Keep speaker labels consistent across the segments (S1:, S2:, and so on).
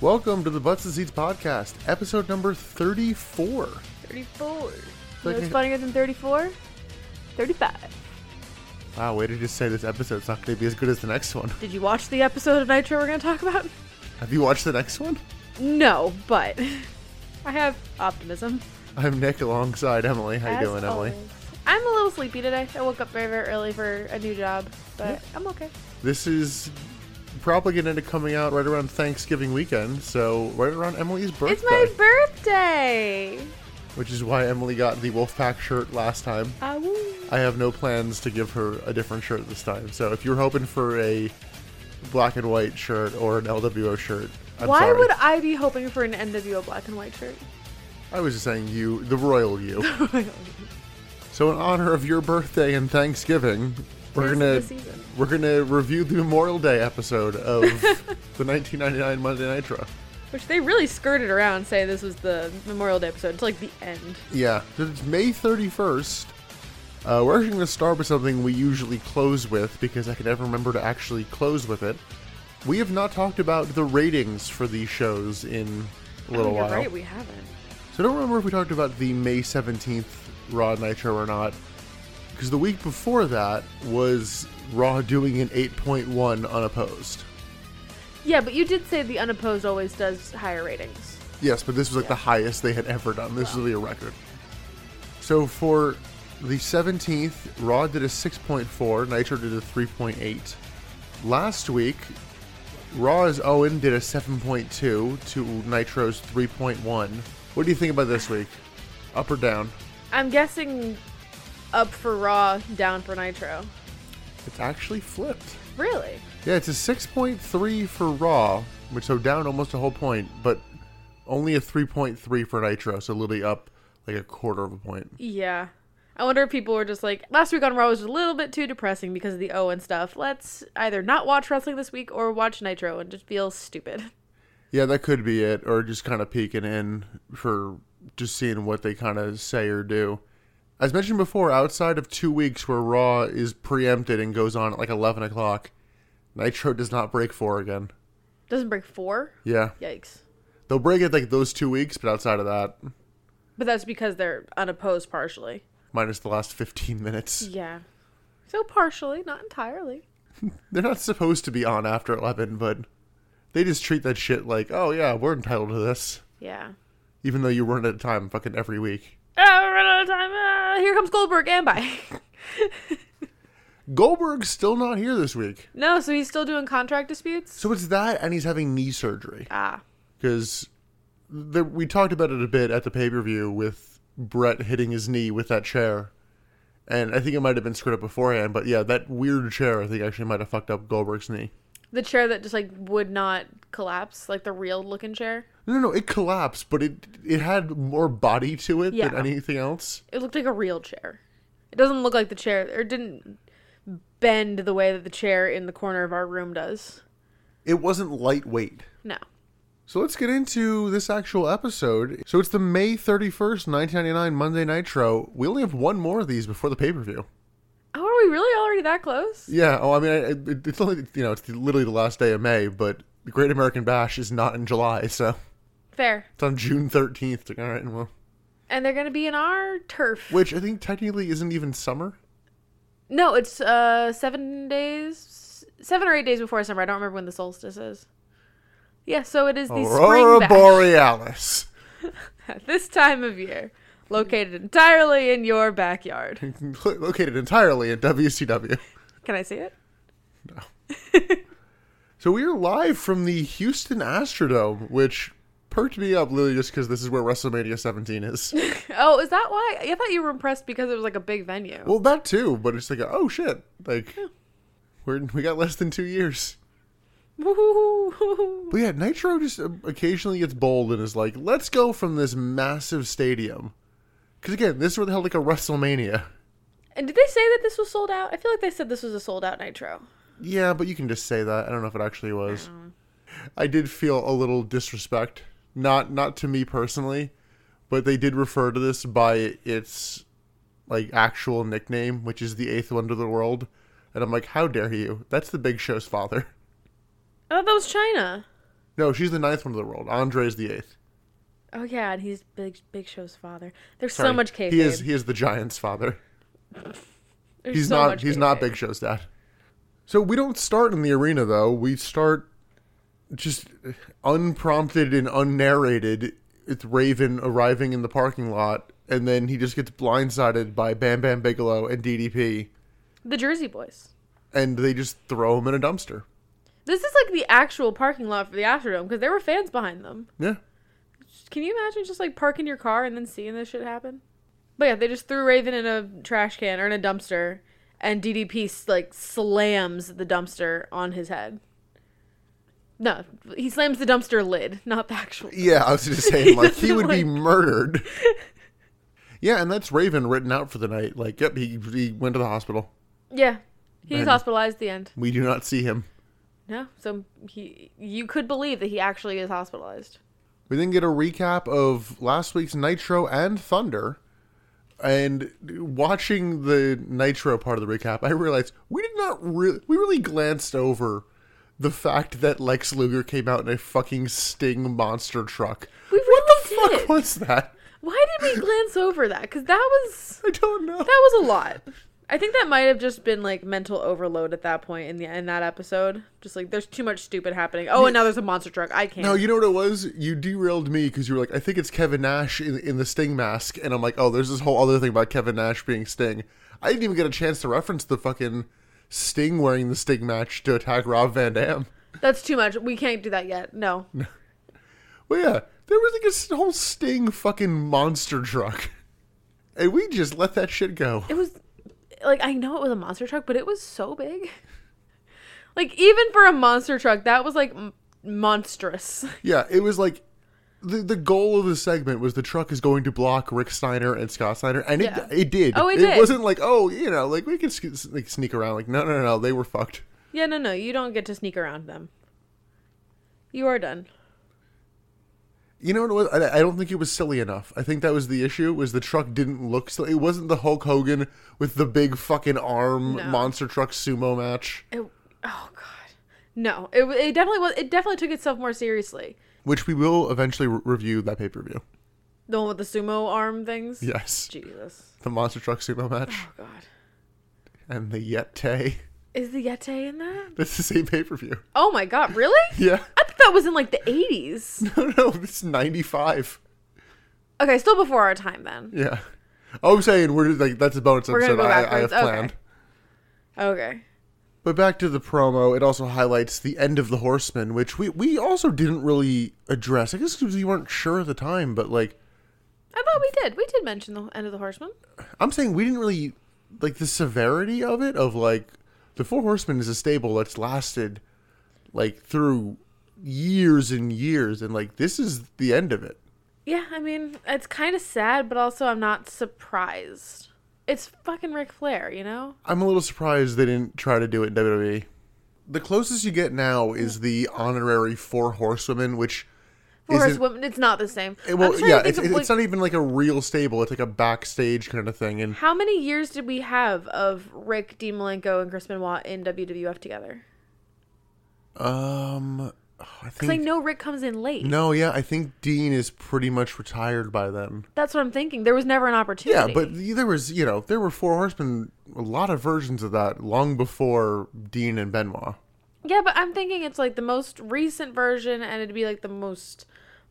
S1: Welcome to the Butts and Seats podcast, episode number 34.
S2: 34. You
S1: Like
S2: know what's
S1: a-
S2: funnier than 34? 35.
S1: Wow, way to just say this episode's not going to be as good as the next one.
S2: Did you watch the episode of Nitro we're going to talk about?
S1: Have you watched the next one?
S2: No, but I have optimism.
S1: I'm Nick alongside Emily. How
S2: As
S1: you doing, Emily?
S2: always. I'm a little sleepy today. I woke up very, very early for a new job, but I'm okay.
S1: This is probably going to end up coming out right around Thanksgiving weekend, so right around Emily's birthday,
S2: It's my birthday!
S1: which is why Emily got the Wolfpack shirt last time.
S2: Ah, woo.
S1: I have no plans to give her a different shirt this time. So if you're hoping for a black and white shirt or an LWO shirt, I'm
S2: Why
S1: sorry.
S2: would I be hoping for an NWO black and white shirt?
S1: I was just saying you, the royal you. So in honor of your birthday and Thanksgiving, we're
S2: This is
S1: gonna
S2: the season.
S1: we're gonna review the Memorial Day episode of the 1999 Monday Nitro.
S2: Which they really skirted around saying this was the Memorial Day episode. It's like the end.
S1: Yeah, so it's May 31st. Uh, we're actually gonna start with something we usually close with because I can never remember to actually close with it. We have not talked about the ratings for these shows in a little
S2: oh,
S1: while.
S2: You're right, we haven't.
S1: So I don't remember if we talked about the May 17th Raw Nitro or not, because the week before that was Raw doing an 8.1 unopposed.
S2: Yeah, but you did say the unopposed always does higher ratings.
S1: Yes, but this was like the highest they had ever done. This was really a record. So for the 17th, Raw did a 6.4, Nitro did a 3.8. Last week, Raw's Owen did a 7.2 to Nitro's 3.1. What do you think about this week? Up or down?
S2: I'm guessing up for Raw, down for Nitro.
S1: It's actually flipped.
S2: Really?
S1: Yeah, it's a 6.3 for Raw, which so down almost a whole point, but only a 3.3 for Nitro, so literally up like a quarter of a point.
S2: Yeah. I wonder if people were just like, last week on Raw was a little bit too depressing because of the Owen stuff. Let's either not watch wrestling this week or watch Nitro and just feel stupid.
S1: Yeah, that could be it, or just kind of peeking in for just seeing what they kind of say or do. As mentioned before, outside of two weeks where Raw is preempted and goes on at like 11 o'clock, Nitro does not break four again.
S2: Doesn't break four?
S1: Yeah,
S2: Yikes.
S1: they'll break it like those two weeks, but outside of that,
S2: But that's because they're unopposed partially.
S1: minus the last 15 minutes.
S2: Yeah. So partially, not entirely.
S1: They're not supposed to be on after 11, but they just treat that shit like, oh yeah, we're entitled to this.
S2: Yeah.
S1: Even though you run out of time fucking every week.
S2: Oh, we're running out of time. Ah, here comes Goldberg and bye.
S1: Goldberg's still not here this week.
S2: no, so he's still doing contract disputes?
S1: So it's that, and he's having knee surgery.
S2: Ah,
S1: Because we talked about it a bit at the pay per view with Brett hitting his knee with that chair. And I think it might have been screwed up beforehand, but yeah, that weird chair I think actually might have fucked up Goldberg's knee.
S2: the chair that just like would not collapse, like the real looking chair.
S1: No, no, no, it collapsed, but it it had more body to it than
S2: Yeah.
S1: anything else.
S2: It looked like a real chair. It doesn't look like the chair, or it didn't bend the way that the chair in the corner of our room does.
S1: It wasn't lightweight.
S2: No.
S1: So let's get into this actual episode. So it's the May 31st, 1999 Monday Nitro. We only have one more of these before the pay per view.
S2: Oh, are we really already that close?
S1: Yeah, oh, I mean, I- it, it's only, you know, it's literally the last day of May, but the Great American Bash is not in July, so
S2: Fair.
S1: it's on June 13th. Like, All right, well,
S2: And they're gonna be in our turf.
S1: which I think technically isn't even summer.
S2: No, it's uh seven days, seven or eight days before summer. I don't remember when the solstice is. Yeah, so it is the
S1: Aurora
S2: spring bash.
S1: Borealis.
S2: at this time of year, located entirely in your backyard.
S1: Located entirely at WCW.
S2: Can I see it?
S1: So we are live from the Houston Astrodome, which perked me up literally just because this is where WrestleMania 17 is.
S2: Oh, is that why? I thought you were impressed because it was like a big venue.
S1: well, that too, but it's like, a, oh shit, like we're, we got less than two years.
S2: Woo-hoo-hoo-hoo-hoo.
S1: But yeah, Nitro just uh, occasionally gets bold and is like, let's go from this massive stadium. Because again, this is where they held like a WrestleMania.
S2: and did they say that this was sold out? I feel like they said this was a sold out nitro.
S1: Yeah, but you can just say that. I don't know if it actually was. I did feel a little disrespect, not not to me personally, but they did refer to this by its like actual nickname, which is the Eighth Wonder of the World, and I'm like, how dare you? That's the Big Show's father.
S2: I thought that was China.
S1: No, she's the ninth one in the world. Andre's the eighth.
S2: Oh yeah, and he's Big Big Show's father. There's
S1: Sorry.
S2: so much kayfabe.
S1: He is he is the Giants' father.
S2: There's
S1: He's
S2: so
S1: not
S2: much
S1: he's not
S2: kayfabe.
S1: Big Show's dad. So we don't start in the arena though. We start just unprompted and unnarrated with Raven arriving in the parking lot and then he just gets blindsided by Bam Bam Bigelow and DDP
S2: The Jersey Boys.
S1: and they just throw him in a dumpster.
S2: This is like the actual parking lot for the Astrodome because there were fans behind them.
S1: Yeah.
S2: Can you imagine just like parking your car and then seeing this shit happen? But yeah, they just threw Raven in a trash can or in a dumpster, and DDP like slams the dumpster on his head. No, he slams the dumpster lid, not the actual.
S1: Yeah, I was just saying, like, he
S2: doesn't
S1: would be
S2: like-
S1: murdered. yeah, and that's Raven written out for the night. Like, yep, he, he went to the hospital.
S2: Yeah, he's
S1: And-
S2: hospitalized. The end.
S1: We do not see him.
S2: No, so he you could believe that he actually is hospitalized.
S1: We then get a recap of last week's Nitro and Thunder. And watching the Nitro part of the recap, I realized we did not really, we really glanced over the fact that Lex Luger came out in a fucking Sting monster truck.
S2: We
S1: what the
S2: really
S1: fuck
S2: did.
S1: was that?
S2: Why did we glance over that? Because that was
S1: I don't know.
S2: that was a lot. I think that might have just been like mental overload at that point in the in that episode. Just like there's too much stupid happening. Oh, and now there's a monster truck. I can't.
S1: No, you know what it was? You derailed me because you were like, I think it's Kevin Nash in, in the Sting mask. And I'm like, oh, there's this whole other thing about Kevin Nash being Sting. I didn't even get a chance to reference the fucking Sting wearing the Sting match to attack Rob Van Dam.
S2: That's too much. We can't do that yet. No.
S1: Well, yeah, there was like a s- whole Sting fucking monster truck. And we just let that shit go.
S2: It was like I know it was a monster truck, but it was so big. Like even for a monster truck, that was like m- monstrous.
S1: Yeah, it was like the the goal of the segment was the truck is going to block Rick Steiner and Scott Steiner, and
S2: Yeah.
S1: it it did.
S2: Oh, it did.
S1: wasn't like oh, you know, like we could sk- like sneak around. Like no, no, no, no, they were fucked.
S2: Yeah, no, no. You don't get to sneak around them. You are done.
S1: You know what it was? I, I don't think it was silly enough. I think that was the issue. Was the truck didn't look silly? It wasn't the Hulk Hogan with the big fucking arm
S2: No.
S1: monster truck sumo match,
S2: It, oh god. No. It, it definitely was it definitely took itself more seriously.
S1: which we will eventually re- review that pay per view.
S2: The one with the sumo arm things.
S1: Yes,
S2: Jesus.
S1: the monster truck sumo match
S2: Oh god.
S1: and the Yeti.
S2: Is the Yeti in that?
S1: That's the same pay per view.
S2: Oh my god, really?
S1: Yeah,
S2: I thought that was in like the 80s.
S1: no, no, it's ninety five.
S2: Okay, still before our time then.
S1: Yeah. Oh, I'm saying we're like that's a bonus
S2: We're gonna
S1: episode
S2: go
S1: I, I have
S2: backwards. Okay.
S1: planned.
S2: Okay.
S1: But back to the promo, it also highlights the end of the Horseman, which we we also didn't really address. I guess because we weren't sure at the time, but like
S2: I thought we did. We did mention the end of the horseman.
S1: I'm saying, we didn't really like the severity of it. Of like the Four Horsemen is a stable that's lasted like through years and years, and like this is the end of it.
S2: Yeah, I mean, it's kind of sad, but also I'm not surprised. It's fucking Ric Flair, you know?
S1: I'm a little surprised they didn't try to do it in WWE. The closest you get now is the honorary Four Horsewomen, which
S2: For
S1: isn't-
S2: horsewomen, it's not the same.
S1: It- Eh, well,
S2: I'm trying to
S1: yeah,
S2: think
S1: it's,
S2: of,
S1: it's
S2: like,
S1: it's not even like a real stable. It's like a backstage kind of thing. And
S2: How many years did we have of Rick Dean Malenko and Chris Benoit in WWF together?
S1: um, I
S2: Because I
S1: think
S2: know Rick comes in late.
S1: no, yeah, I think Dean is pretty much retired by then.
S2: That's what I'm thinking. There was never an
S1: Yeah,
S2: opportunity.
S1: but there was you know there were four horsemen, a lot of versions of that long before Dean and Benoit.
S2: yeah, but I'm thinking it's like the most recent version, and it'd be like the most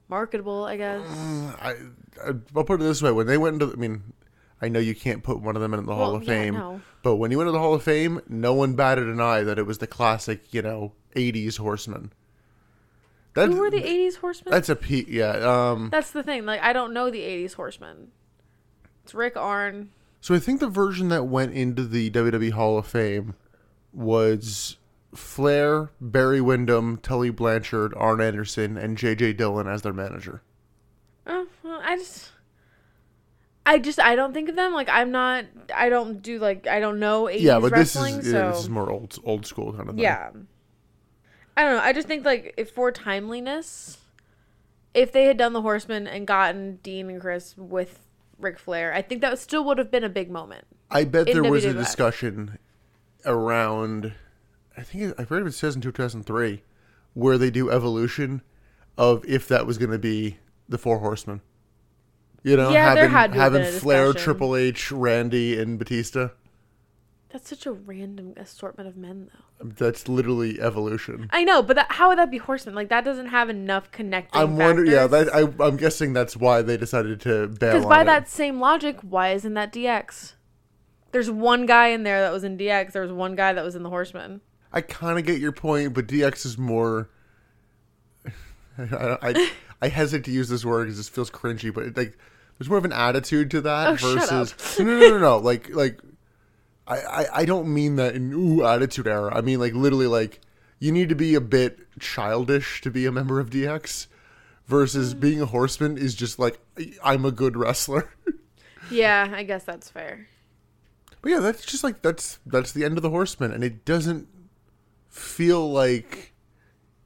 S2: marketable, I guess.
S1: Mm, I, I I'll put it this way: when they went into, I mean, I know you can't put one of them in the Hall
S2: Well,
S1: of
S2: yeah,
S1: Fame,
S2: no.
S1: but when you went to the Hall of Fame, no one batted an eye that it was the classic, you know, '80s horseman. That,
S2: Who were the '80s horsemen? That's,
S1: That's a P. Yeah. Um.
S2: the thing. Like, I don't know the '80s horsemen. It's Rick Arn.
S1: So I think the version that went into the WWE Hall of Fame was Flair, Barry Windham, Tully Blanchard, Arn Anderson, and J.J. Dillon as their manager.
S2: Oh, well, I just. I just I don't think of them like I'm not I don't do like I don't know 80s
S1: Yeah, but this
S2: wrestling
S1: is
S2: so
S1: yeah, this is more old old school kind of thing.
S2: Yeah. I don't know. I just think like if for timeliness, if they had done the Horseman and gotten Dean and Chris with Ric Flair, I think that still would have been a big moment.
S1: I bet
S2: In
S1: there was a
S2: WWF.
S1: discussion around. I think it, I heard it says in 2003 where they do Evolution of if that was going to be the Four Horsemen. You know,
S2: Yeah, there
S1: having,
S2: had to have
S1: having
S2: been a
S1: Flair,
S2: discussion.
S1: Triple H, Randy, and Batista.
S2: That's such a random assortment of men, though.
S1: That's literally evolution.
S2: I know, but that, how would that be horsemen? Like that doesn't have enough connecting.
S1: I'm wondering. Yeah,
S2: factors.
S1: that, I, I'm guessing that's why they decided to bail on
S2: Because by
S1: it.
S2: that same logic, why isn't that DX? There's one guy in there that was in DX. There was one guy that was in the Horsemen.
S1: I kind of get your point, but DX is more. I, I, I hesitate to use this word because this feels cringy, but it, like there's more of an attitude to that
S2: Oh, shut
S1: versus no, no, no, no, no. Like, like I, I, I don't mean that in ooh attitude era. I mean like literally like you need to be a bit childish to be a member of DX, versus
S2: Mm.
S1: being a horseman is just like I'm a good wrestler.
S2: Yeah, I guess that's fair.
S1: But yeah, that's just like that's that's the end of the Horsemen, and it doesn't feel like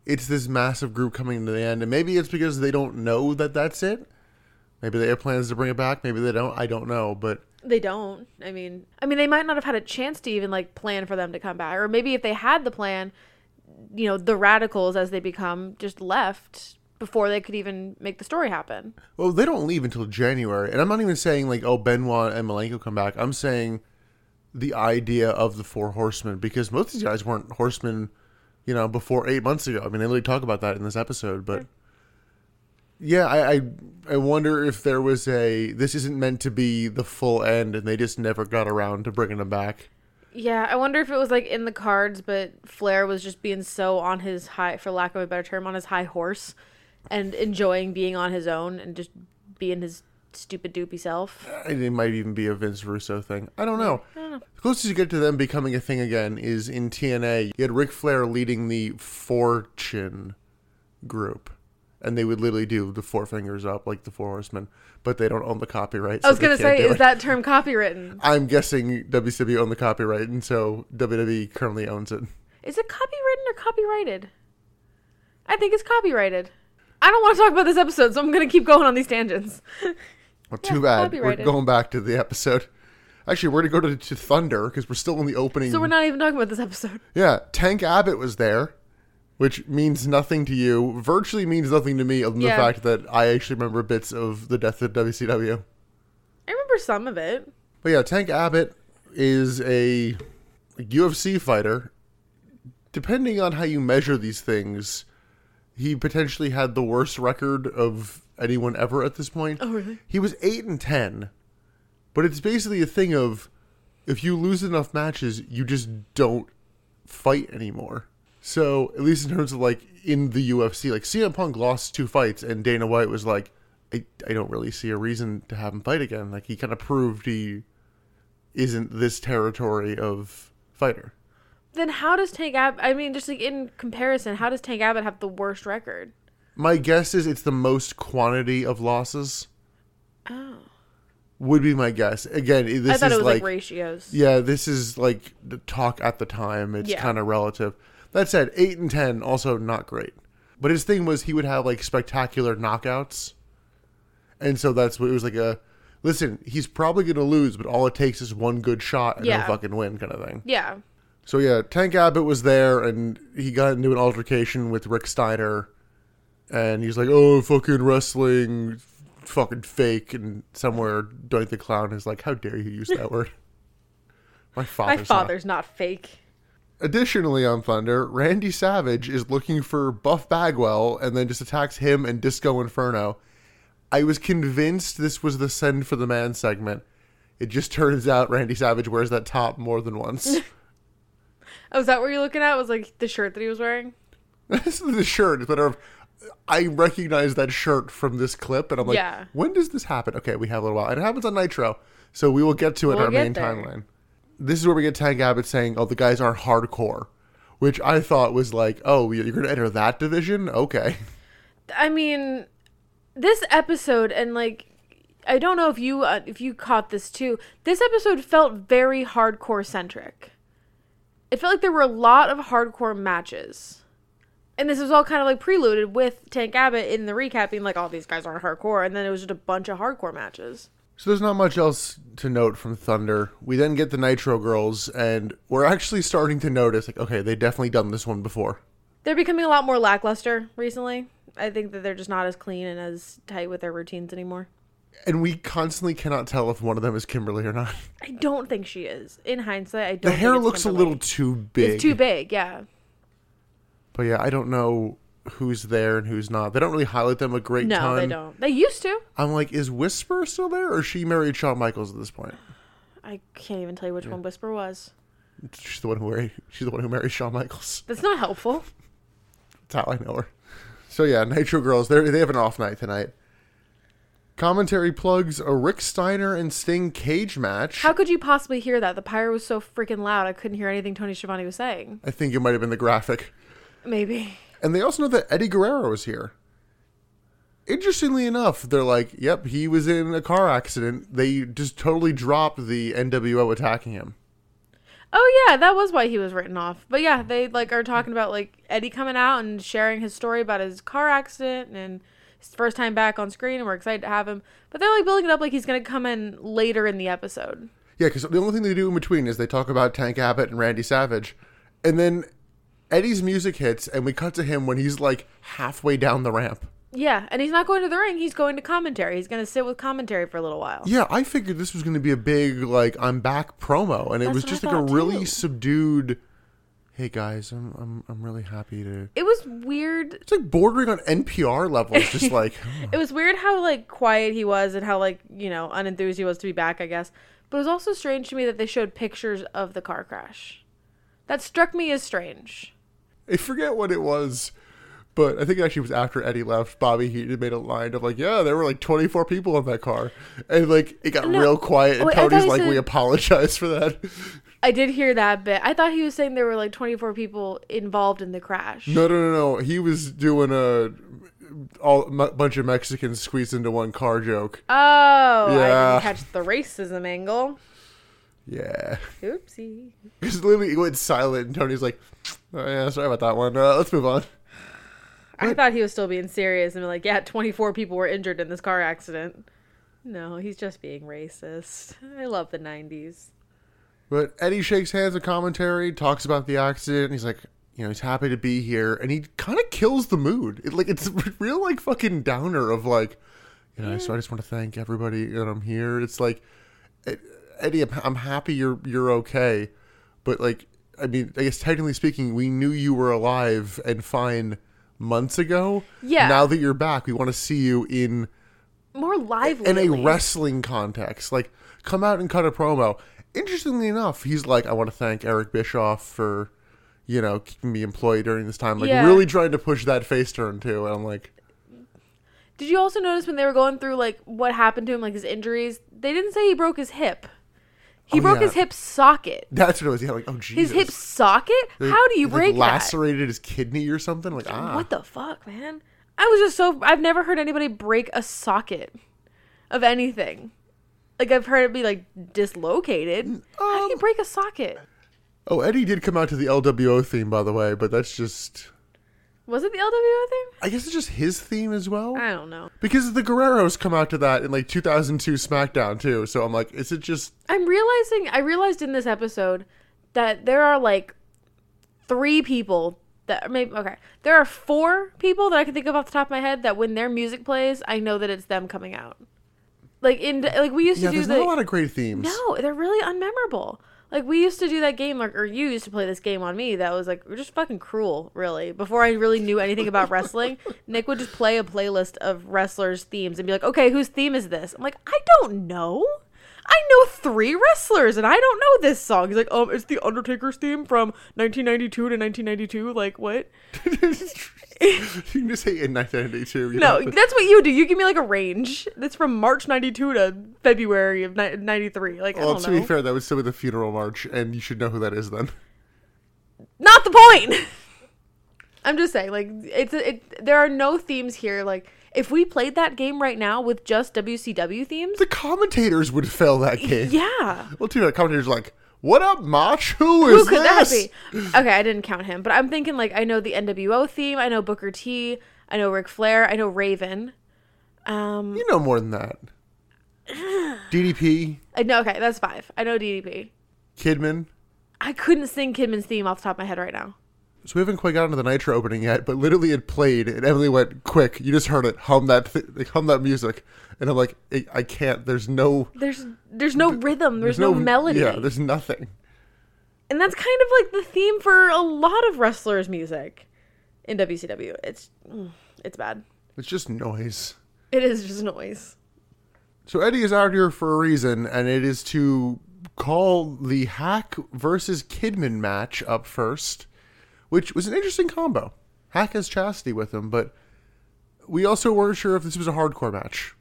S1: it's this massive group coming to the end. And maybe it's because they don't know that that's it. Maybe they have plans to bring it back. Maybe they don't. I don't know. But
S2: They don't. I mean, I mean, they might not have had a chance to even like plan for them to come back, or maybe if they had the plan, you know, the radicals as they become just left before they could even make the story happen.
S1: well, they don't leave until January. And I'm not even saying like oh Benoit and Malenko come back. I'm saying the idea of the four horsemen because most of these guys weren't horsemen, you know, before eight months ago. I mean, they literally talk about that in this episode, but yeah, I, I I wonder if there was a this isn't meant to be the full end, and they just never got around to bringing them back.
S2: Yeah, I wonder if it was like in the cards, but Flair was just being so on his high, for lack of a better term, on his high horse, and enjoying being on his own and just being his stupid doopy self.
S1: And it might even be a Vince Russo thing. I don't know. The closest you get to them becoming a thing again is in TNA. You had Ric Flair leading the Fortune group, and they would literally do the four fingers up like the Four Horsemen, but they don't own the copyright.
S2: I was
S1: going
S2: gonna
S1: to
S2: say, is that term copywritten?
S1: I'm guessing WCW owned the copyright, and so WWE currently owns it.
S2: Is it copywritten or copyrighted? I think it's copyrighted. I don't want to talk about this episode, so I'm gonna keep going on these tangents.
S1: Well,
S2: Yeah,
S1: too bad. We're
S2: copyrighted.
S1: going back to the episode. Actually, we're going to go to, to Thunder because we're still in the opening.
S2: so we're not even talking about this episode.
S1: yeah, Tank Abbott was there, which means nothing to you. Virtually means nothing to me, other than
S2: Yeah.
S1: the fact that I actually remember bits of the death of WCW.
S2: I remember some of it.
S1: But yeah, Tank Abbott is a UFC fighter. Depending on how you measure these things, he potentially had the worst record of anyone ever at this point.
S2: Oh, really?
S1: He was 8 and 10. But it's basically a thing of if you lose enough matches, you just don't fight anymore. So, at least in terms of like in the UFC, like CM Punk lost two fights and Dana White was like, I, I don't really see a reason to have him fight again. Like, he kind of proved he isn't this territory of fighter.
S2: Then how does Tank Abbott? I mean, just like in comparison, how does Tank Abbott have the worst record?
S1: My guess is it's the most quantity of losses,
S2: Oh,
S1: would be my guess. Again, i-
S2: I
S1: this
S2: thought
S1: is
S2: it was like,
S1: like,
S2: ratios.
S1: yeah, this is like the talk at the time. It's
S2: Yeah.
S1: kind of relative. That said, 8 and 10, also not great. But his thing was he would have like spectacular knockouts. And so that's what it was like a listen, he's probably going to lose, but all it takes is one good shot and
S2: Yeah.
S1: he'll fucking win kind of thing.
S2: Yeah.
S1: So yeah, Tank Abbott was there, and he got into an altercation with Rick Steiner, and he's like, "Oh, fucking wrestling, fucking fake," and somewhere Doink the Clown is like, "How dare you use that word?" My
S2: My
S1: father's. not-
S2: father's not fake.
S1: Additionally, on Thunder, Randy Savage is looking for Buff Bagwell, and then just attacks him and Disco Inferno. I was convinced this was the send for the man segment. It just turns out Randy Savage wears that top more than once.
S2: Oh, is that what you're looking at? Was like the shirt that he was wearing?
S1: this is the shirt. It's a matter of I recognize that shirt from this clip, and I'm like,
S2: Yeah.
S1: when does this happen? Okay, we have a little while. And it happens on Nitro, so we will get to it in
S2: We'll
S1: our
S2: get
S1: main
S2: there.
S1: timeline. This is where we get Tank Abbott saying, "Oh, the guys aren't hardcore," which I thought was like, "Oh, you're going to enter that division? Okay."
S2: I mean, this episode and like I don't know if you uh, if you caught this too. This episode felt very hardcore centric. It felt like there were a lot of hardcore matches. And this was all kind of like preluded with Tank Abbott in the recap being like, all these guys aren't hardcore. And then it was just a bunch of hardcore matches.
S1: So there's not much else to note from Thunder. We then get the Nitro girls, and we're actually starting to notice, like, okay, they definitely done this one before.
S2: They're becoming a lot more lackluster recently. I think that they're just not as clean and as tight with their routines anymore.
S1: And we constantly cannot tell if one of them is Kimberly or not.
S2: I don't think she is. In hindsight, I don't.
S1: The
S2: think
S1: hair
S2: it's
S1: looks a
S2: Kimberly.
S1: little too big.
S2: It's too big. Yeah.
S1: But yeah, I don't know who's there and who's not. They don't really highlight them a great
S2: No,
S1: ton.
S2: they don't. They used to.
S1: I'm like, is Whisper still there or is she married Shawn Michaels at this point?
S2: I can't even tell you which one Whisper was.
S1: She's the one who married she's the one who married Shawn Michaels.
S2: That's not helpful.
S1: That's how I know her. So yeah, Nitro Girls, they they have an off night tonight. Commentary plugs a Rick Steiner and Sting cage match.
S2: How could you possibly hear that? The pyro was so freaking loud, I couldn't hear anything Tony Schiavone was saying.
S1: I think it might have been the graphic.
S2: Maybe.
S1: And they also know that Eddie Guerrero is here. Interestingly enough, they're like, yep, he was in a car accident. They just totally dropped the NWO attacking him.
S2: Oh yeah, that was why he was written off. But yeah, they like are talking about like Eddie coming out and sharing his story about his car accident and his first time back on screen, and we're excited to have him. But they're like building it up like he's gonna come in later in the episode.
S1: Yeah, because the only thing they do in between is they talk about Tank Abbott and Randy Savage. And then Eddie's music hits, and we cut to him when he's like halfway down the ramp.
S2: Yeah, and he's not going to the ring. He's going to commentary. He's gonna sit with commentary for a little while.
S1: Yeah, I figured this was going to be a big, like, I'm back promo. And it
S2: That's
S1: was
S2: what I
S1: just like a
S2: thought,
S1: really
S2: too.
S1: subdued, hey guys, I'm, I'm, I'm really happy to.
S2: It was weird.
S1: It's like bordering on NPR level. It's just like,
S2: It was weird how like quiet he was and how like you know unenthused he was to be back. I guess, but it was also strange to me that they showed pictures of the car crash. That struck me as strange.
S1: I forget what it was, but I think it actually was after Eddie left. Bobby Heenan made a line of like, "Yeah, there were like 24 people in that car," and like it got
S2: No.
S1: real quiet. And
S2: Wait, I thought
S1: Tony's
S2: he
S1: like,
S2: said-
S1: "We apologize for that."
S2: I did hear that bit. I thought he was saying there were like 24 people involved in the crash.
S1: No, no, no, no. He was doing a all m- bunch of Mexicans squeezed into one car joke.
S2: Oh,
S1: Yeah.
S2: I didn't catch the racism angle.
S1: Yeah,
S2: Oopsie.
S1: because literally it went silent, and Tony's like, oh, "Yeah, sorry about that one. Uh, let's move on."
S2: I thought he was still being serious and be like, yeah, 24 people were injured in this car accident. No, he's just being racist. I love the 90s.
S1: But Eddie shakes hands with commentary, talks about the accident, and he's like, you know, he's happy to be here, and he kind of kills the mood. It, like it's a real like fucking downer of like, you know, so I just want to thank everybody that I'm here. It's like, "Ed- Eddie, I'm, I'm happy you're you're okay, but like, I mean, I guess technically speaking, we knew you were alive and fine months ago.
S2: Yeah.
S1: Now that you're back, we want to see you in
S2: More lively.
S1: in
S2: at
S1: a
S2: least.
S1: wrestling context. Like, come out and cut a promo. Interestingly enough, he's like, I want to thank Eric Bischoff for, you know, keeping me employed during this time. Like,
S2: Yeah.
S1: really trying to push that face turn too. And I'm like,
S2: Did you also notice when they were going through like what happened to him, like his injuries? They didn't say he broke his hip. He
S1: Oh,
S2: broke
S1: yeah.
S2: his hip socket.
S1: that's what it was. Yeah, like, oh Jesus,
S2: His hip socket?
S1: They-
S2: How do you
S1: they,
S2: break
S1: like,
S2: that?
S1: Lacerated his kidney or something. Like, ah,
S2: What the fuck, man? I was just so I've never heard anybody break a socket of anything. Like I've heard it be like dislocated. How do
S1: Um,
S2: you break a socket?
S1: oh, Eddie did come out to the LWO theme, by the way, but that's just.
S2: Was it the LWO thing?
S1: I guess it's just his theme as well.
S2: I don't know.
S1: Because the Guerreros come out to that in like 2002 SmackDown too, so I'm like, is it just
S2: I'm realizing I realized in this episode that there are like three people that maybe okay. There are four people that I can think of off the top of my head that when their music plays, I know that it's them coming out. Like in like we used
S1: yeah?
S2: to do
S1: There's
S2: the
S1: not a lot of great themes.
S2: No, they're really unmemorable. Like we used to do that game, like or you used to play this game on me. That was like we're just fucking cruel, really. Before I really knew anything about wrestling, Nick would just play a playlist of wrestlers' themes and be like, "Okay, whose theme is this?" I'm like, "I don't know. I know three wrestlers, and I don't know this song." He's like, "Um, it's the Undertaker's theme from 1992 to 1992." Like what?
S1: you can just say in 1992. you
S2: No,
S1: know.
S2: that's what you do. You give me like a range. That's from March 92 to February of ni- 93. Like I
S1: Well,
S2: don't
S1: to
S2: know.
S1: be fair, that would still be the funeral march, and you should know who that is then.
S2: not the point. I'm just saying, like it's it, there are no themes here. Like if we played that game right now with just WCW themes,
S1: The commentators would fail that game.
S2: yeah,
S1: Well, too bad. Commentators are like, what up, Mach? Who is
S2: who could that
S1: this?
S2: be? Okay, I didn't count him, but I'm thinking like I know the NWO theme, I know Booker T, I know Ric Flair, I know Raven. Um,
S1: You know more than that. DDP,
S2: I know okay, that's five. I know DDP.
S1: Kidman.
S2: I couldn't sing Kidman's theme off the top of my head right now.
S1: So we haven't quite gotten to the Nitro opening yet, but literally it played, and Emily went, "Quick, you just heard it. Hum that, th- like, hum that music." And I'm like, "I, I can't. There's no,
S2: There's there's no rhythm. There's, no, melody.
S1: Yeah, there's nothing.
S2: and that's kind of like the theme for a lot of wrestlers' music in WCW. It's mm, it's bad.
S1: It's just noise."
S2: It is just noise.
S1: So Eddie is out here for a reason, and it is to call the Hack versus Kidman match up first, which was an interesting combo. Hack has chastity with him, but we also weren't sure if this was a hardcore match.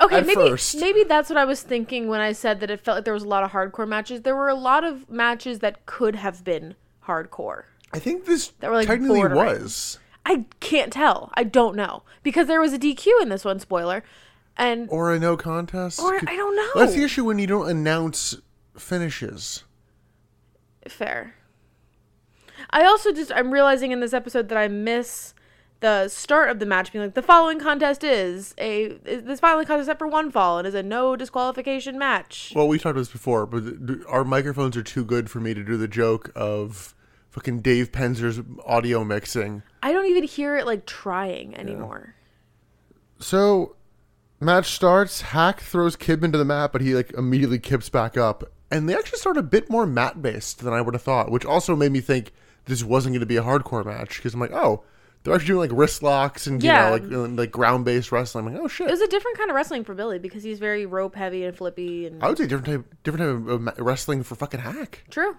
S2: Okay,
S1: At
S2: maybe
S1: first.
S2: maybe that's what I was thinking when I said that it felt like there was a lot of hardcore matches. There were a lot of matches that could have been hardcore.
S1: I think this
S2: were, like,
S1: technically
S2: bordering.
S1: was.
S2: I can't tell. I don't know because there was a DQ in this one. Spoiler, and
S1: or a no contest
S2: Or- I don't know.
S1: that's the issue when you don't announce finishes
S2: fair. I also just I'm realizing in this episode that I miss the start of the match being like the following contest is a is this following contest except for one fall and is a no disqualification match.
S1: well we talked about this before but th- our microphones are too good for me to do the joke of fucking dave penzer's audio mixing
S2: I don't even hear it like trying anymore.
S1: so match starts hack throws kidman to the mat but he like immediately kips back up and they actually start a bit more mat based than i would have thought which also made me think this wasn't going to be a hardcore match because i'm like oh they're actually doing like wrist locks and
S2: Yeah.
S1: you know like and, like ground based wrestling i'm like oh shit
S2: It was a different kind of wrestling for Billy because he's very rope heavy and flippy and
S1: I would say different type, different type of- of ma- wrestling for fucking hack.
S2: True.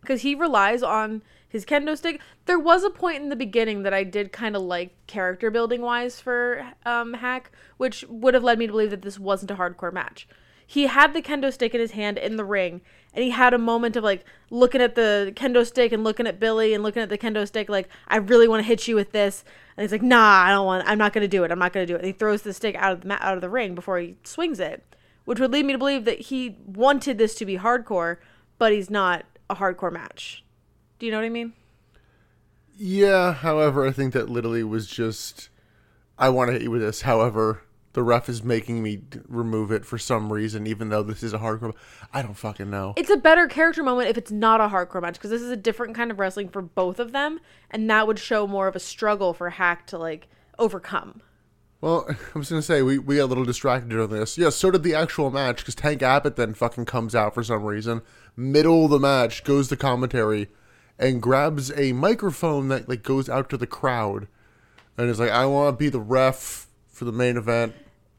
S2: Because he relies on his kendo stick. There was a point in the beginning that I did kind of like character building wise for um, Hack, which would have led me to believe that this wasn't a hardcore match. He had the kendo stick in his hand in the ring, and he had a moment of like looking at the kendo stick and looking at Billy and looking at the kendo stick, like, I really want to hit you with this. And he's like, nah, I don't want, I'm not going to do it. I'm not going to do it. And he throws the stick out of the, ma- out of the ring before he swings it, which would lead me to believe that he wanted this to be hardcore, but he's not a hardcore match. Do you know what I mean?
S1: Yeah, however, I think that literally was just I want to hit you with this. However, the ref is making me d- remove it for some reason, even though this is a hardcore. I don't fucking know.
S2: It's a better character moment if it's not a hardcore match because this is a different kind of wrestling for both of them, and that would show more of a struggle for Hack to like overcome.
S1: Well, I was gonna say we, we got a little distracted on this. Yeah, so did the actual match because Tank Abbott then fucking comes out for some reason. Middle of the match goes to commentary, and grabs a microphone that like goes out to the crowd, and is like, "I want to be the ref for the main event."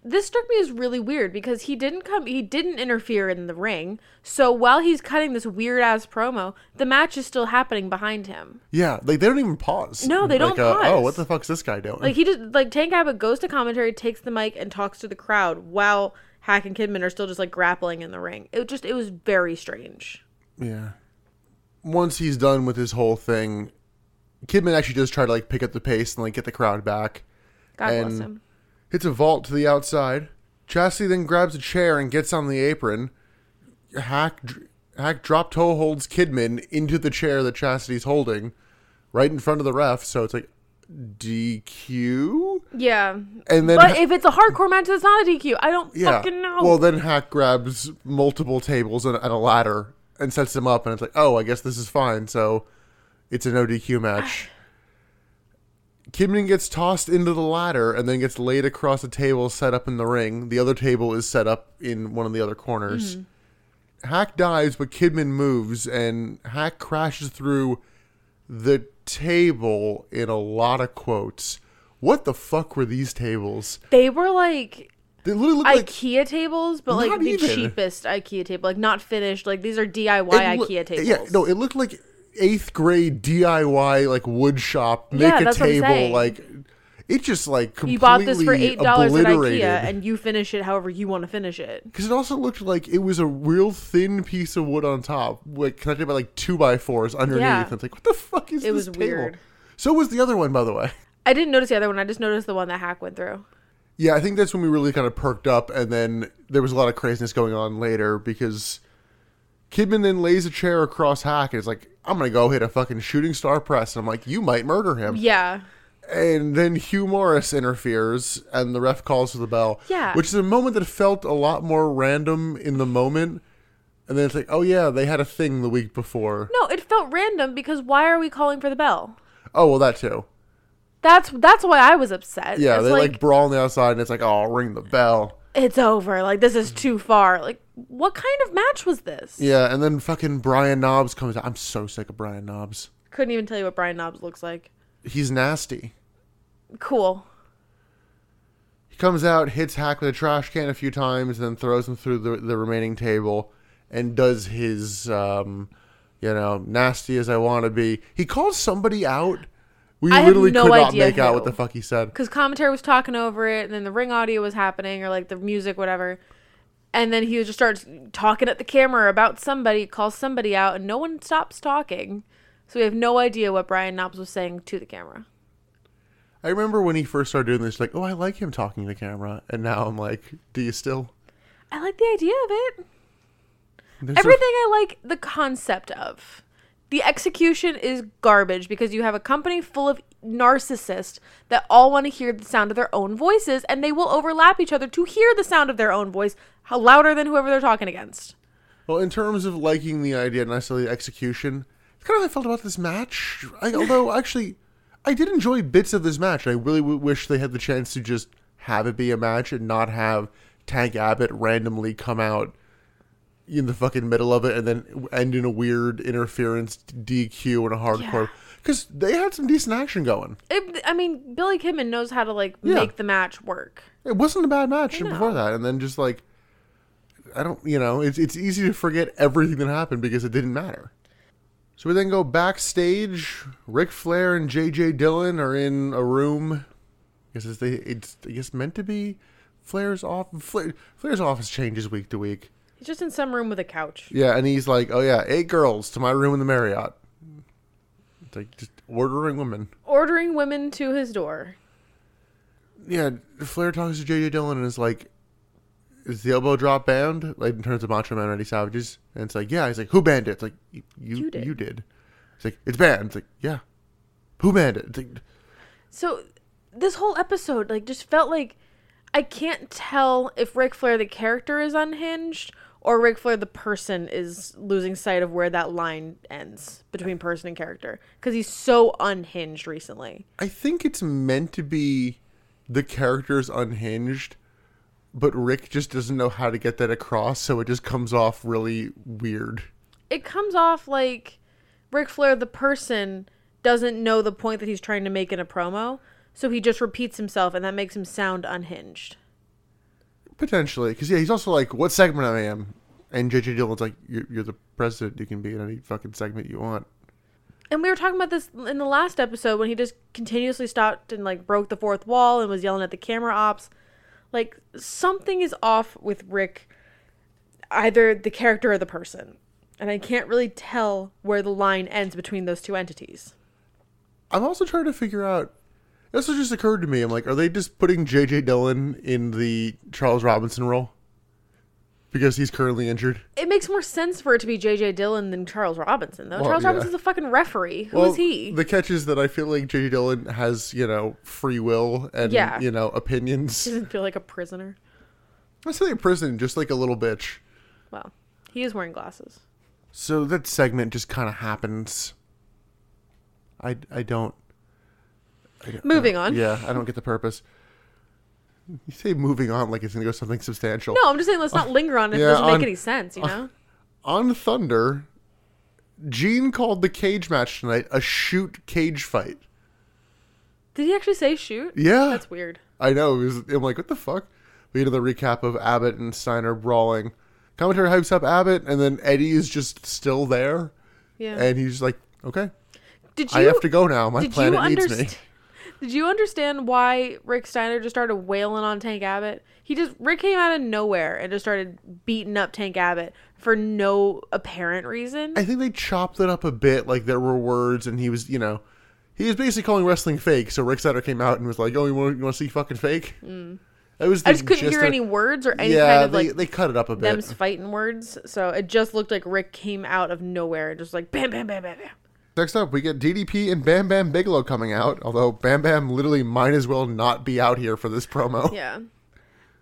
S2: This struck me as really weird because he didn't come, he didn't interfere in the ring. So while he's cutting this weird ass promo, the match is still happening behind him.
S1: Yeah, like they don't even pause.
S2: No, they don't
S1: Like, uh, Oh,
S2: pause.
S1: what the fuck's this guy doing?
S2: Like he just like Tank Abbott goes to commentary, takes the mic, and talks to the crowd while Hack and Kidman are still just like grappling in the ring. It just it was very strange.
S1: yeah. Once he's done with his whole thing, Kidman actually does try to like pick up the pace and like get the crowd back.
S2: God bless
S1: And-
S2: him.
S1: Hits a vault to the outside. Chastity then grabs a chair and gets on the apron. Hack dr- Hack drop toe holds Kidman into the chair that Chastity's holding, right in front of the ref. So it's like DQ.
S2: Yeah.
S1: And then
S2: But if it's a hardcore match, that's not a DQ. I don't
S1: Yeah.
S2: fucking know.
S1: Well, then Hack grabs multiple tables and, and a ladder and sets them up, and it's like, oh, I guess this is fine. So it's an ODQ match. Kidman gets tossed into the ladder and then gets laid across a table set up in the ring. The other table is set up in one of the other corners. Hack dives, but Kidman moves, and Hack crashes through the table in a lot of quotes. What the fuck were these tables?
S2: they were like
S1: They literally look like
S2: IKEA tables, but like
S1: Not
S2: the
S1: even.
S2: cheapest IKEA table, like not finished. Like these are DIY
S1: It loo-
S2: IKEA tables.
S1: Yeah, no, it looked like eighth grade DIY like wood shop make
S2: Yeah,
S1: a
S2: that's what I'm
S1: table
S2: saying.
S1: like it just like completely
S2: You bought this for eight dollars at IKEA,
S1: obliterated.
S2: and you finish it however you want to finish it.
S1: Because it also looked like it was a real thin piece of wood on top, like connected by like two by fours underneath.
S2: Yeah.
S1: And it's like, what the fuck is
S2: It
S1: this
S2: was
S1: table?
S2: weird.
S1: So was the other one, by the way.
S2: I didn't notice the other one. I just noticed the one that Hack went through.
S1: Yeah, I think that's when we really kind of perked up, and then there was a lot of craziness going on later because Kidman then lays a chair across Hack and is like, "I'm gonna go hit a fucking shooting star press," and I'm like, "You might murder him."
S2: Yeah.
S1: And then Hugh Morris interferes, and the ref calls for the bell.
S2: Yeah.
S1: which is a moment that felt a lot more random in the moment, and then it's like, "Oh yeah, they had a thing the week before."
S2: No, it felt random because why are we calling for the bell?
S1: Oh well, that too.
S2: That's that's why I was upset.
S1: Yeah,
S2: It's
S1: they like, brawl on the outside, and it's like, oh, ring the bell.
S2: it's over. Like this is too far. Like what kind of match was this?
S1: Yeah, and then fucking Brian Knobs comes out. I'm so sick of Brian Knobs.
S2: Couldn't even tell you what Brian Knobs looks like.
S1: He's nasty.
S2: Cool.
S1: He comes out, hits Hack with a trash can a few times, then throws him through the, the remaining table and does his, um, you know, nasty as I want to be. He calls somebody out. We
S2: I have
S1: literally
S2: no
S1: could not
S2: idea
S1: make out
S2: who.
S1: what the fuck he said.
S2: Because commentary was talking over it, and then the ring audio was happening, or like the music, whatever. And then he just starts talking at the camera about somebody, calls somebody out, and no one stops talking. So we have no idea what Brian Knobs was saying to the camera.
S1: I remember when he first started doing this, like, oh, I like him talking to the camera. And now I'm like, do you still?
S2: I like the idea of it.
S1: There's a-
S2: Everything I like the concept of. The execution is garbage because you have a company full of narcissists that all want to hear the sound of their own voices and they will overlap each other to hear the sound of their own voice how louder than whoever they're talking against.
S1: Well, in terms of liking the idea, and necessarily the execution, it's kind of how I felt about this match. I, although, actually, I did enjoy bits of this match. I really w- wish they had the chance to just have it be a match and not have Tank Abbott randomly come out in the fucking middle of it and then end in a weird interference DQ and a hardcore. Because they had some decent action going.
S2: It, I mean, Billy Kidman knows how to like
S1: Yeah.
S2: make the match work.
S1: It wasn't a bad match
S2: know.
S1: before that, and then just like. I don't, you know, it's, it's easy to forget everything that happened because it didn't matter. So we then go backstage. Ric Flair and J.J. Dillon are in a room. I guess it's, the, it's I guess meant to be Flair's office. Flair, Flair's office changes week to week.
S2: He's just in some room with a couch.
S1: Yeah, and he's like, "Oh yeah, eight girls to my room in the Marriott." It's like just ordering women.
S2: Ordering women to his door.
S1: Yeah, Flair talks to JJ Dillon and is like, "Is the elbow drop banned?" Like in terms of Macho Man Randy Savage's, and it's like, "Yeah." He's like, "Who banned it?" It's like, "You, you
S2: You
S1: did."
S2: did.
S1: You did. It's like it's banned. It's like, "Yeah." Who banned it? It's like,
S2: So this whole episode like just felt like I can't tell if Ric Flair the character is unhinged or Ric Flair the person is losing sight of where that line ends between person and character because he's so unhinged recently.
S1: I think it's meant to be the character's unhinged, but Rick just doesn't know how to get that across, so it just comes off really weird.
S2: It comes off like Ric Flair the person doesn't know the point that he's trying to make in a promo, so he just repeats himself and that makes him sound unhinged.
S1: Potentially, because yeah, he's also like, "What segment am I am?" And JJ Dillon's like, you're, "You're the president. You can be in any fucking segment you want."
S2: And we were talking about this in the last episode when he just continuously stopped and like broke the fourth wall and was yelling at the camera ops. Like something is off with Rick, either the character or the person. And I can't really tell where the line ends between those two entities.
S1: I'm also trying to figure out. This has just occurred to me. I'm like, are they just putting J.J. Dillon in the Charles Robinson role because he's currently injured?
S2: It makes more sense for it to be J.J. Dillon than Charles Robinson, though.
S1: Well,
S2: Charles
S1: yeah.
S2: Robinson's a fucking referee. Who is he?
S1: The catch is that I feel like J.J. Dillon has you know free will and
S2: Yeah.
S1: you know opinions.
S2: Doesn't feel like a prisoner.
S1: I say in prison, just like a little bitch.
S2: Well, he is wearing glasses.
S1: So that segment just kind of happens. I I don't.
S2: Moving on.
S1: Yeah, I don't get the purpose. You say moving on like it's gonna go something substantial.
S2: No, I'm just saying let's not linger on it. if
S1: yeah,
S2: it doesn't
S1: on-
S2: make any sense, you know?
S1: on Thunder, Gene called the cage match tonight a shoot cage fight.
S2: Did he actually say shoot?
S1: Yeah.
S2: That's weird.
S1: I know. It was, I'm like, what the fuck? We get another recap of Abbott and Steiner brawling. Commentary hypes up Abbott, and then Eddie is just still there,
S2: Yeah.
S1: and he's like, okay,
S2: did you
S1: I have to go now. My
S2: did you
S1: planet needs me.
S2: underst- Did you understand why Rick Steiner just started wailing on Tank Abbott? He just Rick came out of nowhere and just started beating up Tank Abbott for no apparent reason.
S1: I think they chopped it up a bit. Like there were words, and he was, you know, he was basically calling wrestling fake. So Rick Steiner came out and was like, "Oh, you want, you want to see fucking fake?" Mm. That was. The
S2: I just couldn't
S1: gist
S2: hear
S1: of-
S2: any words or any
S1: yeah,
S2: kind of
S1: they,
S2: like
S1: they cut it up a bit.
S2: them's fighting words. So it just looked like Rick came out of nowhere and just like bam bam bam bam bam.
S1: Next up, we get DDP and Bam Bam Bigelow coming out. Although Bam Bam literally might as well not be out here for this promo.
S2: Yeah.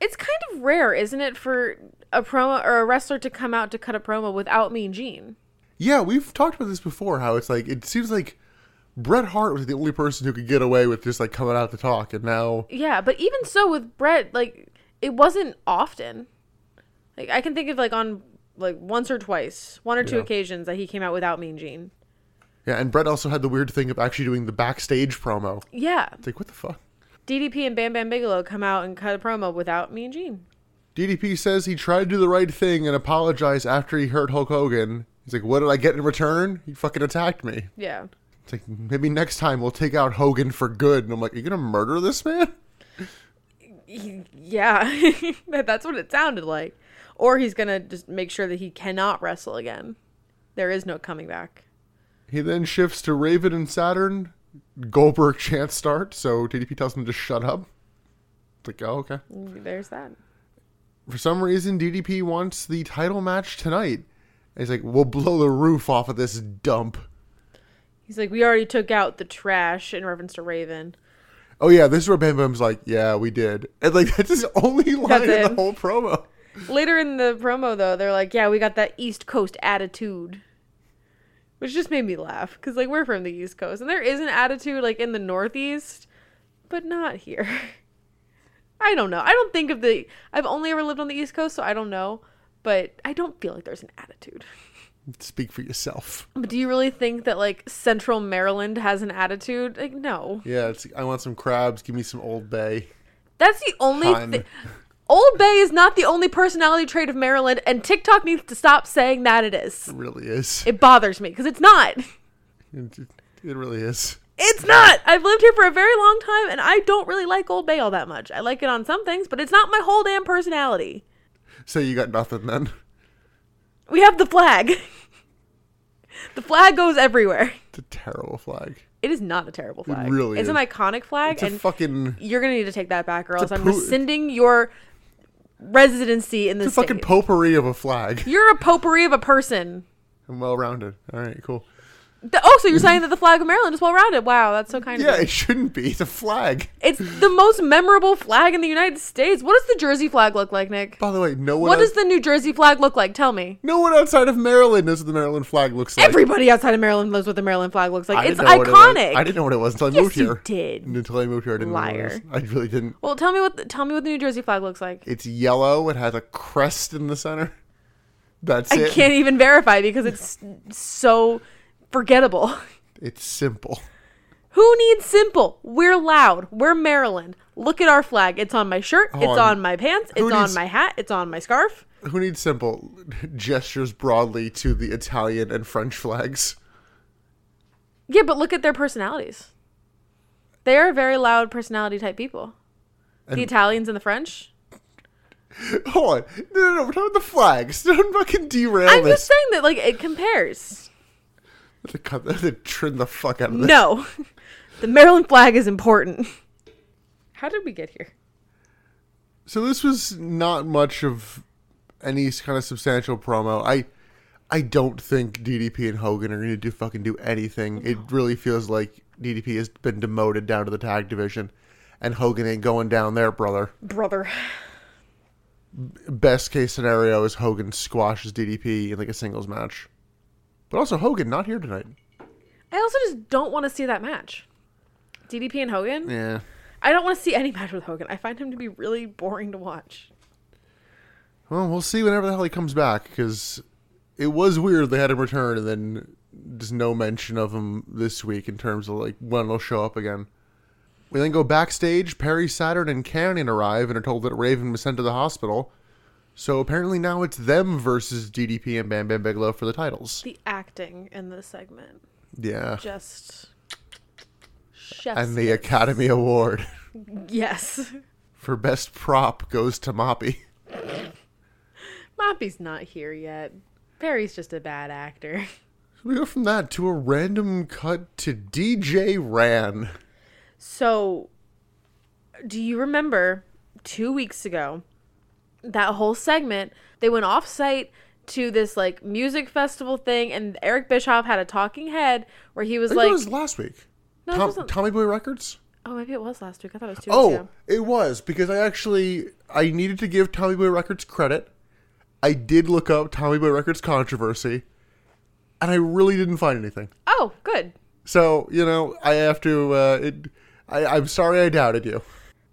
S2: It's kind of rare, isn't it, for a promo or a wrestler to come out to cut a promo without Mean Gene?
S1: Yeah, we've talked about this before. How it's like it seems like Bret Hart was the only person who could get away with just like coming out to talk, and now
S2: Yeah, but even so with Brett, like it wasn't often. Like I can think of like on like once or twice, one or two
S1: Yeah.
S2: occasions that he came out without Mean Gene.
S1: yeah, and Bret also had the weird thing of actually doing the backstage promo.
S2: Yeah,
S1: It's like what the fuck.
S2: DDP and Bam Bam Bigelow come out and cut a promo without Mean Gene.
S1: DDP says he tried to do the right thing and apologized after he hurt Hulk Hogan. He's like, "What did I get in return? He fucking attacked me."
S2: Yeah,
S1: It's like maybe next time we'll take out Hogan for good. And I'm like, "Are you gonna murder this man?"
S2: He- yeah, That- that's what it sounded like. Or he's gonna just make sure that he cannot wrestle again. There is no coming back.
S1: He then shifts to Raven and Saturn. Goldberg chants start, so DDP tells him to shut up. It's like, oh, okay.
S2: There's that.
S1: For some reason, DDP wants the title match tonight. And he's like, we'll blow the roof off of this dump.
S2: He's like, we already took out the trash in reference to Raven.
S1: Oh, yeah, this is where Bam Bam's like, yeah, we did. And, like, that's his only line
S2: That's
S1: in the
S2: it.
S1: whole promo.
S2: Later in the promo, though, they're like, "Yeah, we got that East Coast attitude," which just made me laugh because, like, we're from the East Coast, and there is an attitude like in the Northeast, but not here. I don't know. I don't think of the. I've only ever lived on the East Coast, so I don't know. But I don't feel like there's an attitude.
S1: Speak for yourself.
S2: But do you really think that like Central Maryland has an attitude? Like, no.
S1: Yeah, it's I want some crabs. Give me some Old Bay.
S2: That's the only
S1: Hun.
S2: thing. Old Bay is not the only personality trait of Maryland, and TikTok needs to stop saying that it is.
S1: It really is.
S2: It bothers me because it's not.
S1: It, it really is.
S2: It's not. I've lived here for a very long time and I don't really like Old Bay all that much. I like it on some things, but it's not my whole damn personality.
S1: So you got nothing then.
S2: We have the flag. the flag goes everywhere.
S1: It's a terrible flag.
S2: It is not a terrible flag.
S1: really
S2: it's an
S1: is.
S2: iconic flag
S1: It's a
S2: and
S1: fucking
S2: you're going to need to take that back or else
S1: a
S2: I'm
S1: po-
S2: rescinding your residency in this
S1: It's a fucking
S2: state.
S1: potpourri of a flag.
S2: you're a potpourri of a person.
S1: I'm well rounded. All right, cool.
S2: Th- Oh, so you're saying that the flag of Maryland is well rounded? Wow, that's so kind
S1: Yeah,
S2: of you.
S1: it shouldn't be. It's a flag.
S2: It's the most memorable flag in the United States. What does the Jersey flag look like, Nick?
S1: By the way, no one
S2: What
S1: out-
S2: does the New Jersey flag look like? Tell me.
S1: no one outside of Maryland knows what the Maryland flag looks like.
S2: Everybody outside of Maryland knows what the Maryland flag looks like.
S1: I
S2: it's
S1: didn't know what it was.
S2: iconic.
S1: I didn't know what it was until I
S2: Yes,
S1: moved
S2: you
S1: here.
S2: did.
S1: And Until I moved here, I didn't know what
S2: Liar.
S1: it was. I really didn't.
S2: well, tell me what the, tell me what the New Jersey flag looks like.
S1: It's yellow. It has a crest in the center. That's
S2: I
S1: it.
S2: can't even verify because it's so forgettable.
S1: It's simple.
S2: Who needs simple? We're loud. We're Maryland. Look at our flag. It's on my shirt.
S1: Hold
S2: it's
S1: on.
S2: on. my pants. It's
S1: Who needs-
S2: on my hat. It's on my scarf.
S1: Who needs simple gestures broadly to the Italian and French flags?
S2: Yeah, but look at their personalities. They are very loud personality type people.
S1: And-
S2: the Italians and the French.
S1: Hold on. No, no, no. We're talking about the flags. Don't fucking derail
S2: I'm
S1: this.
S2: just saying that like it compares.
S1: To cut the, to trim the fuck out of this.
S2: No. The Maryland flag is important. How did we get here?
S1: So this was not much of any kind of substantial promo. I I don't think DDP and Hogan are going to do fucking do anything. It really feels like DDP has been demoted down to the tag division, and Hogan ain't going down there, brother.
S2: Brother.
S1: Best case scenario is Hogan squashes DDP in like a singles match. But also Hogan not here tonight.
S2: I also just don't want to see that match. DDP and Hogan?
S1: Yeah.
S2: I don't want to see any match with Hogan. I find him to be really boring to watch.
S1: Well, we'll see whenever the hell he comes back because it was weird they had him return and then there's no mention of him this week in terms of like when he'll show up again. We then go backstage. Perry, Saturn, and Canyon arrive and are told that Raven was sent to the hospital. So apparently now it's them versus DDP and Bam Bam Bigelow for the titles.
S2: The acting in this segment
S1: Yeah.
S2: just chef's
S1: And the
S2: kiss.
S1: Academy Award
S2: Yes.
S1: for best prop goes to Moppy.
S2: Moppy's not here yet. Perry's just a bad actor.
S1: We go from that to a random cut to DJ Ran.
S2: So, do you remember two weeks ago that whole segment? They went off site to this like music festival thing, and Eric Bischoff had a talking head where he was
S1: I think
S2: like,
S1: it was last week.
S2: No, it
S1: Tom-
S2: wasn't-
S1: Tommy Boy Records?
S2: Oh, maybe it was last week. I thought it was two
S1: Oh,
S2: weeks ago.
S1: it was because I actually I needed to give Tommy Boy Records credit. I did look up Tommy Boy Records controversy, and I really didn't find anything.
S2: Oh, good.
S1: So you know, I have to. Uh, it, I, I'm sorry, I doubted you.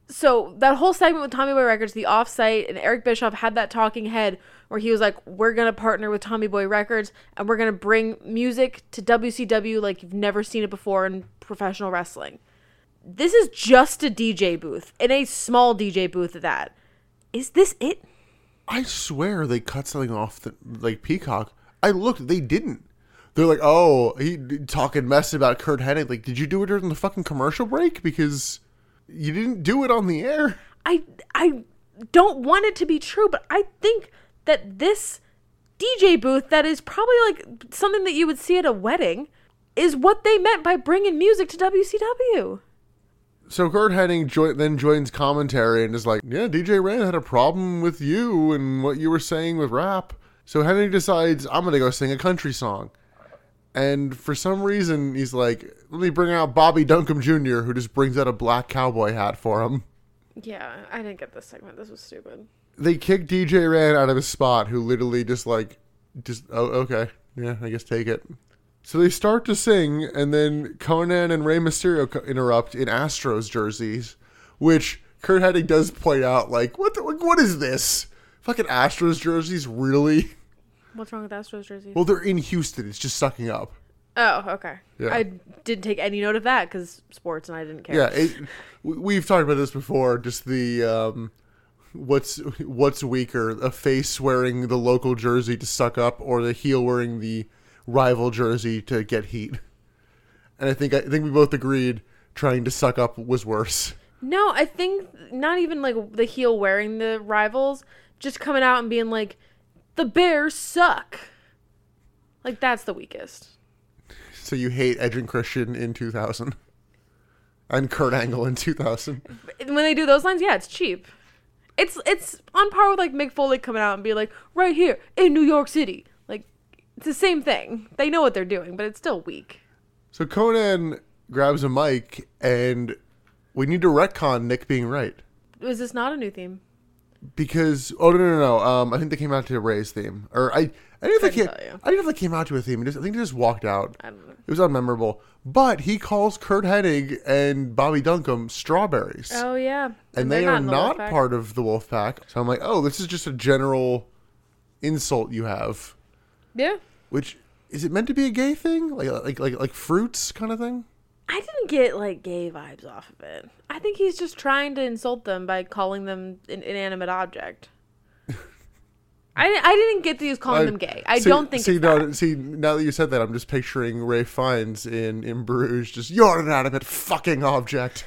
S2: So that whole segment with Tommy Boy Records, the offsite, and Eric Bischoff had that talking head where he was like, "We're gonna partner with Tommy Boy Records, and we're gonna bring music to WCW like you've never seen it before in professional wrestling." This is just a DJ booth, and a small DJ booth at that. Is this it?
S1: I swear they cut something off the like Peacock. I looked, they didn't. They're like, oh, he talking mess about Kurt Hennig. Like, did you do it during the fucking commercial break? Because you didn't do it on the air.
S2: I I don't want it to be true, but I think that this DJ booth that is probably like something that you would see at a wedding is what they meant by bringing music to WCW.
S1: So Kurt Hennig join, then joins commentary and is like, yeah, DJ Rand had a problem with you and what you were saying with rap. So Hennig decides, I'm going to go sing a country song. And for some reason, he's like, let me bring out Bobby Duncombe Jr., who just brings out a black cowboy hat for him.
S2: Yeah, I didn't get this segment. This was stupid.
S1: They kick DJ Rand out of his spot, who literally just like, just, oh, okay. Yeah, I guess take it. So they start to sing, and then Conan and Rey Mysterio co- interrupt in Astros jerseys, which Kurt Hennig does point out, like, what the, like, what is this? Fucking Astros jerseys, really?
S2: What's wrong with Astros jersey?
S1: Well, they're in Houston. It's just sucking up.
S2: Oh, okay.
S1: Yeah.
S2: I didn't take any note of that because sports and I didn't care.
S1: Yeah, it, we- we've talked about this before. Just the um, what's what's weaker, a face wearing the local jersey to suck up, or the heel wearing the rival jersey to get heat. And I think I think we both agreed trying to suck up was worse.
S2: No, I think not even like the heel wearing the rivals, just coming out and being like, the Bears suck. Like, that's the weakest.
S1: So you hate Edge and Christian in 2000, and Kurt Angle in 2000.
S2: when they do those lines, yeah, it's cheap. It's it's on par with like Mick Foley coming out and be like, right here in New York City. Like it's the same thing. They know what they're doing, but it's still weak.
S1: So Conan grabs a mic, and we need to retcon Nick being right.
S2: Was this not a new theme?
S1: because oh no no no, no. um I think they came out to a Ray's theme or I I didn't think they
S2: Couldn't
S1: came,
S2: tell you.
S1: I didn't know if they came out to a theme. It just- I think they just walked out.
S2: I don't know.
S1: It was unmemorable. But he calls Kurt Hennig and Bobby Duncombe strawberries,
S2: Oh yeah, and,
S1: and
S2: they're
S1: they are
S2: in the
S1: not
S2: Wolfpack.
S1: part of the wolf pack. So I'm like, oh, this is just a general insult you have.
S2: Yeah,
S1: Which is it meant to be a gay thing, like like like like fruits kind of thing?
S2: I didn't get like gay vibes off of it. I think he's just trying to insult them by calling them an inanimate object. I, I didn't get that he was calling them gay. I
S1: see-
S2: don't think
S1: See
S2: it's
S1: now,
S2: that.
S1: see now that you said that, I'm just picturing Ray Fiennes in in Bruges, just you're an inanimate fucking object.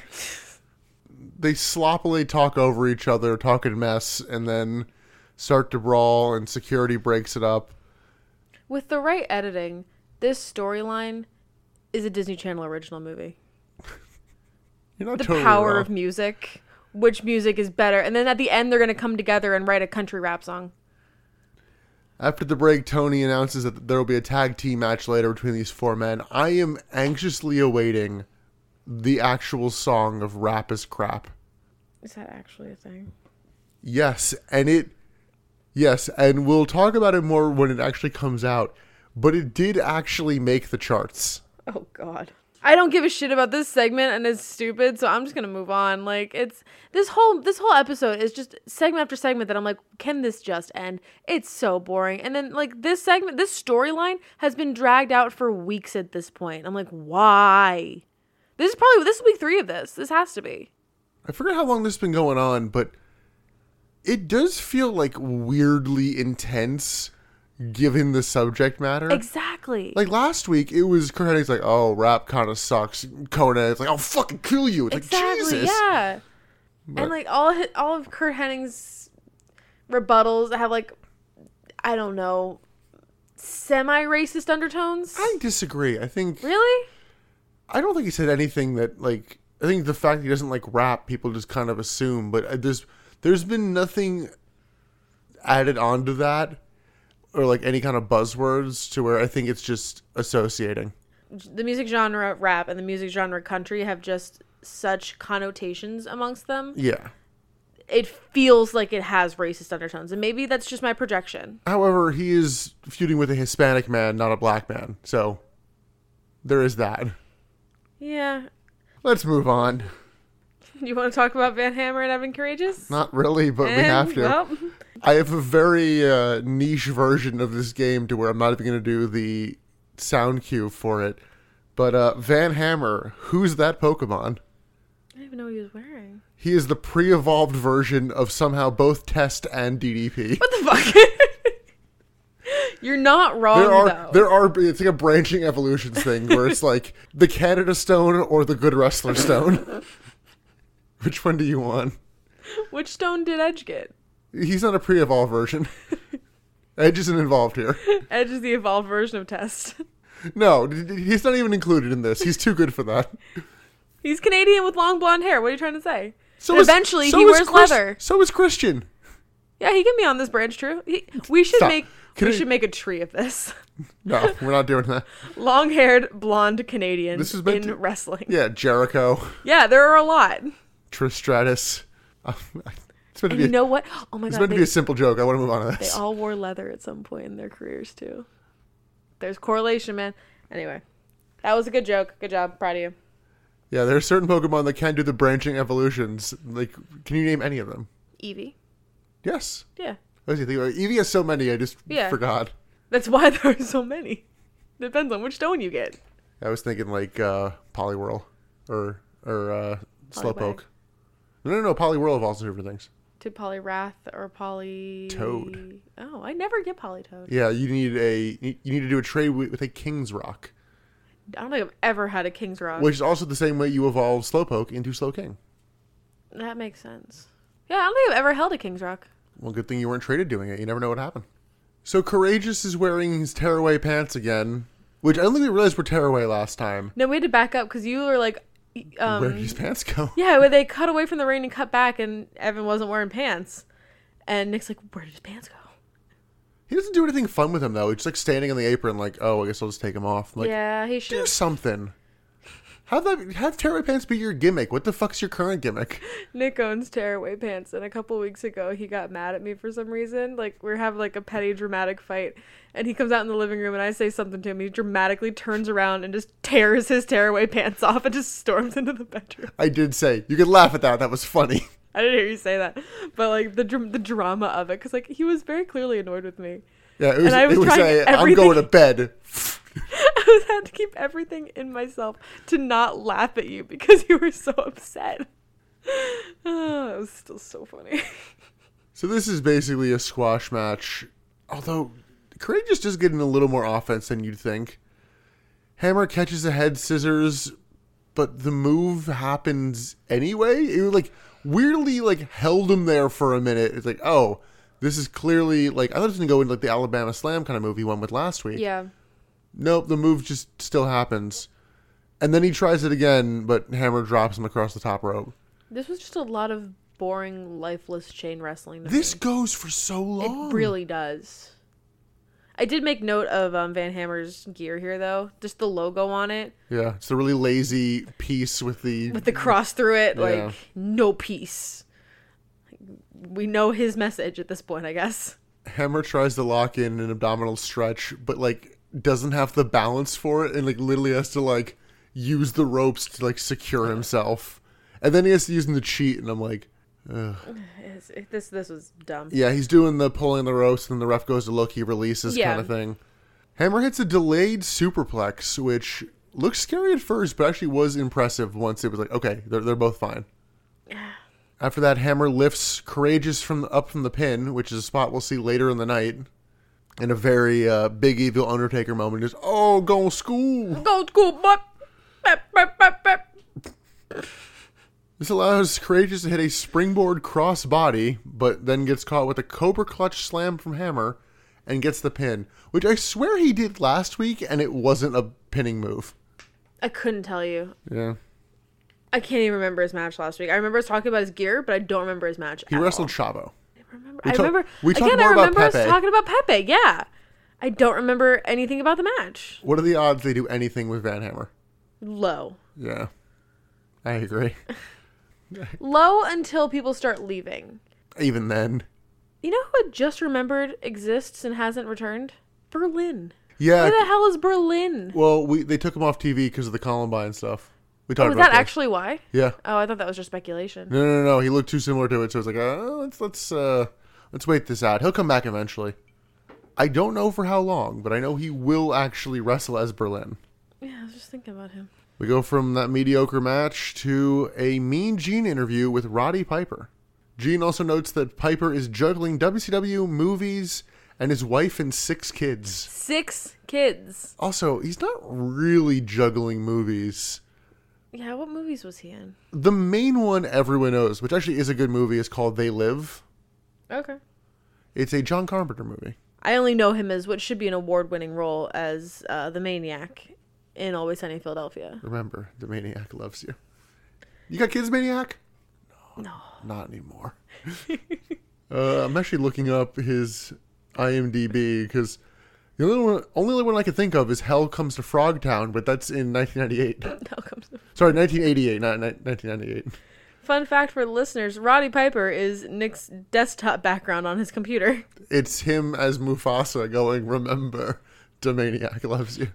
S1: they sloppily talk over each other, talking mess, and then start to brawl, and security breaks it up.
S2: with the right editing. This storyline is a Disney Channel original movie.
S1: You're not
S2: the
S1: totally
S2: power
S1: wrong.
S2: of music which music is better and then at the end they're going to come together and write a country rap song
S1: After the break, Tony announces that there will be a tag team match later between these four men. I am anxiously awaiting the actual song of "Rap is Crap."
S2: is that actually a thing
S1: Yes, and it yes, and we'll talk about it more when it actually comes out, but it did actually make the charts.
S2: oh god i don't give a shit about this segment and it's stupid so i'm just going to move on like it's this whole this whole episode is just segment after segment that i'm like can this just end it's so boring and then like this segment this storyline has been dragged out for weeks at this point i'm like why this is probably this is week three of this this has to be
S1: I forget how long this has been going on, but it does feel like weirdly intense given the subject matter.
S2: exactly
S1: like last week, it was Kurt Hennig's like, "Oh, rap kind of sucks." Conan, it's like, "I'll fucking kill you." It's like,
S2: Exactly.
S1: Jesus.
S2: Yeah. And like all hi- all of Kurt Hennig's rebuttals have like I don't know semi racist undertones.
S1: I disagree. I think
S2: really?
S1: I don't think he said anything that like. I think the fact that he doesn't like rap, people just kind of assume. But uh, there's there's been nothing added onto that, or like any kind of buzzwords to where I think it's just associating.
S2: The music genre rap and the music genre country have just such connotations amongst them.
S1: Yeah,
S2: it feels like it has racist undertones, and maybe that's just my projection.
S1: However, he is feuding with a Hispanic man, not a black man. So there is that.
S2: Yeah.
S1: Let's move on.
S2: You want to talk about Van Hammer and Evan Courageous?
S1: Not really, but we
S2: And-
S1: have to.
S2: well,
S1: I have a very uh, niche version of this game to where I'm not even going to do the sound cue for it. But uh, Van Hammer, who's that Pokemon?
S2: I didn't even know what he was wearing.
S1: He is the pre evolved version of somehow both Test and DDP.
S2: What the fuck? You're not wrong
S1: There are
S2: though.
S1: there are it's like a branching evolutions thing where it's like the Canada Stone or the Good Wrestler Stone. Which one do you want?
S2: Which stone did Edge get?
S1: He's not a pre-evolved version. Edge isn't involved here.
S2: Edge is the evolved version of Test.
S1: No, d- d- he's not even included in this. He's too good for that.
S2: He's Canadian with long blonde hair. What are you trying to say?
S1: So
S2: And
S1: is-
S2: eventually
S1: so
S2: he
S1: is
S2: wears
S1: Chris-
S2: leather.
S1: So is Christian.
S2: Yeah, he can be on this branch. True. He, we should
S1: Stop.
S2: make
S1: Can
S2: we
S1: I-
S2: should make a tree of this.
S1: No, we're not doing that.
S2: Long-haired blonde Canadian
S1: This is
S2: in
S1: meant to-
S2: wrestling. Yeah.
S1: Yeah, Jericho,
S2: there are a lot.
S1: Tristratus. Um, it's meant to
S2: And
S1: be.
S2: you
S1: A,
S2: know what? Oh my
S1: it's
S2: god,
S1: meant to
S2: they,
S1: be a simple joke. I want to move on to
S2: they
S1: this.
S2: all wore leather at some point in their careers too. There's correlation, man. Anyway, that was a good joke. Good job. Proud of you.
S1: Yeah, there are certain Pokemon that can do the branching evolutions. Like, can you name any of them?
S2: Evie.
S1: Yes.
S2: Yeah.
S1: I was thinking, Eevee has so many, I just
S2: Yeah.
S1: forgot.
S2: That's why there are so many. Depends on which stone you get.
S1: I was thinking like uh, Poliwhirl or or uh, Slowpoke. No, no, no. Poliwhirl evolves into different things.
S2: Did Poliwrath or Poly
S1: Toad.
S2: Oh, I never get Polytoad.
S1: Yeah, you need a you need to do a trade with, with a King's Rock,
S2: I don't think I've ever had a King's Rock.
S1: which is also the same way you evolve Slowpoke into Slowking.
S2: That makes sense. Yeah, I don't think I've ever held a King's Rock.
S1: Well, good thing you weren't traded doing it. You never know what happened. So Courageous is wearing his tearaway pants again, which I don't think we realized were tearaway last time.
S2: No, we had to back up because you were like, y-
S1: Where
S2: um,
S1: did his pants go?
S2: yeah, well, they cut away from the rain and cut back, and Evan wasn't wearing pants. And Nick's like, where did his pants go?
S1: He doesn't do anything fun with them though. He's like standing on the apron, like, oh, I guess I'll just take him off. I'm Like,
S2: yeah, he should.
S1: do something. Have that have tearaway pants be your gimmick. What the fuck's your current gimmick?
S2: Nick owns tearaway pants, and a couple weeks ago he got mad at me for some reason. Like we were having like a petty dramatic fight, and he comes out in the living room, and I say something to him. He dramatically turns around and just tears his tearaway pants off and just storms into the bedroom.
S1: I did say you could laugh at that. That was funny.
S2: I didn't hear you say that, but like the dr- the drama of it, because like he was very clearly annoyed with me.
S1: Yeah, it was.
S2: I was
S1: it was
S2: trying
S1: a, I'm
S2: everything-
S1: going to bed.
S2: I was- had to keep everything in myself to not laugh at you because you were so upset. Oh, it was still so funny.
S1: So this is basically a squash match. Although Courageous does get in a little more offense than you'd think. Hammer catches a head scissors, but the move happens anyway. It was like weirdly like held him there for a minute. It's like, oh, this is clearly like I thought it was gonna go into like the Alabama Slam kind of move he won with last week.
S2: yeah.
S1: Nope, the move just still happens. And then he tries it again, but Hammer drops him across the top rope.
S2: This was just a lot of boring, lifeless chain wrestling. to
S1: This
S2: me.
S1: goes for so long.
S2: it really does. I did make note of um, Van Hammer's gear here, though. Just the logo on it
S1: Yeah, it's a really lazy piece with the.
S2: with the cross through it, like
S1: Yeah.
S2: no peace. We know his message at this point, I guess.
S1: Hammer tries to lock in an abdominal stretch, but like doesn't have the balance for it, and like literally has to like use the ropes to like secure himself, and then he has to use them to cheat. And I'm like, Ugh.
S2: It's- it- this this was dumb.
S1: yeah, he's doing the pulling the ropes, and then the ref goes to look, he releases
S2: Yeah.
S1: kind of thing. Hammer hits a delayed superplex, which looks scary at first, but actually was impressive once it was like, okay, they're they're both fine. After that, Hammer lifts Courageous from up from the pin, which is a spot we'll see later in the night, in a very uh, big evil Undertaker moment. Just oh, go school.
S2: Go to school, bop, bop, bop, bop, bop.
S1: This allows Courageous to hit a springboard crossbody, but then gets caught with a Cobra Clutch slam from Hammer, and gets the pin, which I swear he did last week, and it wasn't a pinning move.
S2: I couldn't tell you.
S1: Yeah,
S2: I can't even remember his match last week. I remember us talking about his gear, but I don't remember his match.
S1: he
S2: at all.
S1: wrestled Chavo.
S2: remember.
S1: We
S2: I
S1: talk-
S2: remember.
S1: we talked
S2: again,
S1: more
S2: I
S1: about
S2: remember us
S1: Pepe.
S2: talking about Pepe. Yeah, I don't remember anything about the match.
S1: What are the odds they do anything with Van Hammer?
S2: Low.
S1: Yeah, I agree.
S2: Low until people start leaving.
S1: Even then.
S2: You know who I just remembered exists and hasn't returned? Berlin.
S1: Yeah.
S2: Where the hell is Berlin?
S1: Well, we they took him off TV because of the Columbine stuff. We talked
S2: Oh, Was
S1: about
S2: that
S1: this.
S2: actually why?
S1: Yeah.
S2: Oh, I thought that was just speculation.
S1: No, no, no, no. He looked too similar to it, so it's like, uh, let's let's uh, let's wait this out. He'll come back eventually. I don't know for how long, but I know he will actually wrestle as Berlin.
S2: Yeah, I was just thinking about him.
S1: We go from that mediocre match to a Mean Gene interview with Roddy Piper. Gene also notes that Piper is juggling WCW movies and his wife and six kids.
S2: Six kids.
S1: Also, he's not really juggling movies.
S2: Yeah, what movies was he in?
S1: The main one everyone knows, which actually is a good movie, is called They Live.
S2: Okay.
S1: It's a John Carpenter movie.
S2: I only know him as what should be an award winning role as uh, the maniac in Always Sunny in Philadelphia.
S1: Remember, the maniac loves you. You got kids, maniac?
S2: No.
S1: Not anymore. uh, I'm actually looking up his IMDb because the only one, only one I can think of is Hell Comes to Frogtown, but that's in 1998.
S2: Now comes the-
S1: Sorry, 1988, not ni- 1998.
S2: Fun fact for the listeners Roddy Piper is Nick's desktop background on his computer.
S1: It's him as Mufasa going, Remember, the maniac loves you.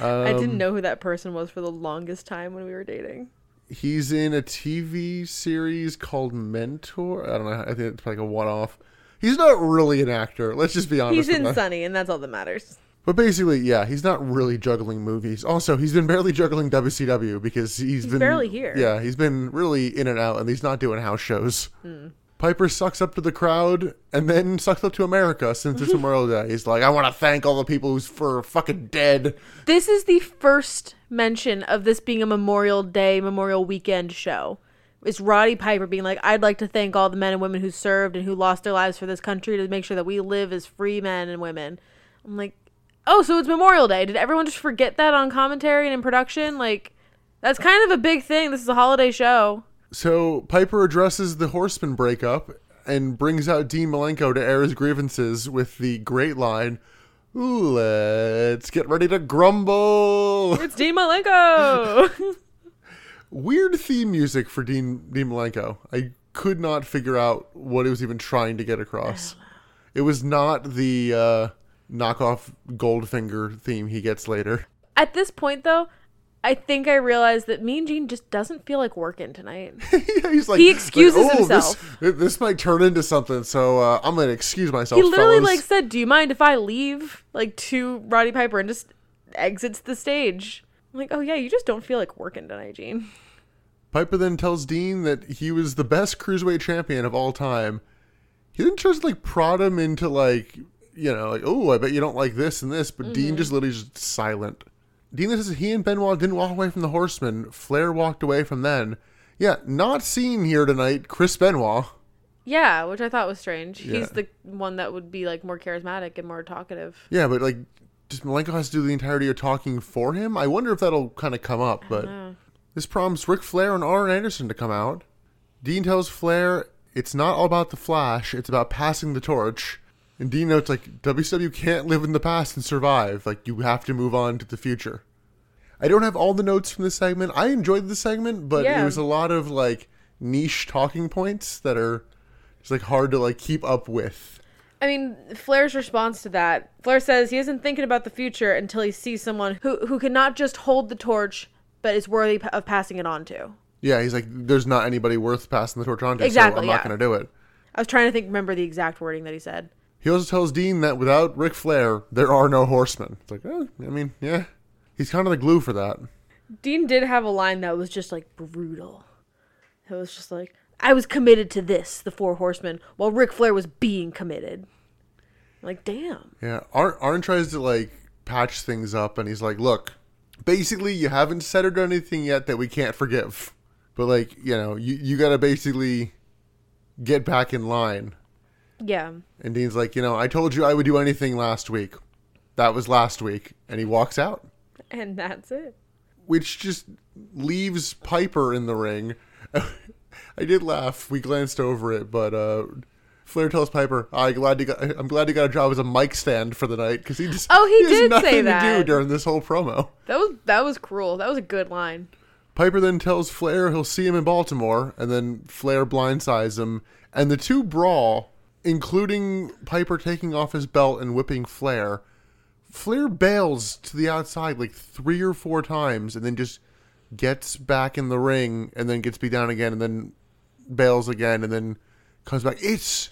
S2: I didn't know who that person was for the longest time when we were dating.
S1: He's in a TV series called Mentor. I don't know. I think it's like a one off. He's not really an actor. Let's just be honest.
S2: He's
S1: with
S2: in
S1: that.
S2: Sunny, and that's all that matters.
S1: But basically, yeah, he's not really juggling movies. Also, he's been barely juggling WCW because he's been
S2: barely here.
S1: Yeah, he's been really in and out, and he's not doing house shows.
S2: Hmm.
S1: Piper sucks up to the crowd and then sucks up to America since it's Memorial Day. He's like, I want to thank all the people who's for fucking dead.
S2: This is the first mention of this being a Memorial Day, Memorial Weekend show. It's Roddy Piper being like, I'd like to thank all the men and women who served and who lost their lives for this country to make sure that we live as free men and women. I'm like, oh, so it's Memorial Day. Did everyone just forget that on commentary and in production? Like, that's kind of a big thing. This is a holiday show.
S1: So Piper addresses the Horseman breakup and brings out Dean Malenko to air his grievances with the great line, "Ooh, let's get ready to grumble."
S2: It's Dean Malenko.
S1: weird theme music for Dean Dean Malenko. I could not figure out what it was even trying to get across. It was not the uh, knockoff Goldfinger theme he gets later.
S2: At this point, though, I think I realized that Mean Gene just doesn't feel like working tonight.
S1: He's like
S2: He excuses
S1: "Oh,
S2: himself."
S1: This, this might turn into something, so uh, I'm gonna excuse myself.
S2: he literally
S1: fellas."
S2: like said, "Do you mind if I leave?" Like to Roddy Piper and just exits the stage. I'm like, "Oh yeah, you just don't feel like working tonight, Gene."
S1: Piper then tells Dean that he was the best cruiserweight champion of all time. He then tries to like prod him into like you know like oh I bet you don't like this and this, but Dean just literally just silent. Dean says he and Benoit didn't walk away from the Horsemen. Flair walked away from then. Yeah, not seen here tonight. Chris Benoit.
S2: Yeah, which I thought was strange.
S1: Yeah.
S2: He's the one that would be like more charismatic and more talkative.
S1: Yeah, but like, just Malenko has to do the entirety of talking for him. I wonder if that'll kind of come up. But
S2: know.
S1: this prompts Ric Flair and Arn Anderson to come out. Dean tells Flair it's not all about the Flash; it's about passing the torch. And Dean notes like WCW can't live in the past and survive. Like you have to move on to the future. I don't have all the notes from this segment. I enjoyed this segment, but
S2: Yeah.
S1: it was a lot of like niche talking points that are just like hard to like keep up with.
S2: I mean, Flair's response to that, Flair says he isn't thinking about the future until he sees someone who who can not just hold the torch, but is worthy p- of passing it on to.
S1: Yeah, he's like, there's not anybody worth passing the torch on to, so
S2: Exactly,
S1: I'm
S2: yeah.
S1: not going to do it.
S2: I was trying to think, remember the exact wording that he said.
S1: He also tells Dean that without Ric Flair, there are no horsemen. It's like, eh, I mean, yeah. He's kind of the glue for that.
S2: Dean did have a line that was just like brutal. It was just like, I was committed to this, the Four Horsemen, while Ric Flair was being committed. Like, damn.
S1: Yeah, Arn, Arn tries to, like, patch things up, and he's like, look, basically, you haven't said or done anything yet that we can't forgive. But, like, you know, you, you got to basically get back in line.
S2: Yeah.
S1: And Dean's like, you know, I told you I would do anything last week. That was last week. And he walks out.
S2: And that's it.
S1: which just leaves Piper in the ring. I did laugh. We glanced over it, but uh, Flair tells Piper, "I glad you got. I'm glad you got a job as a mic stand for the night because he just
S2: Oh, he
S1: has
S2: did say
S1: nothing to
S2: that.
S1: do during this whole promo."
S2: That was that was cruel. That was a good line.
S1: Piper then tells Flair he'll see him in Baltimore, and then Flair blindsides him, and the two brawl, including Piper taking off his belt and whipping Flair. Flair bails to the outside like three or four times, and then just gets back in the ring, and then gets beat down again, and then bails again, and then comes back. It's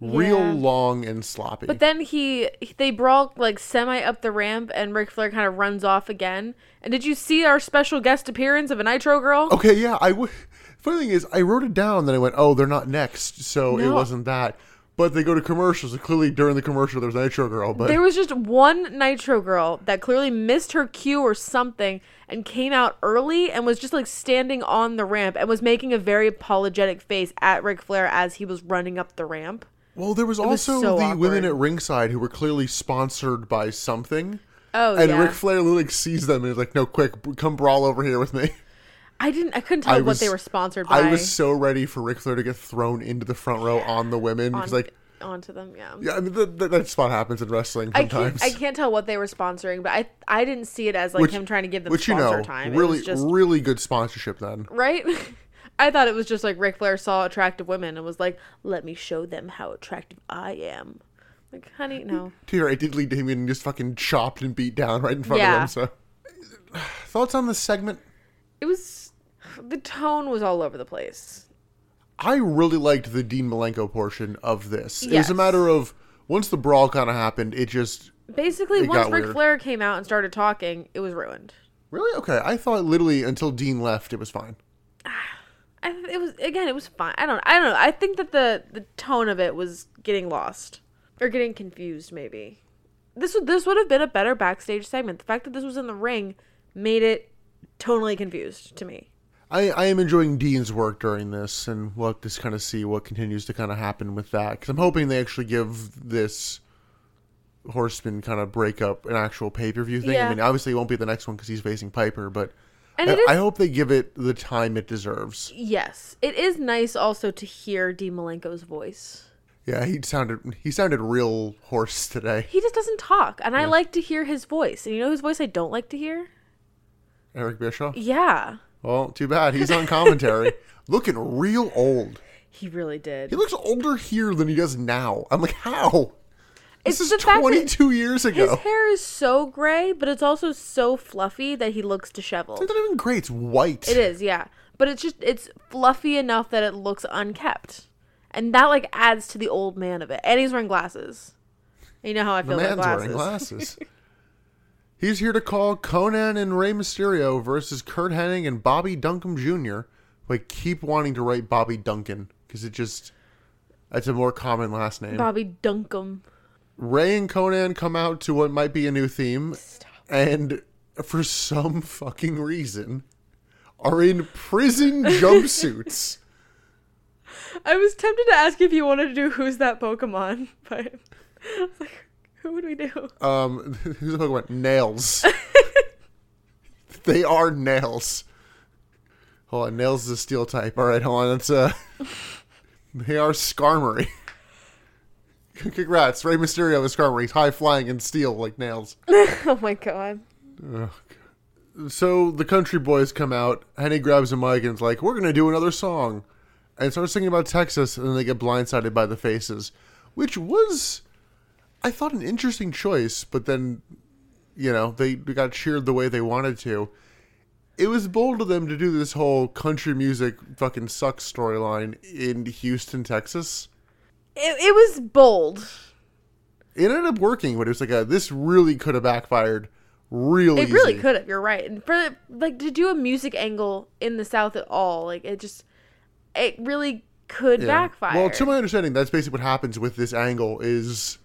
S2: Yeah.
S1: real long and sloppy.
S2: But then he they brawl like semi up the ramp, and Ric Flair kind of runs off again. And did you see our special guest appearance of a Nitro girl?
S1: Okay, yeah. I w- funny thing is, I wrote it down. Then I went, "Oh, they're not next," so it
S2: No.
S1: wasn't that. But they go to commercials. And clearly, during the commercial, there was Nitro Girl. But
S2: There was just one Nitro girl that clearly missed her cue or something and came out early and was just like standing on the ramp and was making a very apologetic face at Ric Flair as he was running up the ramp.
S1: well, there was
S2: was
S1: also
S2: so
S1: the women
S2: awkward.
S1: at ringside who were clearly sponsored by something.
S2: Oh
S1: and
S2: yeah,
S1: Ric Flair literally sees them and is like, "No, quick, b- come brawl over here with me."
S2: I didn't. I couldn't tell
S1: I
S2: what they
S1: was-
S2: were sponsored by.
S1: I was so ready for Ric Flair to get thrown into the front row on the women
S2: on-
S1: because, like,
S2: onto them. Yeah.
S1: yeah, I mean, th- th- that spot happens in wrestling
S2: I
S1: sometimes.
S2: can't, I can't tell what they were sponsoring, but I I didn't see it as like
S1: Which-
S2: him trying to give them
S1: which you
S2: sponsor
S1: know,
S2: time. it
S1: really,
S2: was just
S1: really good sponsorship then.
S2: right? I thought it was just like Ric Flair saw attractive women and was like, "Let me show them how attractive I am." Like, honey, no.
S1: Here, I did lead to him getting E just fucking chopped and beat down right in front of
S2: Yeah.
S1: him. So, thoughts on this segment?
S2: It was the tone was all over the place.
S1: I really liked the Dean Malenko portion of this. It was
S2: Yes.
S1: a matter of once the brawl kind of happened, it just
S2: Basically,
S1: It
S2: once
S1: got
S2: Ric
S1: weird.
S2: Flair came out and started talking, it was ruined.
S1: really okay. I thought literally until Dean left, it was fine.
S2: I, it was again, it was fine. I don't, I don't know. I think that the the tone of it was getting lost or getting confused. Maybe this would this would have been a better backstage segment. The fact that this was in the ring made it totally confused to me.
S1: I, I am enjoying Dean's work during this, and we'll have to kind of see what continues to kind of happen with that. Because I'm hoping they actually give this Horseman kind of breakup an actual pay per view thing.
S2: Yeah.
S1: I mean, obviously, it won't be the next one because he's facing Piper, but
S2: And
S1: I,
S2: it is
S1: Uh, I hope they give it the time it deserves.
S2: yes, it is nice also to hear Dean Malenko's voice.
S1: Yeah, he sounded he sounded real hoarse today.
S2: He just doesn't talk, and I like to hear his voice. And you know whose voice I don't like to hear?
S1: Eric Bischoff.
S2: Yeah,
S1: Well, too bad he's on commentary, looking real old.
S2: he really did.
S1: He looks older here than he does now. I'm like, how? This
S2: It's
S1: is
S2: the fact that
S1: 22 years
S2: His
S1: ago.
S2: hair is so gray, but it's also so fluffy that he looks disheveled.
S1: It's not even gray. It's white.
S2: It is, yeah. But it's just it's fluffy enough that it looks unkept. And that like adds to the old man of it. And he's wearing glasses. You know how I
S1: The
S2: feel
S1: man's
S2: about glasses.
S1: wearing glasses. He's here to call Conan and Rey Mysterio versus Kurt Hennig and Bobby Duncombe Jr. Like, keep wanting to write Bobby Duncan because it just that's a more common last name.
S2: Bobby Dunkum.
S1: Ray and Conan come out to what might be a new theme, and for some fucking reason, are in prison jumpsuits.
S2: I was tempted to ask if you wanted to do who's that Pokemon, but I was like, who would we do?
S1: um, who's the fuck went nails? they are nails. Hold on, nails is a steel type. All right, hold on. That's uh, they are Skarmory. Congrats, Ray Mysterio is Skarmory. He's high flying and steel like nails.
S2: oh my god.
S1: So the country boys come out, and he grabs a mic and is like, "We're gonna do another song," and starts singing about Texas, and then they get blindsided by the faces, which was, I thought, an interesting choice. But then, you know, they got cheered the way they wanted to. It was bold of them to do this whole country music fucking sucks storyline in Houston, Texas.
S2: It, it was bold.
S1: It ended up working, but it was like a this really could have backfired. Really,
S2: It really
S1: easy.
S2: could have. You're right. And for like to do a music angle in the South at all, like it just, it really could
S1: Yeah.
S2: backfire.
S1: Well, to my understanding, that's basically what happens with this angle is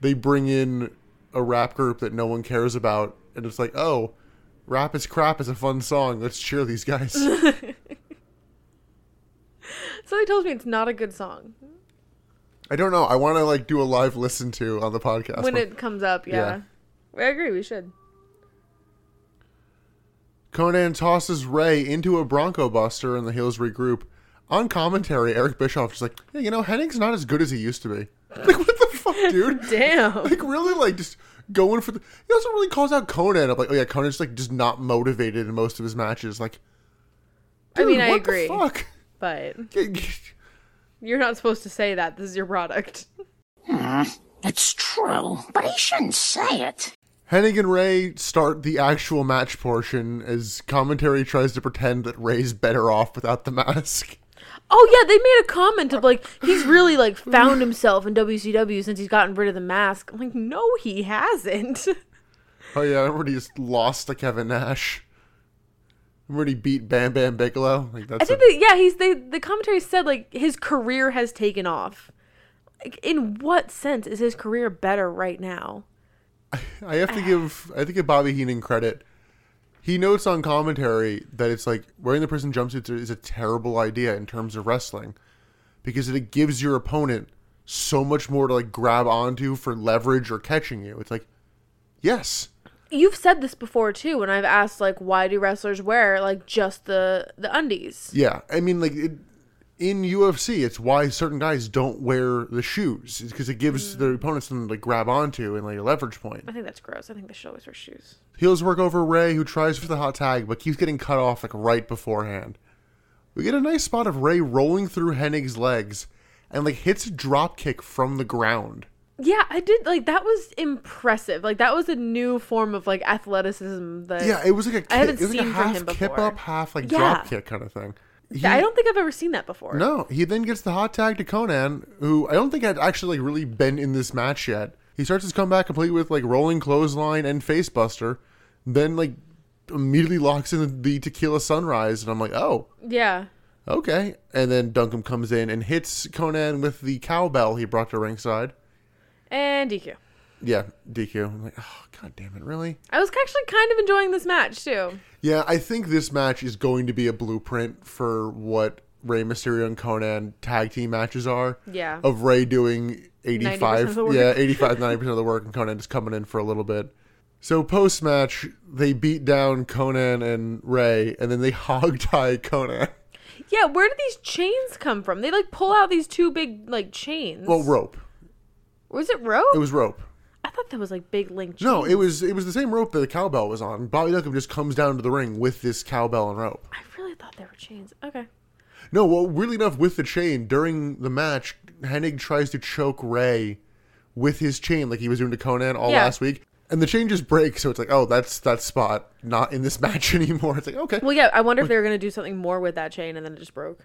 S1: they bring in a rap group that no one cares about, and it's like, oh, rap is crap is a fun song. Let's cheer these guys.
S2: Something tells me it's not a good song
S1: I don't know. I want to like do a live listen to on the podcast.
S2: when it comes up. Yeah. I agree. We should.
S1: Conan tosses Ray into a Bronco Buster, and the heels regroup. On commentary, Eric Bischoff is like, yeah, you know, Henning's not as good as he used to be. Like, what the fuck, dude?
S2: Damn.
S1: like really like just going for the he also really calls out conan i'm like oh yeah conan's like just not motivated in most of his matches like
S2: I mean,
S1: Dude,
S2: I
S1: what
S2: agree,
S1: The fuck?
S2: but you're not supposed to say that. This is your product.
S3: It's true, but he shouldn't say it.
S1: Hennig and Ray start the actual match portion as commentary tries to pretend that Ray's better off without the mask.
S2: Oh yeah, they made a comment of like he's really like found himself in WCW since he's gotten rid of the mask. I'm like, no, he hasn't.
S1: Oh yeah, I remember when he just lost to Kevin Nash. Remember when he beat Bam Bam Bigelow? Like
S2: I
S1: that's a,
S2: think that yeah, he's they the commentary said like his career has taken off. Like, in what sense is his career better right now?
S1: I have to give I have to give Bobby Heenan credit. He notes on commentary that it's like wearing the prison jumpsuits is a terrible idea in terms of wrestling because it gives your opponent so much more to like grab onto for leverage or catching you. It's like yes,
S2: You've said this before too, when I've asked like why do wrestlers wear like just the the undies?
S1: Yeah, I mean, like it, in UFC, it's why certain guys don't wear the shoes because it gives their opponents something to like, grab onto and like a leverage point.
S2: I think that's gross. I think they should always wear shoes.
S1: Heels work over Ray, who tries for the hot tag but keeps getting cut off like right beforehand. We get a nice spot of Ray rolling through Hennig's legs and like hits a drop kick from the ground.
S2: Yeah, I did like that was impressive. Like that was a new form of like athleticism that
S1: Yeah, it was like a kick,
S2: I
S1: it
S2: haven't
S1: was like a
S2: seen from
S1: half
S2: him
S1: kip
S2: before.
S1: up, half like
S2: Yeah.
S1: drop kick kind of thing. He-
S2: I don't think I've ever seen that before.
S1: No, he then gets the hot tag to Conan, who I don't think had actually like really been in this match yet. He starts his comeback complete with like rolling clothesline and facebuster, then like immediately locks in the tequila sunrise, and I'm like, oh,
S2: Yeah.
S1: okay. And then Duncan comes in and hits Conan with the cowbell he brought to ringside.
S2: And DQ.
S1: Yeah, DQ. I'm like, oh god damn it, really?
S2: I was actually kind of enjoying this match too.
S1: Yeah, I think this match is going to be a blueprint for what Rey Mysterio and Conan tag team matches are.
S2: Yeah.
S1: Of Rey doing 85
S2: 90% of the work.
S1: yeah, 85 90% of the work and Conan just coming in for a little bit. So post match, they beat down Conan and Rey and then they hog tie Conan.
S2: Yeah, where did these chains come from? They like pull out these two big like chains.
S1: Well, rope.
S2: was it rope?
S1: It was rope.
S2: I thought that was like big link chains.
S1: No, it was it was the same rope that the cowbell was on. Bobby Duncan just comes down to the ring with this cowbell and rope.
S2: I really thought they were chains. Okay.
S1: No, well, weirdly enough, with the chain during the match, Hennig tries to choke Ray with his chain, like he was doing to Conan all
S2: Yeah.
S1: last week, and the chain just breaks. So it's like, oh, that's that spot not in this match anymore. It's like, okay,
S2: Well, yeah, I wonder if they were going to do something more with that chain and then it just broke.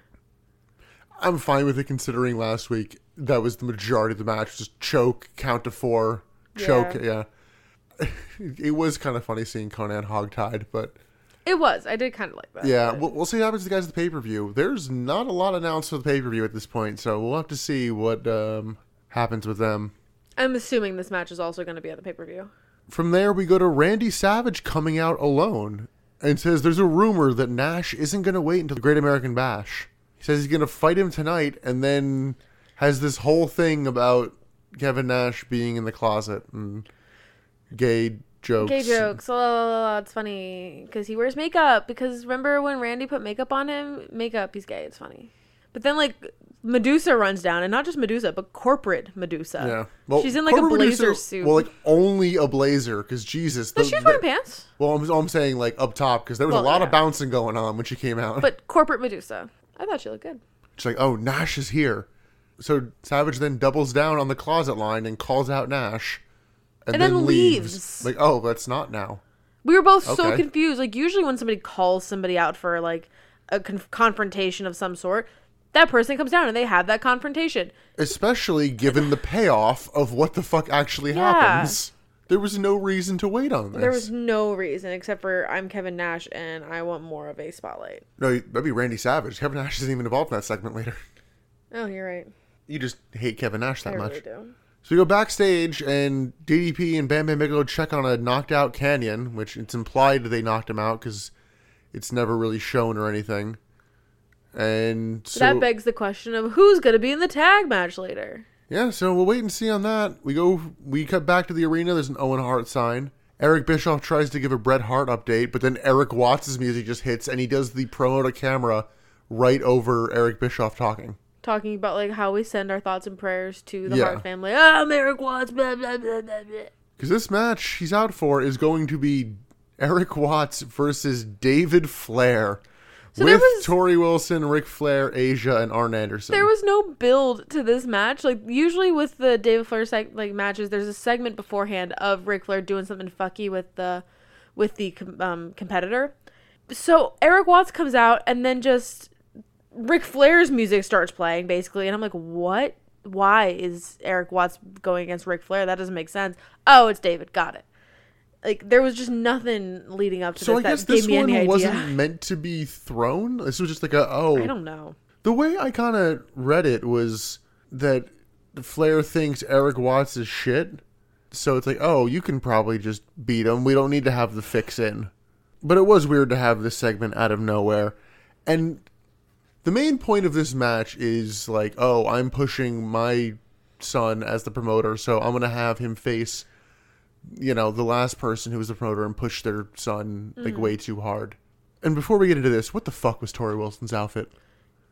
S1: I'm fine with it considering last week that was the majority of the match, just choke, count to four, choke. Yeah, it was kind of funny seeing Conan hogtied, but
S2: It was. I did kind of like that.
S1: yeah,
S2: but-
S1: we'll, we'll see what happens to the guys at the pay per view. There's not a lot announced for the pay per view at this point, so we'll have to see what um, happens with them.
S2: I'm assuming this match is also going to be at the pay per view.
S1: From there, we go to Randy Savage coming out alone and says there's a rumor that Nash isn't going to wait until the Great American Bash. He says he's going to fight him tonight and then has this whole thing about Kevin Nash being in the closet and gay jokes.
S2: Gay jokes. La, la, la, la, It's funny because he wears makeup. Because remember when Randy put makeup on him? Makeup. He's gay. It's funny. But then like Medusa runs down, and not just Medusa, but corporate Medusa.
S1: Yeah.
S2: she's in like a
S1: Corporate
S2: blazer
S1: Medusa-
S2: suit.
S1: Well, like only a blazer because Jesus.
S2: but
S1: the-
S2: she was
S1: the-
S2: wearing pants.
S1: Well, I'm, I'm saying like up top because there was
S2: Well,
S1: a lot
S2: yeah.
S1: of bouncing going on when she came out.
S2: But corporate Medusa. I thought she looked good.
S1: She's like, oh, Nash is here. So Savage then doubles down on the closet line and calls out Nash.
S2: And then leaves.
S1: Like, oh, that's not now.
S2: We were both so
S1: Okay.
S2: confused. Like usually when somebody calls somebody out for like a conf- confrontation of some sort, that person comes down and they have that confrontation.
S1: Especially given the payoff of what the fuck actually
S2: Yeah.
S1: happens. There was no reason to wait on this.
S2: There was no reason except for I'm Kevin Nash and I want more of a spotlight.
S1: No, that'd be Randy Savage. Kevin Nash isn't even involved in that segment later.
S2: Oh, you're right.
S1: You just hate Kevin Nash that
S2: I
S1: much.
S2: really do.
S1: So we go backstage, and DDP and Bam Bam Bigelow check on a knocked out Canyon, which it's implied they knocked him out because it's never really shown or anything. And so,
S2: that begs the question of who's going to be in the tag match later.
S1: yeah, so we'll wait and see on that. We go, we cut back to the arena. There's an Owen Hart sign. Eric Bischoff tries to give a Bret Hart update, but then Eric Watts' music just hits, and he does the promo to camera right over Eric Bischoff talking.
S2: Talking about like how we send our thoughts and prayers to the
S1: Yeah.
S2: Hart family. Ah, I'm Eric Watts. Blah, blah, blah, blah, blah.
S1: Because this match he's out for is going to be Eric Watts versus David Flair,
S2: So there
S1: with
S2: was-
S1: Tori Wilson, Ric Flair, Asia, and Arn Anderson.
S2: There was no build to this match. Like usually with the David Flair seg- like matches, there's a segment beforehand of Ric Flair doing something fucky with the with the com- um, competitor. So Eric Watts comes out and then just Ric Flair's music starts playing basically, and I'm like, what? Why is Eric Watts going against Ric Flair? That doesn't make sense. Oh, it's David. Got it. Like there was just nothing leading up to
S1: so I
S2: this that
S1: guess this
S2: gave me
S1: one
S2: any idea.
S1: wasn't meant to be thrown. This was just like a oh.
S2: I don't know.
S1: The way I kind of read it was that Flair thinks Eric Watts is shit. So it's like, oh, you can probably just beat him. We don't need to have the fix in. But it was weird to have this segment out of nowhere. And the main point of this match is like, oh, I'm pushing my son as the promoter, so I'm going to have him face, you know, the last person who was the promoter and push their son like way too hard. And before we get into this, what the fuck was Tori Wilson's outfit?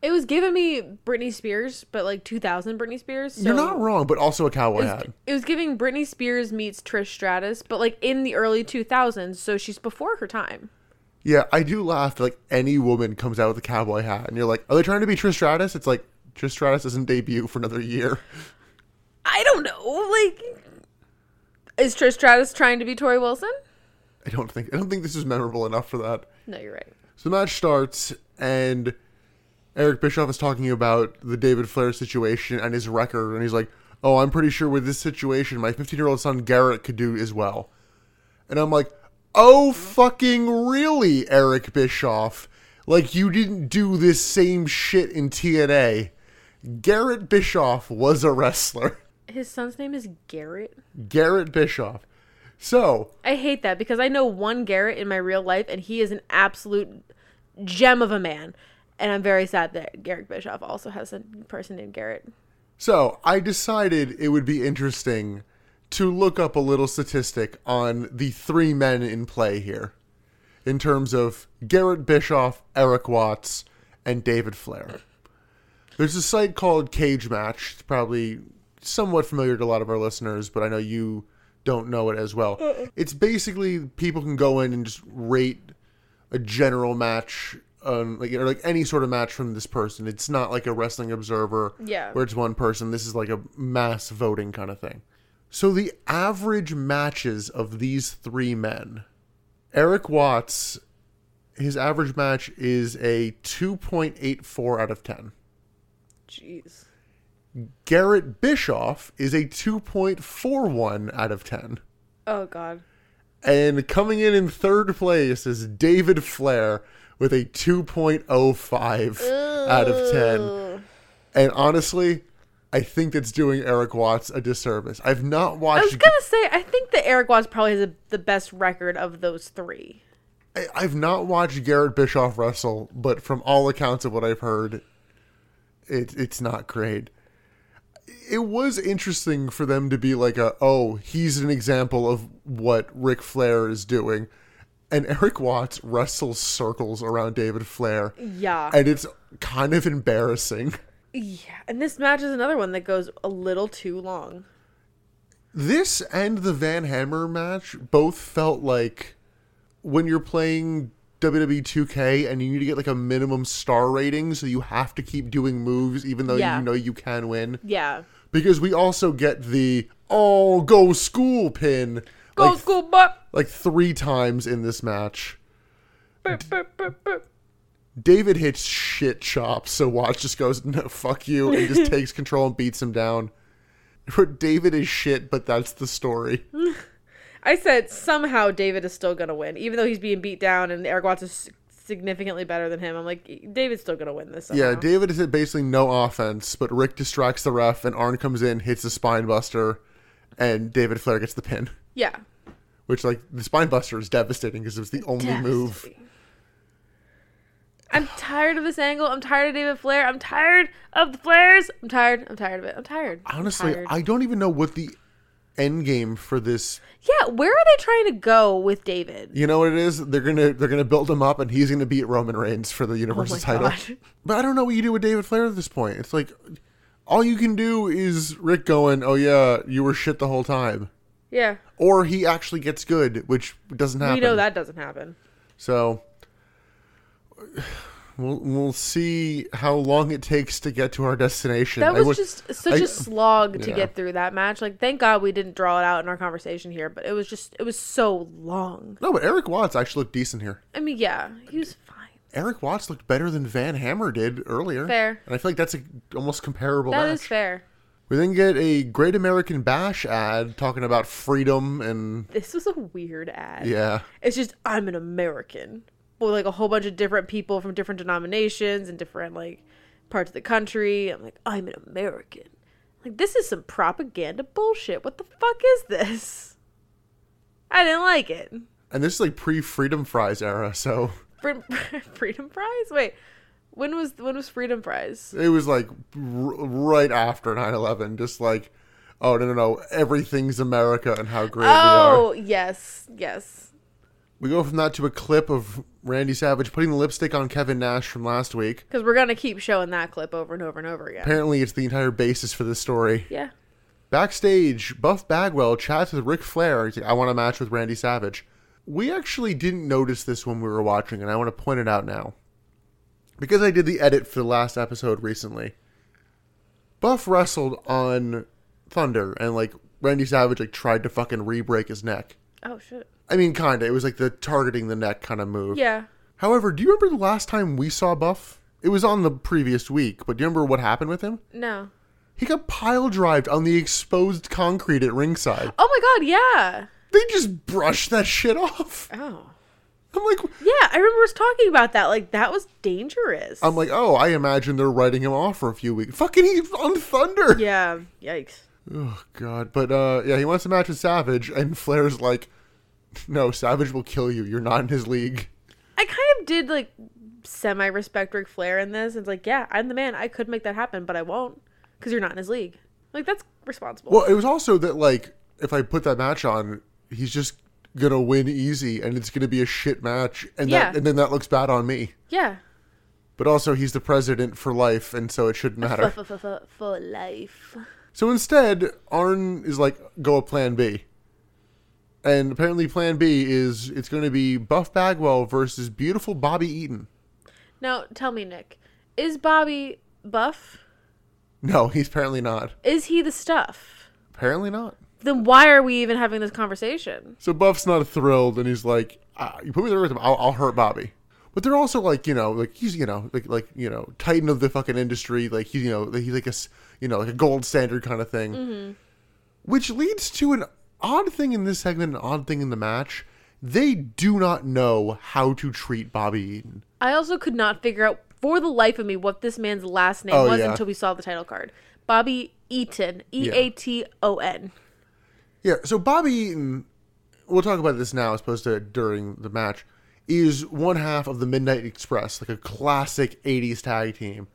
S2: It was giving me Britney Spears, but like 2000 Britney Spears. So
S1: You're not wrong, but also a cowboy
S2: It was,
S1: hat.
S2: it was giving Britney Spears meets Trish Stratus, but like in the early 2000s, so she's before her time.
S1: Yeah, I do laugh that like any woman comes out with a cowboy hat, and you're like, are they trying to be Trish Stratus? It's like Trish Stratus doesn't debut for another year.
S2: I don't know. Like, is Trish Stratus trying to be Tori Wilson?
S1: I don't think I don't think this is memorable enough for that.
S2: No, you're right.
S1: So the match starts, and Eric Bischoff is talking about the David Flair situation and his record, and he's like, "Oh, I'm pretty sure with this situation, my 15 year old son Garrett could do as well." And I'm like, "Oh, fucking really, Eric Bischoff? Like you didn't do this same shit in TNA? Garrett Bischoff was a wrestler.
S2: His son's name is Garrett.
S1: Garrett Bischoff. So."
S2: I hate that because I know one Garrett in my real life, and he is an absolute gem of a man. And I'm very sad that Garrett Bischoff also has a person named Garrett.
S1: So I decided it would be interesting to look up a little statistic on the three men in play here in terms of Garrett Bischoff, Eric Watts, and David Flair. There's a site called Cage Match. It's probably somewhat familiar to a lot of our listeners, but I know you don't know it as well. It's basically people can go in and just rate a general match, um, like or like any sort of match from this person. It's not like a Wrestling Observer,
S2: Yeah.
S1: where it's one person. This is like a mass voting kind of thing. So the average matches of these three men, Eric Watts, his average match is a two point eight four out of ten.
S2: Jeez.
S1: Garrett Bischoff is a 2.41 out of 10.
S2: Oh, God.
S1: And coming in in third place is David Flair with a 2.05 out of 10. And honestly, I think that's doing Eric Watts a disservice. I've not
S2: I was
S1: watched
S2: gonna say, I think that Eric Watts probably has a, the best record of those three.
S1: I, I've not watched Garrett Bischoff wrestle, but from all accounts of what I've heard, it it's not great. It was interesting for them to be like a oh, he's an example of what Ric Flair is doing. And Eric Watts wrestles circles around David Flair.
S2: Yeah.
S1: And it's kind of embarrassing.
S2: yeah. And this match is another one that goes a little too long.
S1: This and the Van Hammer match both felt like when you're playing WWE 2K and you need to get like a minimum star rating, so you have to keep doing moves even though
S2: Yeah.
S1: you know you can win.
S2: Yeah.
S1: Because we also get the oh go school pin
S2: Go
S1: like,
S2: school buck.
S1: like three times in this match.
S2: Burp, burp, burp, burp.
S1: David hits shit chops, so Watts just goes, no, fuck you, and just takes control and beats him down. David is shit, but that's the story.
S2: I said somehow David is still gonna win, even though he's being beat down and Eric Watts is significantly better than him. I'm like, David's still gonna win this. Somehow.
S1: Yeah, David is at basically no offense, but Rick distracts the ref, and Arn comes in, hits the spine buster, and David Flair gets the pin.
S2: yeah.
S1: Which, like, the spine buster is devastating because it was the only move.
S2: Devastating. I'm tired of this angle. I'm tired of David Flair. I'm tired of the Flares. I'm tired. I'm tired of it. I'm tired. I'm
S1: Honestly,
S2: tired.
S1: I don't even know what the end game for this.
S2: Yeah, where are they trying to go with David?
S1: You know what it is? They're gonna they're gonna build him up, and he's gonna beat Roman Reigns for the Universal
S2: Oh my
S1: title.
S2: God.
S1: But I don't know what you do with David Flair at this point. It's like all you can do is Rick going, "Oh yeah, you were shit the whole time,"
S2: Yeah,
S1: or he actually gets good, which doesn't happen.
S2: we know that doesn't happen.
S1: So We'll, we'll see how long it takes to get to our destination.
S2: That
S1: I
S2: was
S1: would-
S2: just such
S1: I-
S2: a slog to
S1: Yeah.
S2: get through that match. Like, thank God we didn't draw it out in our conversation here, but it was just, it was so long.
S1: No, but Eric Watts actually looked decent here.
S2: I mean, yeah, he was fine.
S1: Eric Watts looked better than Van Hammer did earlier.
S2: Fair.
S1: And I feel like that's a, almost comparable
S2: That is
S1: match.
S2: fair.
S1: We then get a Great American Bash ad talking about freedom and
S2: This was a weird ad.
S1: yeah.
S2: It's just, I'm an American. With like a whole bunch of different people from different denominations and different, like, parts of the country. I'm like, I'm an American. Like, this is some propaganda bullshit. What the fuck is this? I didn't like it.
S1: And this is like pre-freedom fries era, so
S2: Fre- Freedom Prize? Wait, when was when was Freedom Prize?
S1: it was like r- right after 9/11 just like oh no no no everything's America and how great we are.
S2: Oh yes, yes.
S1: We go from that to a clip of Randy Savage putting the lipstick on Kevin Nash from last week.
S2: Because we're gonna keep showing that clip over and over and over again.
S1: Apparently it's the entire basis for this story.
S2: Yeah.
S1: Backstage, Buff Bagwell chats with Ric Flair. He's like, I want a match with Randy Savage. We actually didn't notice this when we were watching, and I want to point it out now. Because I did the edit for the last episode recently, Buff wrestled on Thunder, and like Randy Savage like tried to fucking re-break his neck.
S2: Oh shit.
S1: I mean, kinda. It was like the targeting the neck kind of move.
S2: Yeah.
S1: However, do you remember the last time we saw Buff? It was on the previous week, but do you remember what happened with him?
S2: No.
S1: He got pile drived on the exposed concrete at ringside.
S2: Oh my god.
S1: They just brushed that shit off.
S2: Yeah. Oh.
S1: I'm like,
S2: Yeah, I remember us talking about that. Like that was dangerous.
S1: I'm like, oh, I imagine they're writing him off for a few weeks. Fucking he's on Thunder.
S2: yeah. Yikes.
S1: Oh God, but uh, yeah, he wants a match with Savage, and Flair's like, no, Savage will kill you. You're not in his league.
S2: I kind of did like semi respect Ric Flair in this. It's like, yeah, I'm the man. I could make that happen, but I won't because you're not in his league. Like that's responsible.
S1: Well, it was also that like, if I put that match on, he's just gonna win easy, and it's gonna be a shit match, and that,
S2: Yeah.
S1: and then that looks bad on me.
S2: Yeah.
S1: But also, he's the president for life, and so it shouldn't matter.
S2: For life.
S1: So instead, Arn is like, go with plan B. And apparently, plan B is it's going to be Buff Bagwell versus beautiful Bobby Eaton.
S2: Now, tell me, Nick, is Bobby buff?
S1: No, he's apparently not.
S2: Is he the stuff?
S1: Apparently not.
S2: Then why are we even having this conversation?
S1: So Buff's not thrilled, and he's like, ah, you put me there with him, I'll, I'll hurt Bobby. But they're also like, you know, like he's, you know, like, like you know, titan of the fucking industry. Like he's, you know, he's like a, s- you know, like a gold standard kind of thing. Which leads to an odd thing in this segment, an odd thing in the match. They do not know how to treat Bobby Eaton.
S2: I also could not figure out for the life of me what this man's last name
S1: Oh,
S2: was
S1: yeah.
S2: until we saw the title card. Bobby Eaton, E A T O N.
S1: Yeah, so Bobby Eaton, we'll talk about this now as opposed to during the match, is one half of the Midnight Express, like a classic 80s tag team.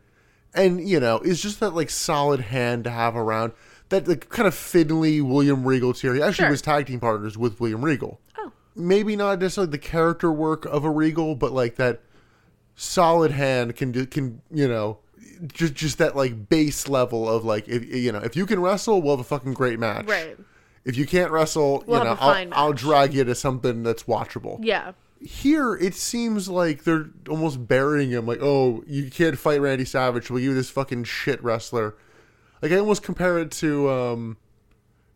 S1: And, you know, is just that, like, solid hand to have around. That, like, kind of fiddly William Regal tier. He actually
S2: Sure.
S1: was tag team partners with William Regal.
S2: Oh.
S1: Maybe not necessarily the character work of a Regal, but, like, that solid hand can do, can you know just just that like base level of like if you know if you can wrestle we'll have a fucking great match
S2: Right.
S1: if you can't wrestle
S2: We'll
S1: you know
S2: have a
S1: I'll,
S2: fine
S1: I'll
S2: match.
S1: drag you to something that's watchable
S2: Yeah.
S1: here it seems like they're almost burying him like oh you can't fight randy savage well you this fucking shit wrestler like i almost compare it to um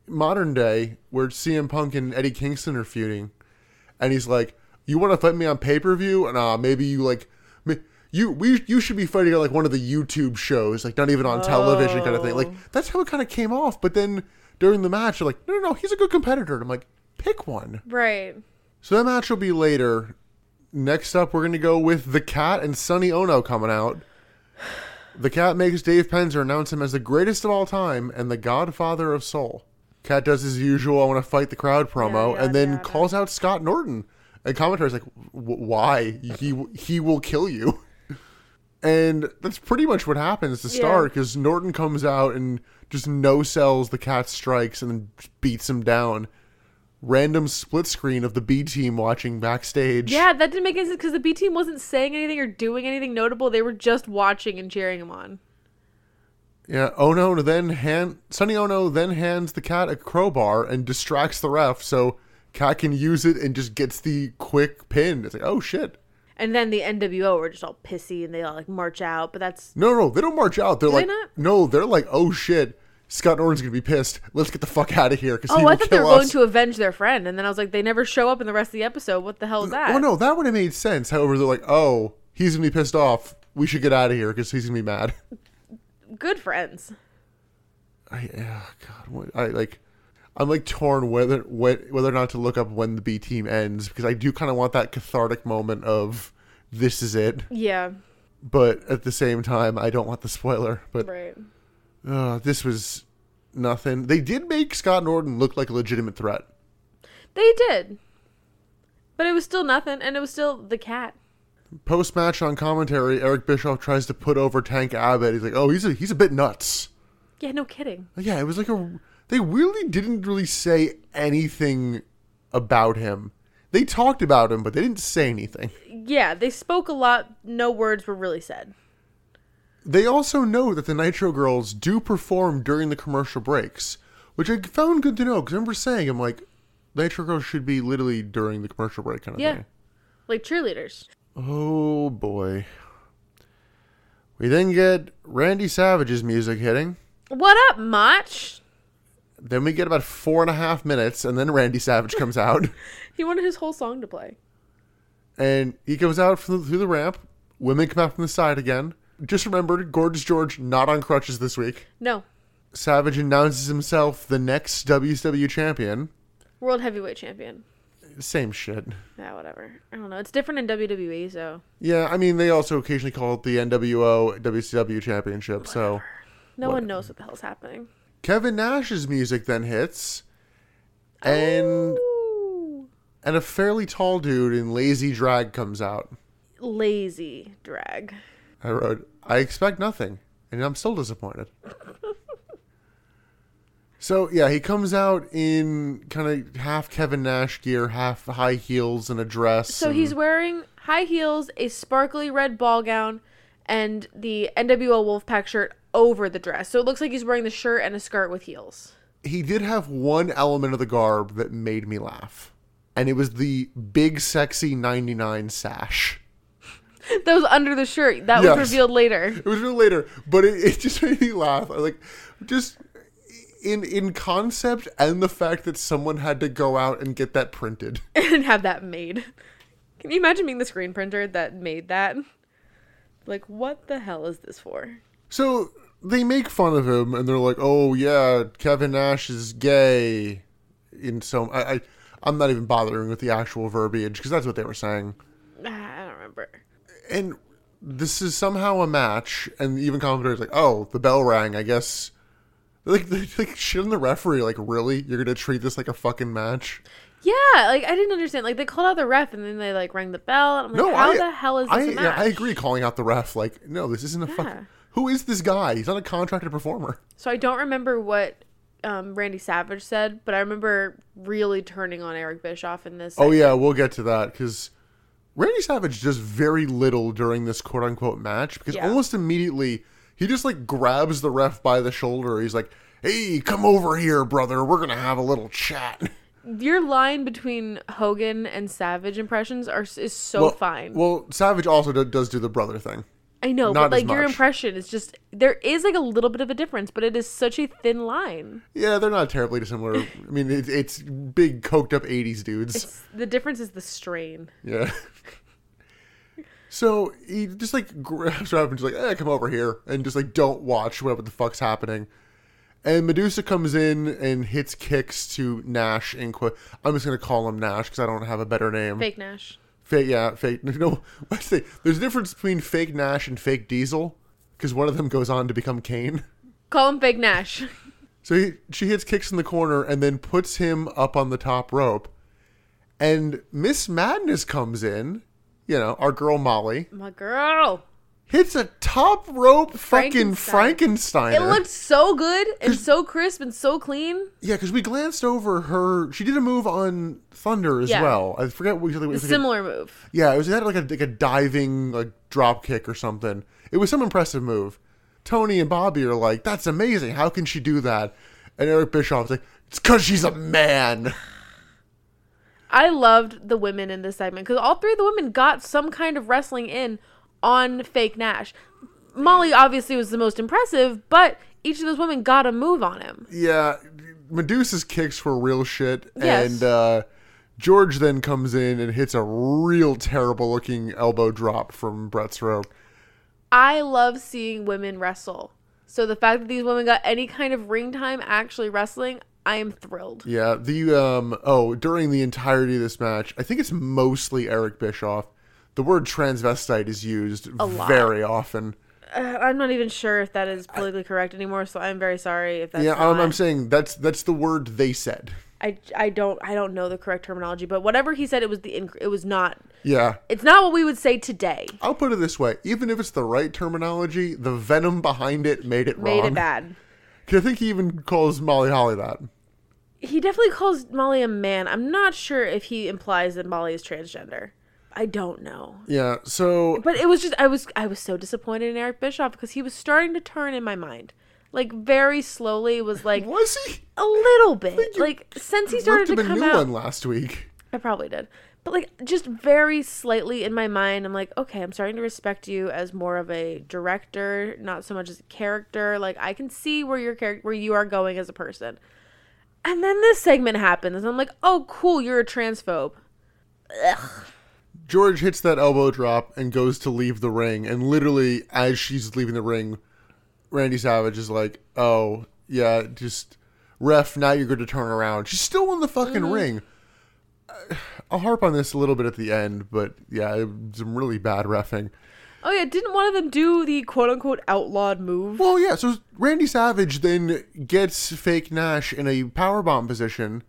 S1: modern day where cm punk and eddie kingston are feuding and he's like you want to fight me on pay-per-view and uh maybe you like m- you we you should be fighting on like one of the youtube shows like not even on television kind of thing like that's how it kind of came off but then during the match you're like no no no he's a good competitor and i'm like pick one
S2: Right.
S1: so that match will be later. Next up, we're going to go with The Cat and Sonny Ono coming out. The Cat makes Dave Penzer announce him as the greatest of all time and the godfather of soul. Cat does his usual, I want to fight the crowd promo,
S2: Yeah, yeah,
S1: and then
S2: yeah, yeah.
S1: calls out Scott Norton. And commentators like, "W- why? He, he will kill you. And that's pretty much what happens to
S2: Yeah.
S1: start because Norton comes out and just no sells the cat strikes and then just beats him down. Random split screen of the B team watching backstage.
S2: Yeah, that didn't make any sense because the B team wasn't saying anything or doing anything notable. They were just watching and cheering him on.
S1: Yeah. Ono then hand Sonny Ono then hands the cat a crowbar and distracts the ref so Cat can use it and just gets the quick pin. It's like, oh shit.
S2: And then the NWO were just all pissy and they all like march out, but that's
S1: No, no, they don't march out. They're
S2: Do they
S1: like,
S2: not?
S1: no, they're like, oh shit, Scott Norton's gonna be pissed. Let's get the fuck out of here because he
S2: Oh,
S1: will
S2: I thought they were
S1: kill
S2: going
S1: us.
S2: to avenge their friend, and then I was like, they never show up in the rest of the episode. What the hell is that?
S1: Well, no, that would have made sense. However, they're like, oh, he's gonna be pissed off. We should get out of here because he's gonna be mad.
S2: Good friends.
S1: I, oh, God, what, I like, I'm like torn whether whe- whether or not to look up when the B team ends because I do kind of want that cathartic moment of this is it,
S2: Yeah,
S1: but at the same time, I don't want the spoiler. But
S2: right.
S1: uh, this was nothing. They did make Scott Norton look like a legitimate threat.
S2: They did. But it was still nothing, and it was still the cat.
S1: Post match on commentary, Eric Bischoff tries to put over Tank Abbott. He's like, "Oh, he's a, he's a bit nuts."
S2: Yeah, no kidding.
S1: Like, yeah, it was like a. They really didn't really say anything about him. They talked about him, but they didn't say anything.
S2: Yeah, they spoke a lot, no words were really said.
S1: They also know that the Nitro Girls do perform during the commercial breaks, which I found good to know because I remember saying, "I'm like, Nitro Girls should be literally during the commercial break kind of
S2: Yeah.
S1: thing."
S2: Like cheerleaders.
S1: Oh boy. We then get Randy Savage's music hitting.
S2: What up, Mach?
S1: Then we get about four and a half minutes, and then Randy Savage comes out,
S2: He wanted his whole song to play.
S1: and he comes out from through the ramp. Women come out from the side again. Just remembered, Gorgeous George not on crutches this week.
S2: No,
S1: Savage announces himself the next WCW champion.
S2: World Heavyweight Champion.
S1: Same shit.
S2: Yeah, whatever. I don't know. It's different in WWE, so.
S1: Yeah, I mean they also occasionally call it the NWO WCW championship. So
S2: No one knows what the hell's happening.
S1: Kevin Nash's music then hits, and
S2: Ooh.
S1: and a fairly tall dude in lazy drag comes out.
S2: Lazy drag.
S1: I wrote, I expect nothing, and I'm still disappointed. so yeah, he comes out in kind of half Kevin Nash gear, half high heels and a dress.
S2: So
S1: and-
S2: he's wearing high heels, a sparkly red ball gown, and the NWO Wolfpack shirt over the dress. So it looks like he's wearing the shirt and a skirt with heels.
S1: he did have one element of the garb that made me laugh. And it was the big sexy 99 sash.
S2: That was under the shirt. That
S1: Yes.
S2: was revealed later.
S1: It was real later, but it, it just made me laugh. I, Like just in in concept and the fact that someone had to go out and get that printed.
S2: and have that made. Can you imagine being the screen printer that made that? Like, what the hell is this for?
S1: So they make fun of him, and they're like, "Oh yeah, Kevin Nash is gay." In so I, I I'm not even bothering with the actual verbiage because that's what they were saying.
S2: Ah, I don't remember.
S1: And this is somehow a match, and even commentators like, "Oh, the bell rang." I guess. Like, they- like shit on the referee. Like, really, you're gonna treat this like a fucking match?
S2: Yeah, like I didn't understand. Like they called out the ref and then they like rang the bell. And I'm like,
S1: No,
S2: how
S1: I,
S2: the hell is this
S1: I,
S2: a
S1: yeah,
S2: match?
S1: I agree. Calling out the ref, like, no, this isn't a
S2: Yeah.
S1: fucking. Who is this guy? He's not a contracted performer.
S2: So I don't remember what um, Randy Savage said, but I remember really turning on Eric Bischoff in this.
S1: Oh yeah, we'll get to that because Randy Savage does very little during this quote unquote match because
S2: Yeah.
S1: almost immediately he just like grabs the ref by the shoulder. He's like, "Hey, come over here, brother. We're gonna have a little chat."
S2: Your line between Hogan and Savage impressions are is so
S1: well,
S2: fine.
S1: Well, Savage also do, does do the brother thing.
S2: I know,
S1: not
S2: but
S1: as
S2: like your
S1: much.
S2: impression is just there is like a little bit of a difference, but it is such a thin line.
S1: Yeah, they're not terribly dissimilar. I mean, it, it's big coked up '80s dudes.
S2: It's, the difference is the strain.
S1: Yeah. So he just like grabs her up and just like, eh, come over here, and just like don't watch whatever the fuck's happening. And Medusa comes in and hits kicks to Nash in quote. I'm just gonna call him Nash because I don't have a better name.
S2: Fake Nash.
S1: Fake, yeah, fake. No, I say there's a difference between fake Nash and fake Diesel because one of them goes on to become Kane.
S2: Call him Fake Nash.
S1: So he, she hits kicks in the corner and then puts him up on the top rope. And Miss Madness comes in, you know, our girl Molly,
S2: My girl.
S1: hits a top rope fucking Frankenstein.
S2: It looked so good and so crisp and so clean.
S1: yeah, because we glanced over her. She did a move on Thunder as
S2: Yeah.
S1: well. I forget what exactly. It was like a-
S2: Similar move.
S1: yeah, it was that like a like a diving like drop kick or something. It was some impressive move. Tony and Bobby are like, "That's amazing! How can she do that?" And Eric Bischoff's like, "It's because she's a man."
S2: I loved the women in this segment because all three of the women got some kind of wrestling in on fake Nash. Molly obviously was the most impressive, but each of those women got a move on him.
S1: Yeah, Medusa's kicks were real shit,
S2: Yes.
S1: and uh, George then comes in and hits a real terrible looking elbow drop from Brett's row.
S2: I love seeing women wrestle. So the fact that these women got any kind of ring time actually wrestling, I am thrilled.
S1: Yeah, the um oh during the entirety of this match, I think it's mostly Eric Bischoff. The word transvestite is used
S2: lot.
S1: very often.
S2: Uh, I'm not even sure if that is politically correct anymore, so I'm very sorry if that's
S1: Yeah,
S2: not.
S1: I'm, I'm saying that's that's the word they said.
S2: I, I don't I don't know the correct terminology, but whatever he said, it was the inc- it was not
S1: Yeah.
S2: it's not what we would say today.
S1: I'll put it this way: even if it's the right terminology, the venom behind it made it wrong.
S2: Made it bad.
S1: 'Cause I think he even calls Molly Holly that.
S2: He definitely calls Molly a man. I'm not sure if he implies that Molly is transgender. I don't know.
S1: Yeah. So
S2: But it was just I was I was so disappointed in Eric Bischoff because he was starting to turn in my mind. Like very slowly was like
S1: was he?
S2: a little bit.
S1: you
S2: Like since he started
S1: Ripped
S2: to
S1: him a
S2: come
S1: new
S2: out
S1: one last week.
S2: I probably did. But like just very slightly in my mind I'm like, okay, I'm starting to respect you as more of a director, not so much as a character. Like I can see where your character where you are going as a person. And then this segment happens and I'm like, "Oh, cool, you're a transphobe."
S1: George hits that elbow drop and goes to leave the ring, and literally as she's leaving the ring, Randy Savage is like, "Oh yeah, just ref. Now you're going to turn around." She's still in the fucking
S2: Mm-hmm.
S1: ring. Uh, I'll harp on this a little bit at the end, but yeah, it- some really bad refing.
S2: Oh yeah, didn't one of them do the quote-unquote outlawed move?
S1: Well, yeah. So Randy Savage then gets fake Nash in a powerbomb position,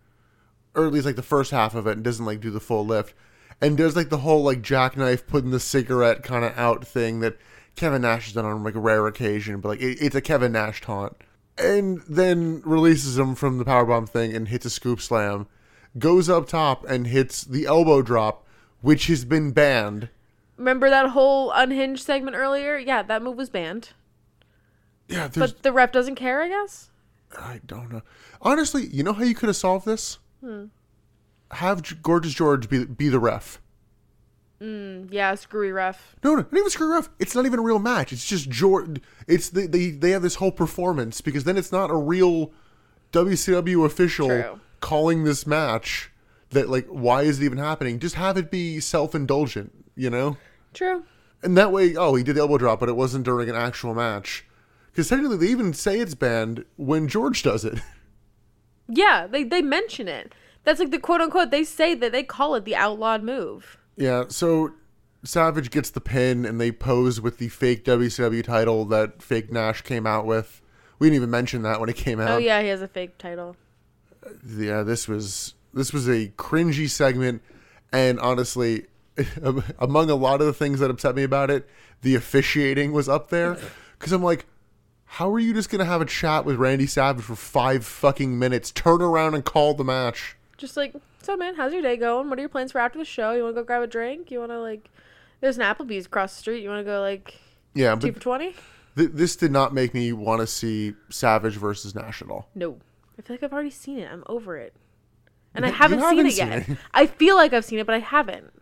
S1: or at least like the first half of it, and doesn't like do the full lift, and does like the whole like jackknife putting the cigarette kind of out thing that Kevin Nash has done on like a rare occasion, but like it, it's a Kevin Nash taunt, and then releases him from the powerbomb thing and hits a scoop slam, goes up top and hits the elbow drop, which has been banned.
S2: Remember that whole unhinged segment earlier? Yeah, that move was banned.
S1: Yeah, there's
S2: But the ref doesn't care, I guess?
S1: I don't know. Honestly, you know how you could have solved this? Have G- Gorgeous George be, be the ref.
S2: Mm, Yeah, screwy ref.
S1: No, no, not even screw ref. It's not even a real match. It's just George. It's the, they they have this whole performance because then it's not a real WCW official
S2: True.
S1: calling this match. That like, why is it even happening? Just have it be self indulgent, you know.
S2: True.
S1: And that way, oh, he did the elbow drop, but it wasn't during an actual match. Because technically, they even say it's banned when George does it.
S2: Yeah, they, they mention it. That's like the quote unquote, they say that they call it the outlawed move.
S1: Yeah, so Savage gets the pin and they pose with the fake WCW title that fake Nash came out with. We didn't even mention that when it came out.
S2: oh, yeah, he has a fake title.
S1: Yeah, this was this was a cringy segment and honestly among a lot of the things that upset me about it, the officiating was up there cuz I'm like how are you just going to have a chat with Randy Savage for 5 fucking minutes, turn around and call the match?
S2: Just like, so man, how's your day going? What are your plans for after the show? You want to go grab a drink? You want to, like, there's an Applebee's across the street. You want to go, like,
S1: Yeah,
S2: two
S1: but
S2: for 20?
S1: th- this did not make me want to see Savage versus Nash at all.
S2: No. I feel like I've already seen it. I'm over it. And I haven't,
S1: haven't
S2: seen it yet.
S1: seen it.
S2: I feel like I've seen it, but I haven't.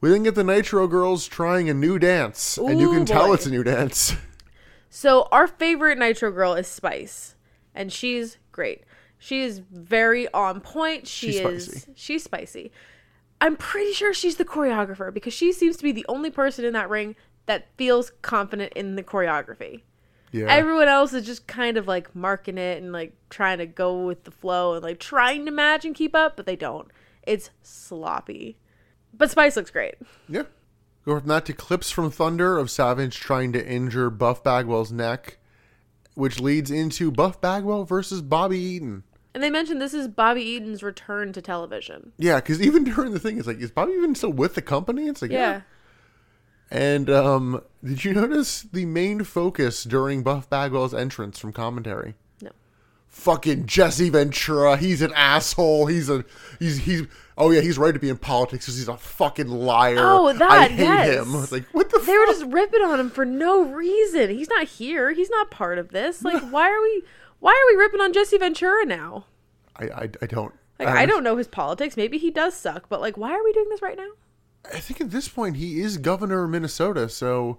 S1: We then get the Nitro girls trying a new dance, and you
S2: Ooh,
S1: can tell
S2: boy.
S1: it's a new dance.
S2: So our favorite Nitro girl is Spice, and she's great. She is very on point. She
S1: She's
S2: is
S1: spicy.
S2: she's spicy. I'm pretty sure she's the choreographer because she seems to be the only person in that ring that feels confident in the choreography.
S1: Yeah,
S2: Everyone else is just kind of like marking it and like trying to go with the flow and like trying to match and keep up, but they don't. It's sloppy. But Spice looks great.
S1: yeah. Go from that to clips from Thunder of Savage trying to injure Buff Bagwell's neck, which leads into Buff Bagwell versus Bobby Eaton.
S2: And they mentioned this is Bobby Eaton's return to television.
S1: Yeah, because even during the thing, it's like, is Bobby even still with the company? It's like,
S2: yeah.
S1: And um, did you notice the main focus during Buff Bagwell's entrance from commentary?
S2: No.
S1: Fucking Jesse Ventura, he's an asshole. He's a he's he's oh yeah, he's right to be in politics because he's a fucking liar.
S2: Oh,
S1: I
S2: that,
S1: hate
S2: yes.
S1: him. It's like what the
S2: They were
S1: fuck?
S2: just ripping on him for no reason. He's not here. He's not part of this. Like, why are we? Why are we ripping on Jesse Ventura now?
S1: I, I I don't
S2: Like I don't know his politics. Maybe he does suck, but like why are we doing this right now?
S1: I think at this point he is governor of Minnesota, so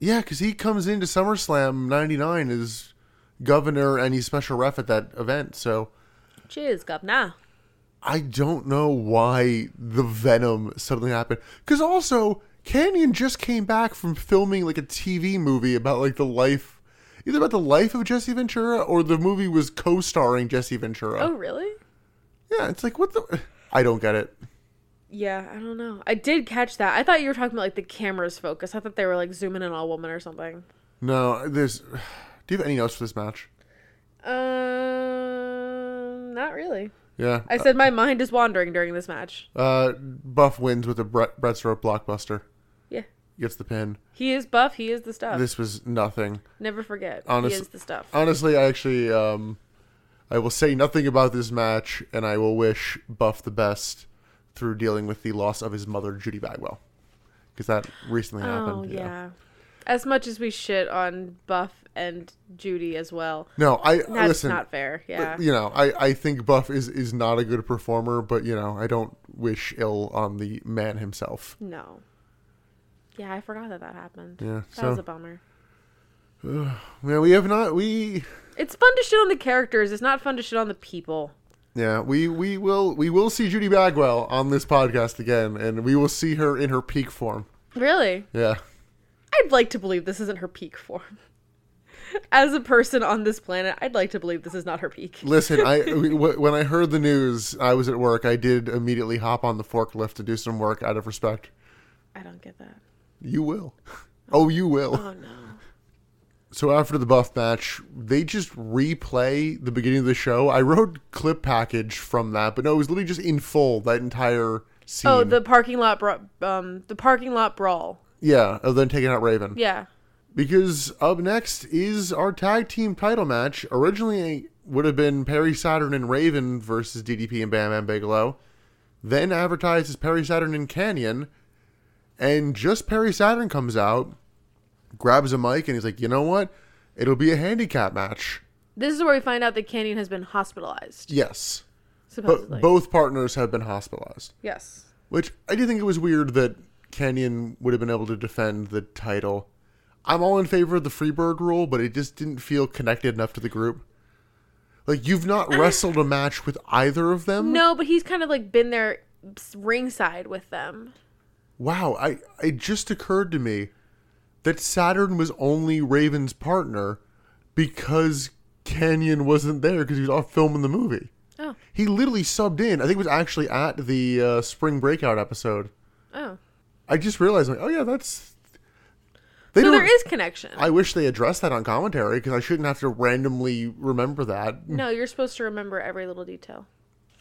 S1: yeah, because he comes into SummerSlam '99 as governor and he's special ref at that event. So
S2: Cheers, governor.
S1: I don't know why the Venom suddenly happened. Because also Canyon just came back from filming like a TV movie about like the life, either about the life of Jesse Ventura or the movie was co-starring Jesse Ventura.
S2: Oh really?
S1: Yeah, it's like what the. I don't get it.
S2: Yeah, I don't know. I did catch that. I thought you were talking about like the camera's focus. I thought they were like zooming in on a woman or something.
S1: No, there's. Do you have any notes for this match?
S2: Um, not really.
S1: Yeah.
S2: I said my mind is wandering during this match.
S1: Uh, Buff wins with a Bre- Brett Stroke blockbuster.
S2: Yeah.
S1: Gets the pin.
S2: He is buff. He is the stuff.
S1: This was nothing.
S2: Never forget.
S1: Honest-
S2: he is the stuff.
S1: Honestly, I actually, um, I will say nothing about this match, and I will wish Buff the best through dealing with the loss of his mother, Judy Bagwell, because that recently
S2: oh,
S1: happened.
S2: yeah. As much as we shit on Buff and Judy as well,
S1: No, I
S2: that's
S1: listen.
S2: not fair. Yeah.
S1: You know, I, I think Buff is, is not a good performer, but you know, I don't wish ill on the man himself.
S2: No. Yeah, I forgot that that happened.
S1: Yeah,
S2: That was
S1: so-
S2: a bummer.
S1: Yeah, we have not we
S2: It's fun to shit on the characters. It's not fun to shit on the people.
S1: Yeah, we we will we will see Judy Bagwell on this podcast again, and we will see her in her peak form.
S2: Really?
S1: Yeah,
S2: I'd like to believe this isn't her peak form. As a person on this planet, I'd like to believe this is not her peak.
S1: listen, I w- when I heard the news, I was at work. I did immediately hop on the forklift to do some work out of respect.
S2: I don't get that.
S1: You will, oh, you will.
S2: Oh no.
S1: So after the buff match, they just replay the beginning of the show. I wrote clip package from that, but no, it was literally just in full that entire scene.
S2: Oh, the parking lot bra- um the parking lot brawl.
S1: yeah, of them taking out Raven.
S2: Yeah.
S1: Because up next is our tag team title match. Originally it would have been Perry Saturn and Raven versus DDP and Bam Bam Bigelow. Then advertised as Perry Saturn and Canyon. And just Perry Saturn comes out, grabs a mic, and he's like, you know what? It'll be a handicap match.
S2: This is where we find out that Canyon has been hospitalized,
S1: Yes. But
S2: supposedly.
S1: both partners have been hospitalized.
S2: yes.
S1: Which I do think it was weird that Canyon would have been able to defend the title. I'm all in favor of the Freebird rule, but it just didn't feel connected enough to the group. Like you've not wrestled a match with either of them.
S2: No, but he's kind of like been there ringside with them.
S1: Wow, I it just occurred to me that Saturn was only Raven's partner because Canyon wasn't there because he was off filming the movie.
S2: Oh.
S1: He literally subbed in. I think it was actually at the uh, spring breakout episode.
S2: Oh.
S1: I just realized, like, oh yeah, that's. They
S2: So
S1: don't-
S2: there is connection.
S1: I wish they addressed that on commentary because I shouldn't have to randomly remember that.
S2: no, you're supposed to remember every little detail.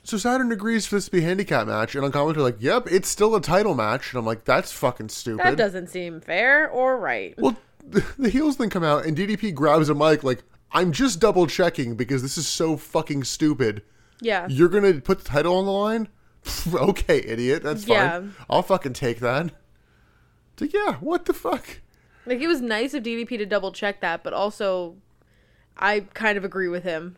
S1: So Saturn agrees for this to be a handicap match, and on commentary, like, yep, it's still a title match, and I'm like, that's fucking stupid.
S2: That doesn't seem fair or right.
S1: Well, the heels then come out, and DDP grabs a mic, like, I'm just double checking because this is so fucking stupid.
S2: Yeah.
S1: You're gonna put the title on the line? okay, idiot, that's fine.
S2: Yeah.
S1: I'll fucking take that. It's Like, yeah, what the fuck?
S2: Like it was nice of DDP to double check that, but also I kind of agree with him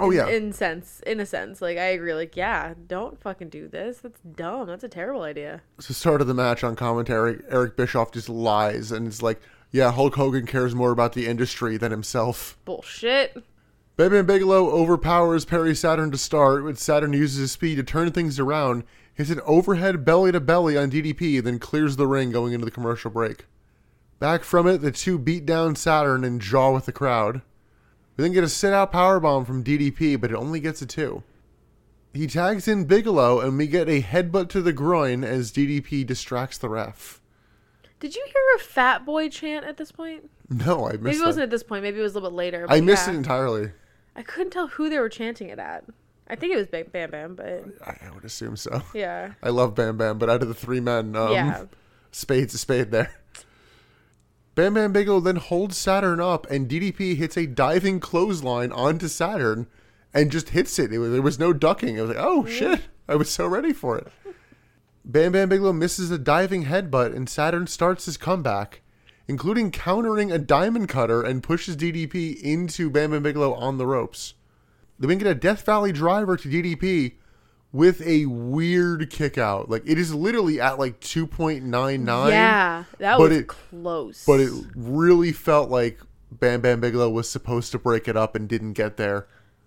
S1: Oh yeah,
S2: in sense, in a sense. Like I agree like, yeah, don't fucking do this. That's dumb. That's a terrible idea.
S1: So start of the match on commentary, Eric Bischoff just lies and it's like, yeah, Hulk Hogan cares more about the industry than himself.
S2: Bullshit.
S1: Bam Bam Bigelow overpowers Perry Saturn to start, but Saturn uses his speed to turn things around, hits an overhead belly to belly on DDP, then clears the ring going into the commercial break. Back from it, the two beat down Saturn and jaw with the crowd. We then get a sit out powerbomb from DDP, but it only gets a two. He tags in Bigelow, and we get a headbutt to the groin as DDP distracts the ref.
S2: Did you hear a fat boy chant at this point?
S1: No, I
S2: Maybe
S1: missed
S2: it wasn't
S1: it.
S2: at this point. Maybe it was a little bit later.
S1: I
S2: but
S1: missed
S2: yeah.
S1: it entirely.
S2: I couldn't tell who they were chanting it at. I think it was Bam Bam Bam, but
S1: I I would assume so.
S2: yeah.
S1: I love Bam Bam, but out of the three men, um,
S2: Yeah.
S1: spade's a spade there. Bam Bam Bigelow then holds Saturn up, and DDP hits a diving clothesline onto Saturn and just hits it. it was, there was no ducking. It was like, oh shit, I was so ready for it. Bam Bam Bigelow misses a diving headbutt, and Saturn starts his comeback, including countering a diamond cutter and pushes DDP into Bam Bam Bigelow on the ropes. Then we get a Death Valley driver to DDP with a weird kick out. Like it is literally at like 2.99.
S2: yeah, that
S1: but
S2: was
S1: it-
S2: close.
S1: But it really felt like Bam Bam Bigelow was supposed to break it up and didn't get there.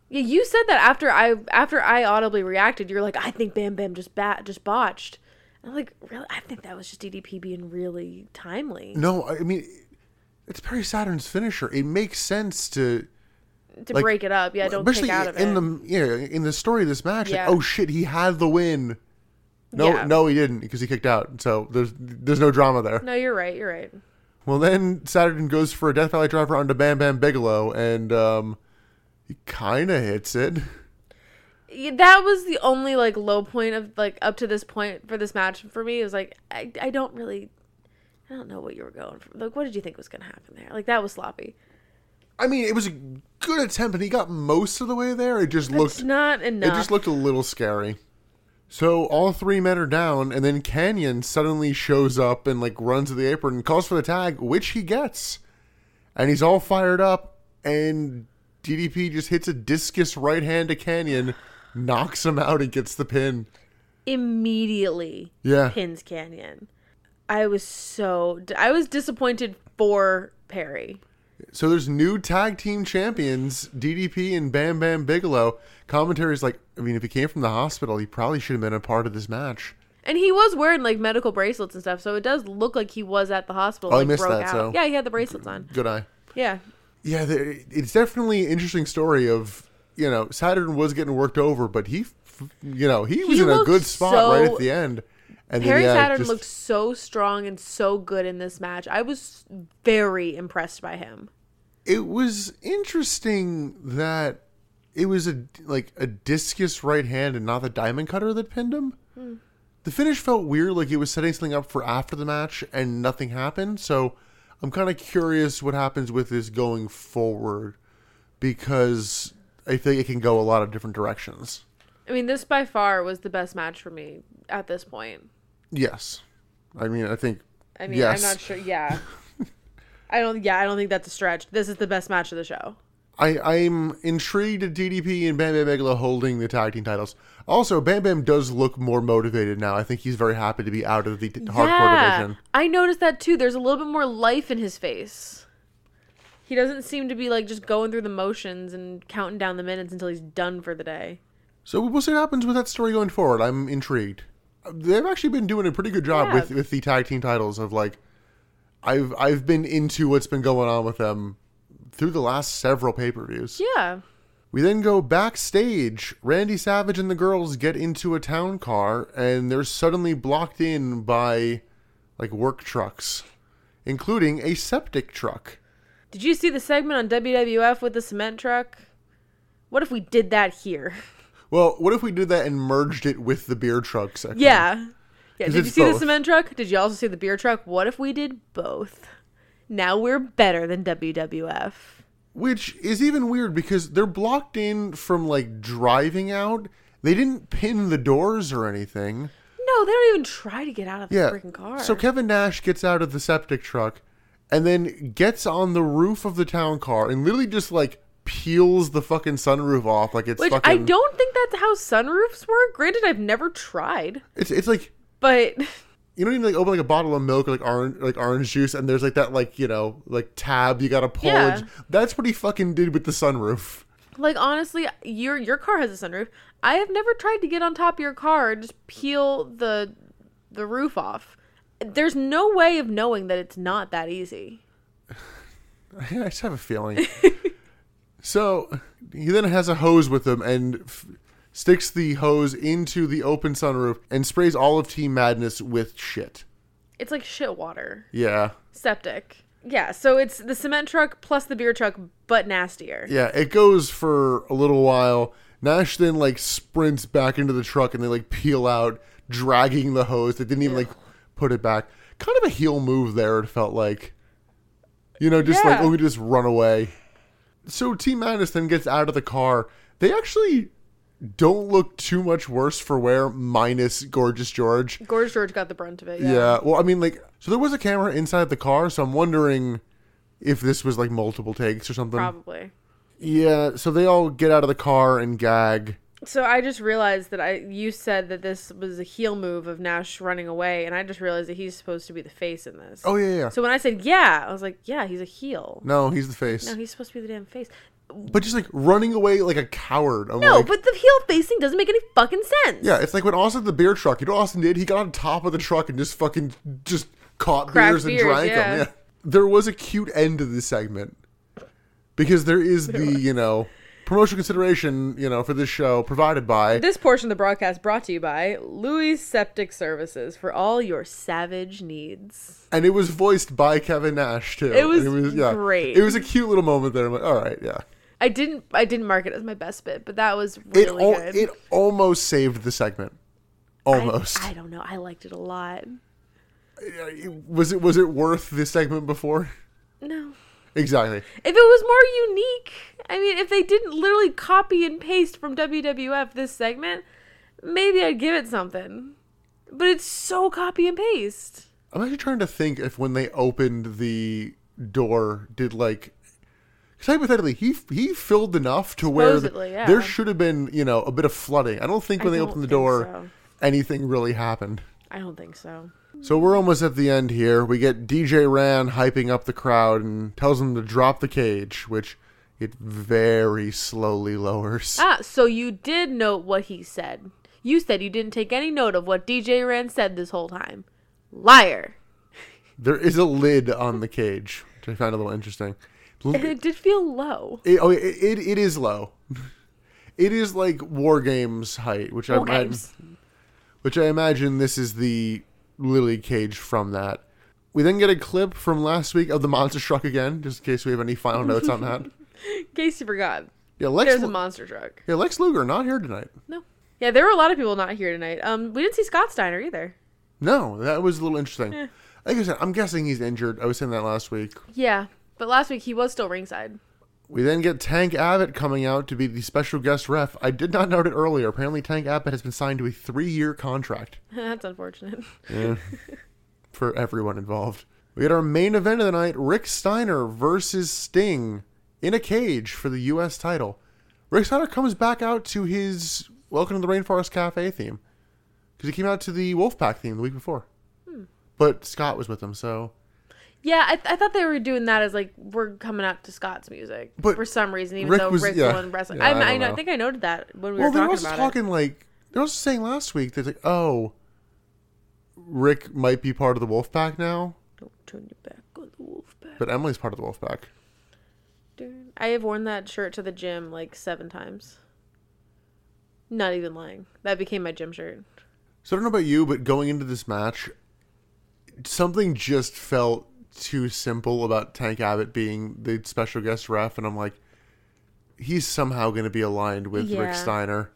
S2: yeah, you said that after I after I audibly reacted. You're like, I think Bam Bam just bat just botched. I'm like, really? I think that was just DDP being really timely
S1: No, I mean it's Perry Saturn's finisher. It makes sense to
S2: to
S1: like,
S2: break it up. Yeah, don't
S1: especially
S2: kick out of
S1: in
S2: it.
S1: the you know, in the story of this match.
S2: Yeah.
S1: Like, oh shit, he had the win. No,
S2: Yeah.
S1: no, he didn't because he kicked out. So there's there's no drama there.
S2: no, you're right. You're right.
S1: Well, then Saturn goes for a Death Valley driver onto Bam Bam Bigelow, and um, he kind of hits it.
S2: Yeah, that was the only like low point of like up to this point for this match for me. It was like I, I don't really I don't know what you were going for. Like what did you think was gonna happen there? Like that was sloppy.
S1: I mean, it was a good attempt, and he got most of the way there. It just looked
S2: It's not
S1: It
S2: enough.
S1: just looked a little scary. So all three men are down, and then Canyon suddenly shows up and like runs to the apron and calls for the tag, which he gets. And he's all fired up, and DDP just hits a discus right hand to Canyon, knocks him out, and gets the pin.
S2: immediately
S1: Yeah.
S2: pins Canyon. I was so I was disappointed for Perry.
S1: So there's new tag team champions, DDP and Bam Bam Bigelow. Commentary's like, I mean, if he came from the hospital, he probably should have been a part of this match.
S2: And he was wearing like medical bracelets and stuff, so it does look like he was at the hospital.
S1: Oh, I
S2: like,
S1: missed
S2: broke
S1: that,
S2: out.
S1: so-
S2: Yeah, he had the bracelets on.
S1: Good eye.
S2: Yeah,
S1: Yeah, there, it's definitely an interesting story of you know Saturn was getting worked over, but he, f- you know, he was
S2: He
S1: in a good
S2: looked
S1: spot
S2: so-
S1: right at the end. And
S2: Perry
S1: yeah,
S2: Saturn
S1: just-
S2: looked so strong and so good in this match. I was very impressed by him.
S1: It was interesting that it was a like a discus right hand and not the diamond cutter that pinned him.
S2: Hmm.
S1: The finish felt weird, like it was setting something up for after the match, and nothing happened. So I'm kind of curious what happens with this going forward because I think it can go a lot of different directions.
S2: I mean, this by far was the best match for me at this point.
S1: Yes. I mean, I think.
S2: I mean,
S1: yes.
S2: I'm not sure. Yeah. I don't yeah, I don't think that's a stretch. This is the best match of the show.
S1: I, I'm intrigued at DDP and Bam Bam Bigelow holding the tag team titles. Also, Bam Bam does look more motivated now. I think he's very happy to be out of the t- hardcore division.
S2: I noticed that too. There's a little bit more life in his face. He doesn't seem to be like just going through the motions and counting down the minutes until he's done for the day.
S1: So we'll see what happens with that story going forward. I'm intrigued. They've actually been doing a pretty good job
S2: Yeah.
S1: with, with the tag team titles of like I've I've been into what's been going on with them through the last several pay-per-views.
S2: Yeah.
S1: We then go backstage. Randy Savage and the girls get into a town car and they're suddenly blocked in by like work trucks, including a septic truck.
S2: Did you see the segment on WWF with the cement truck? What if we did that here?
S1: Well, what if we did that and merged it with the beer truck section?
S2: Yeah. Yeah. Did you
S1: Hmm. it's
S2: see the
S1: both.
S2: cement truck? Did you also see the beer truck? What if we did both? Now we're better than WWF.
S1: Which is even weird because they're blocked in from like driving out. They didn't pin the doors or anything.
S2: No, they don't even try to get out of the
S1: Yeah.
S2: freaking car.
S1: So Kevin Nash gets out of the septic truck and then gets on the roof of the town car and literally just like peels the fucking sunroof off like it's
S2: Which
S1: fucking
S2: I don't think that's how sunroofs work. Granted, I've never tried,
S1: it's it's like
S2: but
S1: you don't even like open like a bottle of milk or like orange like orange juice and there's like that like you know like tab you gotta pull
S2: Yeah.
S1: and- that's what he fucking did with the sunroof
S2: like honestly, your your car has a sunroof. I have never tried to get on top of your car and just peel the the roof off. There's no way of knowing that it's not that easy.
S1: I just have a feeling so he then has a hose with him and f- sticks the hose into the open sunroof and sprays all of Team Madness with shit
S2: It's like shit water.
S1: yeah
S2: septic. Yeah, so it's the cement truck plus the beer truck, but nastier.
S1: Yeah, it goes for a little while. Nash then like sprints back into the truck and they like peel out, dragging the hose. They didn't even like put it back. Kind of a heel move there, it felt like. You know, just like,
S2: Yeah.
S1: oh, we just run away. So Team Madness then gets out of the car. They actually don't look too much worse for wear, minus Gorgeous George.
S2: Gorge George got the brunt of it. Yeah.
S1: Yeah. Well, I mean, like, so there was a camera inside the car, so I'm wondering if this was like multiple takes or something
S2: Probably.
S1: Yeah, so they all get out of the car and gag.
S2: So I just realized that I you said that this was a heel move of Nash running away, and I just realized that he's supposed to be the face in this.
S1: Oh yeah, yeah. yeah.
S2: So when I said yeah, I was like, yeah, he's a heel.
S1: no, he's the face.
S2: No, he's supposed to be the damn face.
S1: but just like running away like a coward. I'm
S2: No,
S1: like-
S2: but the heel facing doesn't make any fucking sense.
S1: yeah, it's like when Austin did the beer truck. You know what Austin did? He got on top of the truck and just fucking just caught
S2: Cracked
S1: beers and
S2: beers,
S1: drank
S2: yeah.
S1: them. Yeah, there was a cute end to this segment because there is the you know promotional consideration you know for this show provided by
S2: This portion of the broadcast brought to you by Louis Septic Services for all your savage needs.
S1: and it was voiced by Kevin Nash too.
S2: It was
S1: And
S2: great.
S1: It was a cute little moment there. I'm like, all right, yeah.
S2: I didn't I didn't mark it as my best bit, but that was
S1: It
S2: really
S1: al-
S2: good.
S1: it almost saved the segment. Almost.
S2: I don't know. I liked it a lot.
S1: was it was it worth the segment before?
S2: No.
S1: Exactly.
S2: If it was more unique, I mean, if they didn't literally copy and paste from WWF this segment, maybe I'd give it something. But it's so copy and paste.
S1: I'm actually trying to think if when they opened the door, did like. Because hypothetically, he he filled enough to where the-
S2: Supposedly, yeah.
S1: there should have been, you know, a bit of flooding. I don't think when
S2: I
S1: they
S2: don't
S1: opened the
S2: think
S1: door,
S2: so.
S1: anything really happened.
S2: I don't think so.
S1: So we're almost at the end here. We get DJ Ran hyping up the crowd and tells them to drop the cage, which it very slowly lowers.
S2: Ah, so you did note what he said. You said you didn't take any note of what DJ Rand said this whole time. Liar.
S1: There is a lid on the cage, which I found a little interesting. L-
S2: And it did feel low.
S1: It, oh, it, it, it is low. It is like War Games height, which I
S2: War
S1: imagine,
S2: Games.
S1: which I imagine this is the lily cage from that. We then get a clip from last week of the monster truck again, just in case we have any final notes on that.
S2: In case you forgot,
S1: Yeah, Lex.
S2: there's a
S1: Lu-
S2: monster truck.
S1: yeah, Lex Luger not here tonight.
S2: No. Yeah, there were a lot of people not here tonight. Um, we didn't see Scott Steiner either.
S1: No, that was a little interesting.
S2: Eh.
S1: Like I said, I'm guessing he's injured. I was saying that last week.
S2: Yeah, but last week he was still ringside.
S1: We then get Tank Abbott coming out to be the special guest ref. I did not note it earlier. Apparently, Tank Abbott has been signed to a three-year contract.
S2: That's unfortunate.
S1: for everyone involved. We had our main event of the night Rick Steiner versus Sting in a cage for the U.S. title. Rick Steiner comes back out to his Welcome to the Rainforest Cafe theme because he came out to the Wolfpack theme the week before. But Scott was with him, so.
S2: Yeah, I, I thought they were doing that as like we're coming out to Scott's music
S1: But
S2: for some reason, even
S1: Rick
S2: though
S1: was-
S2: Rick
S1: yeah.
S2: won wrestling.
S1: Yeah, I
S2: I, I,
S1: don't
S2: know- I
S1: know.
S2: think I noted that when we
S1: well,
S2: were
S1: they were
S2: talking
S1: also
S2: about
S1: talking like. They were also saying last week that, like, oh, Rick might be part of the Wolfpack now,
S2: it. Don't turn your back on the wolf pack.
S1: but Emily's part of the Wolfpack.
S2: dude. I have worn that shirt to the gym like seven times. Not even lying. That became my gym shirt.
S1: So I don't know about you, but going into this match, something just felt too simple about Tank Abbott being the special guest ref, and I'm like, he's somehow going to be aligned with
S2: Yeah.
S1: Rick Steiner.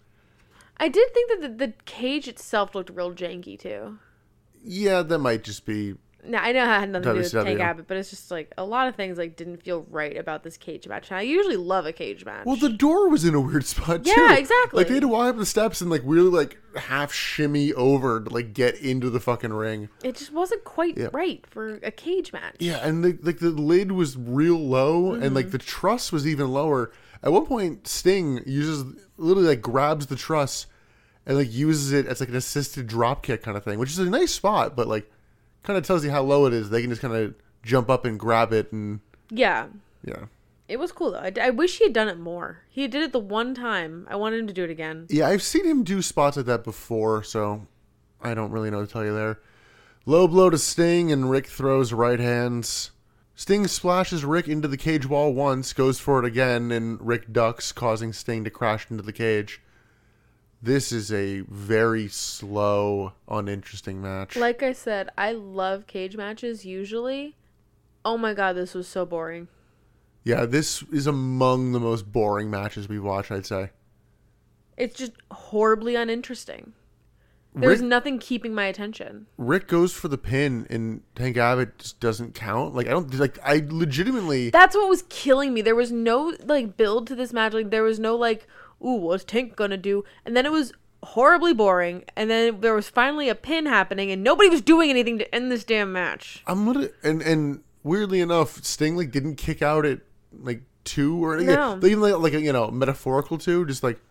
S2: I did think that the, the cage itself looked real janky too.
S1: Yeah, that might just be.
S2: Now I know it had nothing to do with
S1: WCW.
S2: Tank Abbott, but it's just like a lot of things like didn't feel right about this cage match. And I usually love a cage match.
S1: Well, the door was in a weird spot too.
S2: Yeah, exactly.
S1: Like they had to walk up the steps and like really like half shimmy over to like get into the fucking ring.
S2: it just wasn't quite
S1: Yeah.
S2: right for a cage match.
S1: Yeah, and the, like the lid was real low, and like the truss was even lower. At one point, Sting uses literally like grabs the truss and like uses it as like an assisted drop kick kind of thing, which is a nice spot, but like kind of tells you how low it is. They can just kind of jump up and grab it, and
S2: Yeah.
S1: yeah,
S2: It was cool though. I, I wish he had done it more. He did it the one time. I wanted him to do it again.
S1: yeah. I've seen him do spots like that before, so I don't really know what to tell you there. Low blow to Sting, and Rick throws right hands. Sting splashes Rick into the cage wall once, goes for it again, and Rick ducks, causing Sting to crash into the cage. This is a very slow, uninteresting match.
S2: Like I said, I love cage matches usually. Oh my god, this was so boring.
S1: yeah, this is among the most boring matches we've watched, I'd say.
S2: It's just horribly uninteresting. There's
S1: Rick-
S2: nothing keeping my attention.
S1: Rick goes for the pin, and Tank Abbott just doesn't count. Like I don't like. I legitimately.
S2: That's what was killing me. There was no like build to this match. Like there was no like, ooh, what's Tank gonna do? And then it was horribly boring. And then there was finally a pin happening, and nobody was doing anything to end this damn match.
S1: I'm literally and and weirdly enough, Sting like didn't kick out at like two or anything.
S2: No.
S1: Even like, like a, you know, metaphorical two. Just like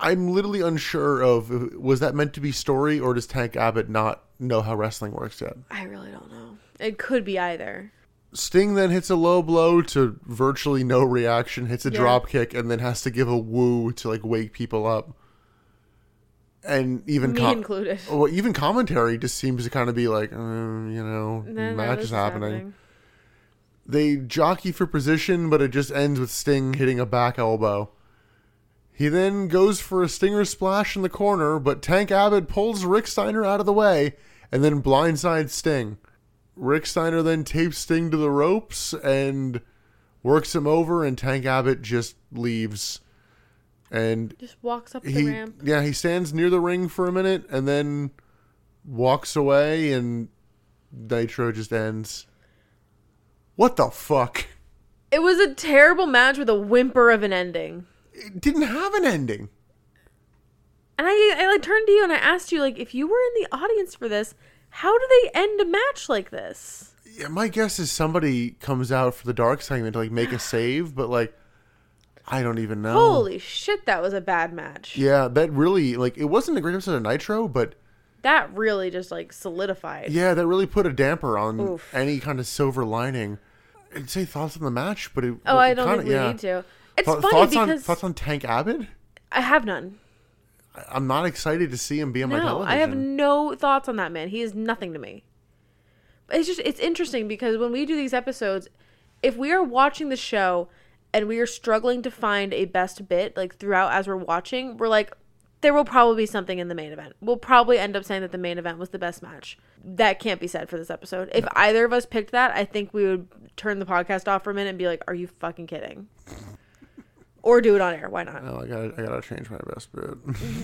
S1: I'm literally unsure of uh, was that meant to be story or does Tank Abbott not know how wrestling works yet?
S2: I really don't know. It could be either.
S1: Sting then hits a low blow to virtually no reaction, hits a
S2: Yeah.
S1: drop kick, and then has to give a woo to like wake people up. And even Oh,
S2: Me
S1: com-
S2: included.
S1: well, even commentary just seems to kind of be like, um, you know,
S2: No, no,
S1: match
S2: this
S1: is happening. They jockey for position, but it just ends with Sting hitting a back elbow. He then goes for a stinger splash in the corner, but Tank Abbott pulls Rick Steiner out of the way and then blindsides Sting. Rick Steiner then tapes Sting to the ropes and works him over, and Tank Abbott just leaves. And
S2: Just walks up the
S1: he,
S2: ramp.
S1: yeah, he stands near the ring for a minute and then walks away, and Nitro just ends. What the fuck?
S2: It was a terrible match with a whimper of an ending.
S1: It didn't have an ending.
S2: And I, I like turned to you and I asked you, like, if you were in the audience for this, how do they end a match like this?
S1: Yeah, my guess is somebody comes out for the dark segment to like make a save, but like I don't even know.
S2: Holy shit, that was a bad match.
S1: Yeah, that really like it wasn't a great episode of Nitro, but
S2: That really just like solidified.
S1: yeah, that really put a damper on
S2: Oof.
S1: any kind of silver lining. I'd say thoughts on the match, but it,
S2: Oh,
S1: well,
S2: I don't
S1: kinda-
S2: think we
S1: yeah.
S2: need to. It's
S1: Thou-
S2: funny
S1: thoughts on
S2: because
S1: thoughts on Tank Abbott?
S2: I have none.
S1: I- I'm not excited to see him be on my
S2: No,
S1: television.
S2: I have no thoughts on that man. He is nothing to me. It's just it's interesting because when we do these episodes, if we are watching the show and we are struggling to find a best bit like throughout as we're watching, we're like there will probably be something in the main event. We'll probably end up saying that the main event was the best match. That can't be said for this episode. If either of us picked that, I think we would turn the podcast off for a minute and be like, "Are you fucking kidding?" Or do it on air. Why not?
S1: No, I gotta, I gotta change my best bit.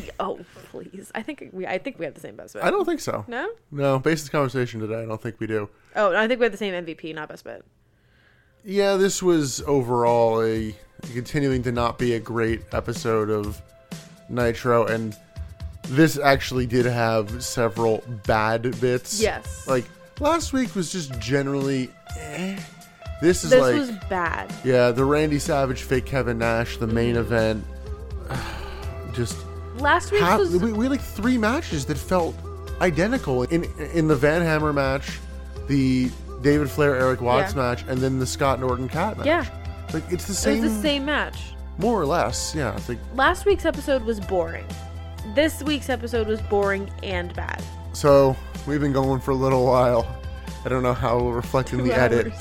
S2: Oh, please. I think we I think we have the same best bit.
S1: I don't think so.
S2: No?
S1: No, based on this conversation today, I don't think we do.
S2: Oh, I think we have the same MVP, not best bet.
S1: Yeah, this was overall a continuing to not be a great episode of Nitro, and this actually did have several bad bits.
S2: Yes.
S1: Like last week was just generally. Eh. This is
S2: This
S1: like
S2: was bad.
S1: yeah, the Randy Savage fake Kevin Nash, the main event. Just
S2: Last week's
S1: half,
S2: was
S1: we, we had like three matches that felt identical in in the Van Hammer match, the David Flair Eric Watts
S2: Yeah.
S1: match, and then the Scott Norton Cat match.
S2: Yeah.
S1: like it's the
S2: it
S1: same,
S2: was the same match.
S1: more or less. Yeah, it's like
S2: Last week's episode was boring. This week's episode was boring and bad.
S1: so we've been going for a little while. I don't know how we'll reflect in the edit,
S2: Hours.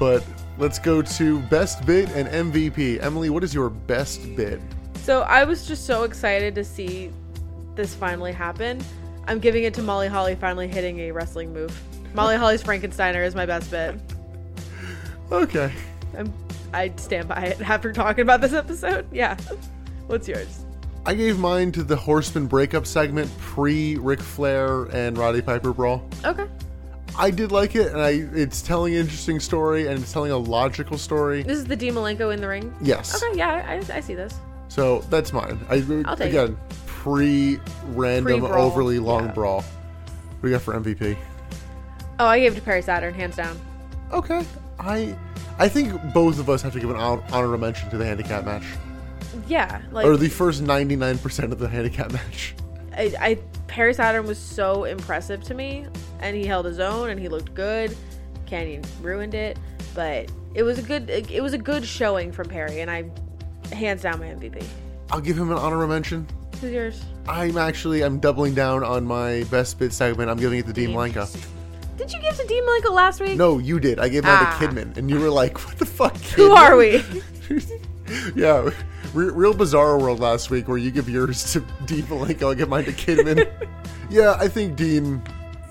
S1: but let's go to best bit and MVP. Emily, what is your best bit?
S2: So I was just so excited to see this finally happen. I'm giving it to Molly Holly finally hitting a wrestling move. Molly Holly's Frankensteiner is my best bet.
S1: Okay,
S2: I'm, I stand by it after talking about this episode. Yeah. What's yours?
S1: I gave mine to the Horseman breakup segment pre Ric Flair and Roddy Piper brawl.
S2: Okay.
S1: I did like it, and I it's telling an interesting story, and it's telling a logical story.
S2: This is the D. Malenko in the ring.
S1: Yes.
S2: Okay, yeah, I, I see this.
S1: So that's mine. I uh,
S2: I'll take
S1: again pre random
S2: Pre-brawl.
S1: overly long
S2: Yeah.
S1: brawl. What do you got for MVP?
S2: Oh, I gave it to Perry Saturn, hands down.
S1: Okay, I I think both of us have to give an hon- honorable mention to the handicap match,
S2: Yeah, like
S1: or the first ninety nine percent of the handicap match.
S2: I, I Perry Saturn was so impressive to me, and he held his own, and he looked good. Canyon ruined it, but it was a good it, was a good showing from Perry, and I hands down my MVP.
S1: I'll give him an honorable mention.
S2: Who's yours?
S1: I'm actually I'm doubling down on my best bit segment. I'm giving it to Dean Malenko.
S2: Did you give to Dean Malenko last week?
S1: No, you did. I gave mine
S2: Ah.
S1: to Kidman, and you were like, "What the fuck?
S2: Who
S1: Kidman?"
S2: are we?
S1: yeah, re- real bizarre world last week where you give yours to Dean Malenko, I give mine to Kidman. yeah, I think Dean,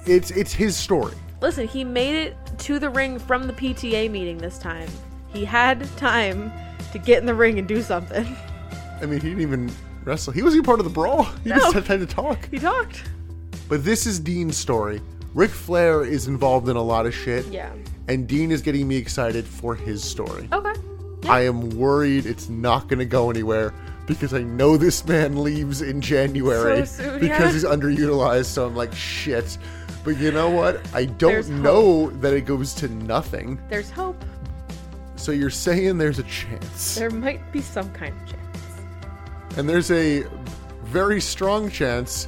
S1: it's it's his story.
S2: Listen, he made it to the ring from the PTA meeting this time. He had time to get in the ring and do something.
S1: I mean, he didn't even wrestle. He wasn't even part of the brawl. He
S2: No.
S1: just had time to talk.
S2: He talked.
S1: But this is Dean's story. Ric Flair is involved in a lot of shit.
S2: Yeah.
S1: And Dean is getting me excited for his story.
S2: Okay.
S1: I am worried it's not going to go anywhere because I know this man leaves in January
S2: So soon, yeah.
S1: because he's underutilized. So I'm like, shit. But you know what? I don't
S2: There's
S1: know that it goes to nothing.
S2: There's hope.
S1: So you're saying there's a chance.
S2: There might be some kind of chance.
S1: And there's a very strong chance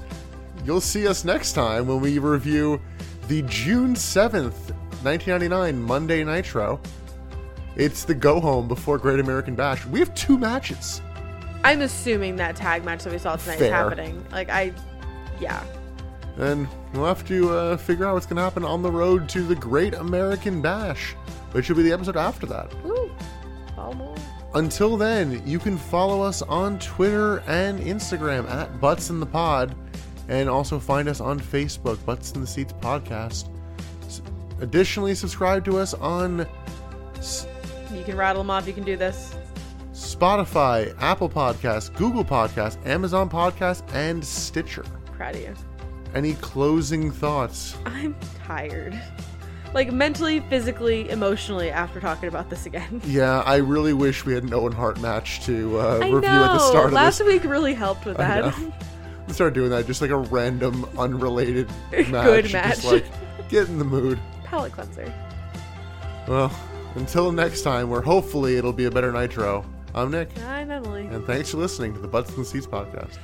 S1: you'll see us next time when we review the June 7th, 1999 Monday Nitro. It's the go home before Great American Bash. We have two matches.
S2: I'm assuming that tag match that we saw tonight
S1: Fair.
S2: is happening. Like I, yeah,
S1: And we'll have to uh, figure out what's going to happen on the road to the Great American Bash, which will be the episode after that.
S2: woo, almost.
S1: Until then, you can follow us on Twitter and Instagram at Butts in the Pod, and also find us on Facebook, Butts in the Seats Podcast. S- Additionally, subscribe to us on
S2: You can rattle them off. You can do this.
S1: Spotify, Apple Podcasts, Google Podcasts, Amazon Podcasts, and Stitcher.
S2: Proud of you.
S1: Any closing thoughts?
S2: I'm tired. Like mentally, physically, emotionally, after talking about this again.
S1: Yeah, I really wish we had an Owen Hart match to uh,
S2: I
S1: review
S2: know.
S1: at the start of
S2: Last
S1: this.
S2: week really helped with
S1: I
S2: that.
S1: know. Start doing that, just like a random, unrelated match.
S2: Good match.
S1: Just like get in the mood.
S2: Palette cleanser.
S1: Well, until next time, where hopefully it'll be a better Nitro. I'm Nick,
S2: I'm Emily.
S1: and thanks for listening to the Butts and Seats podcast.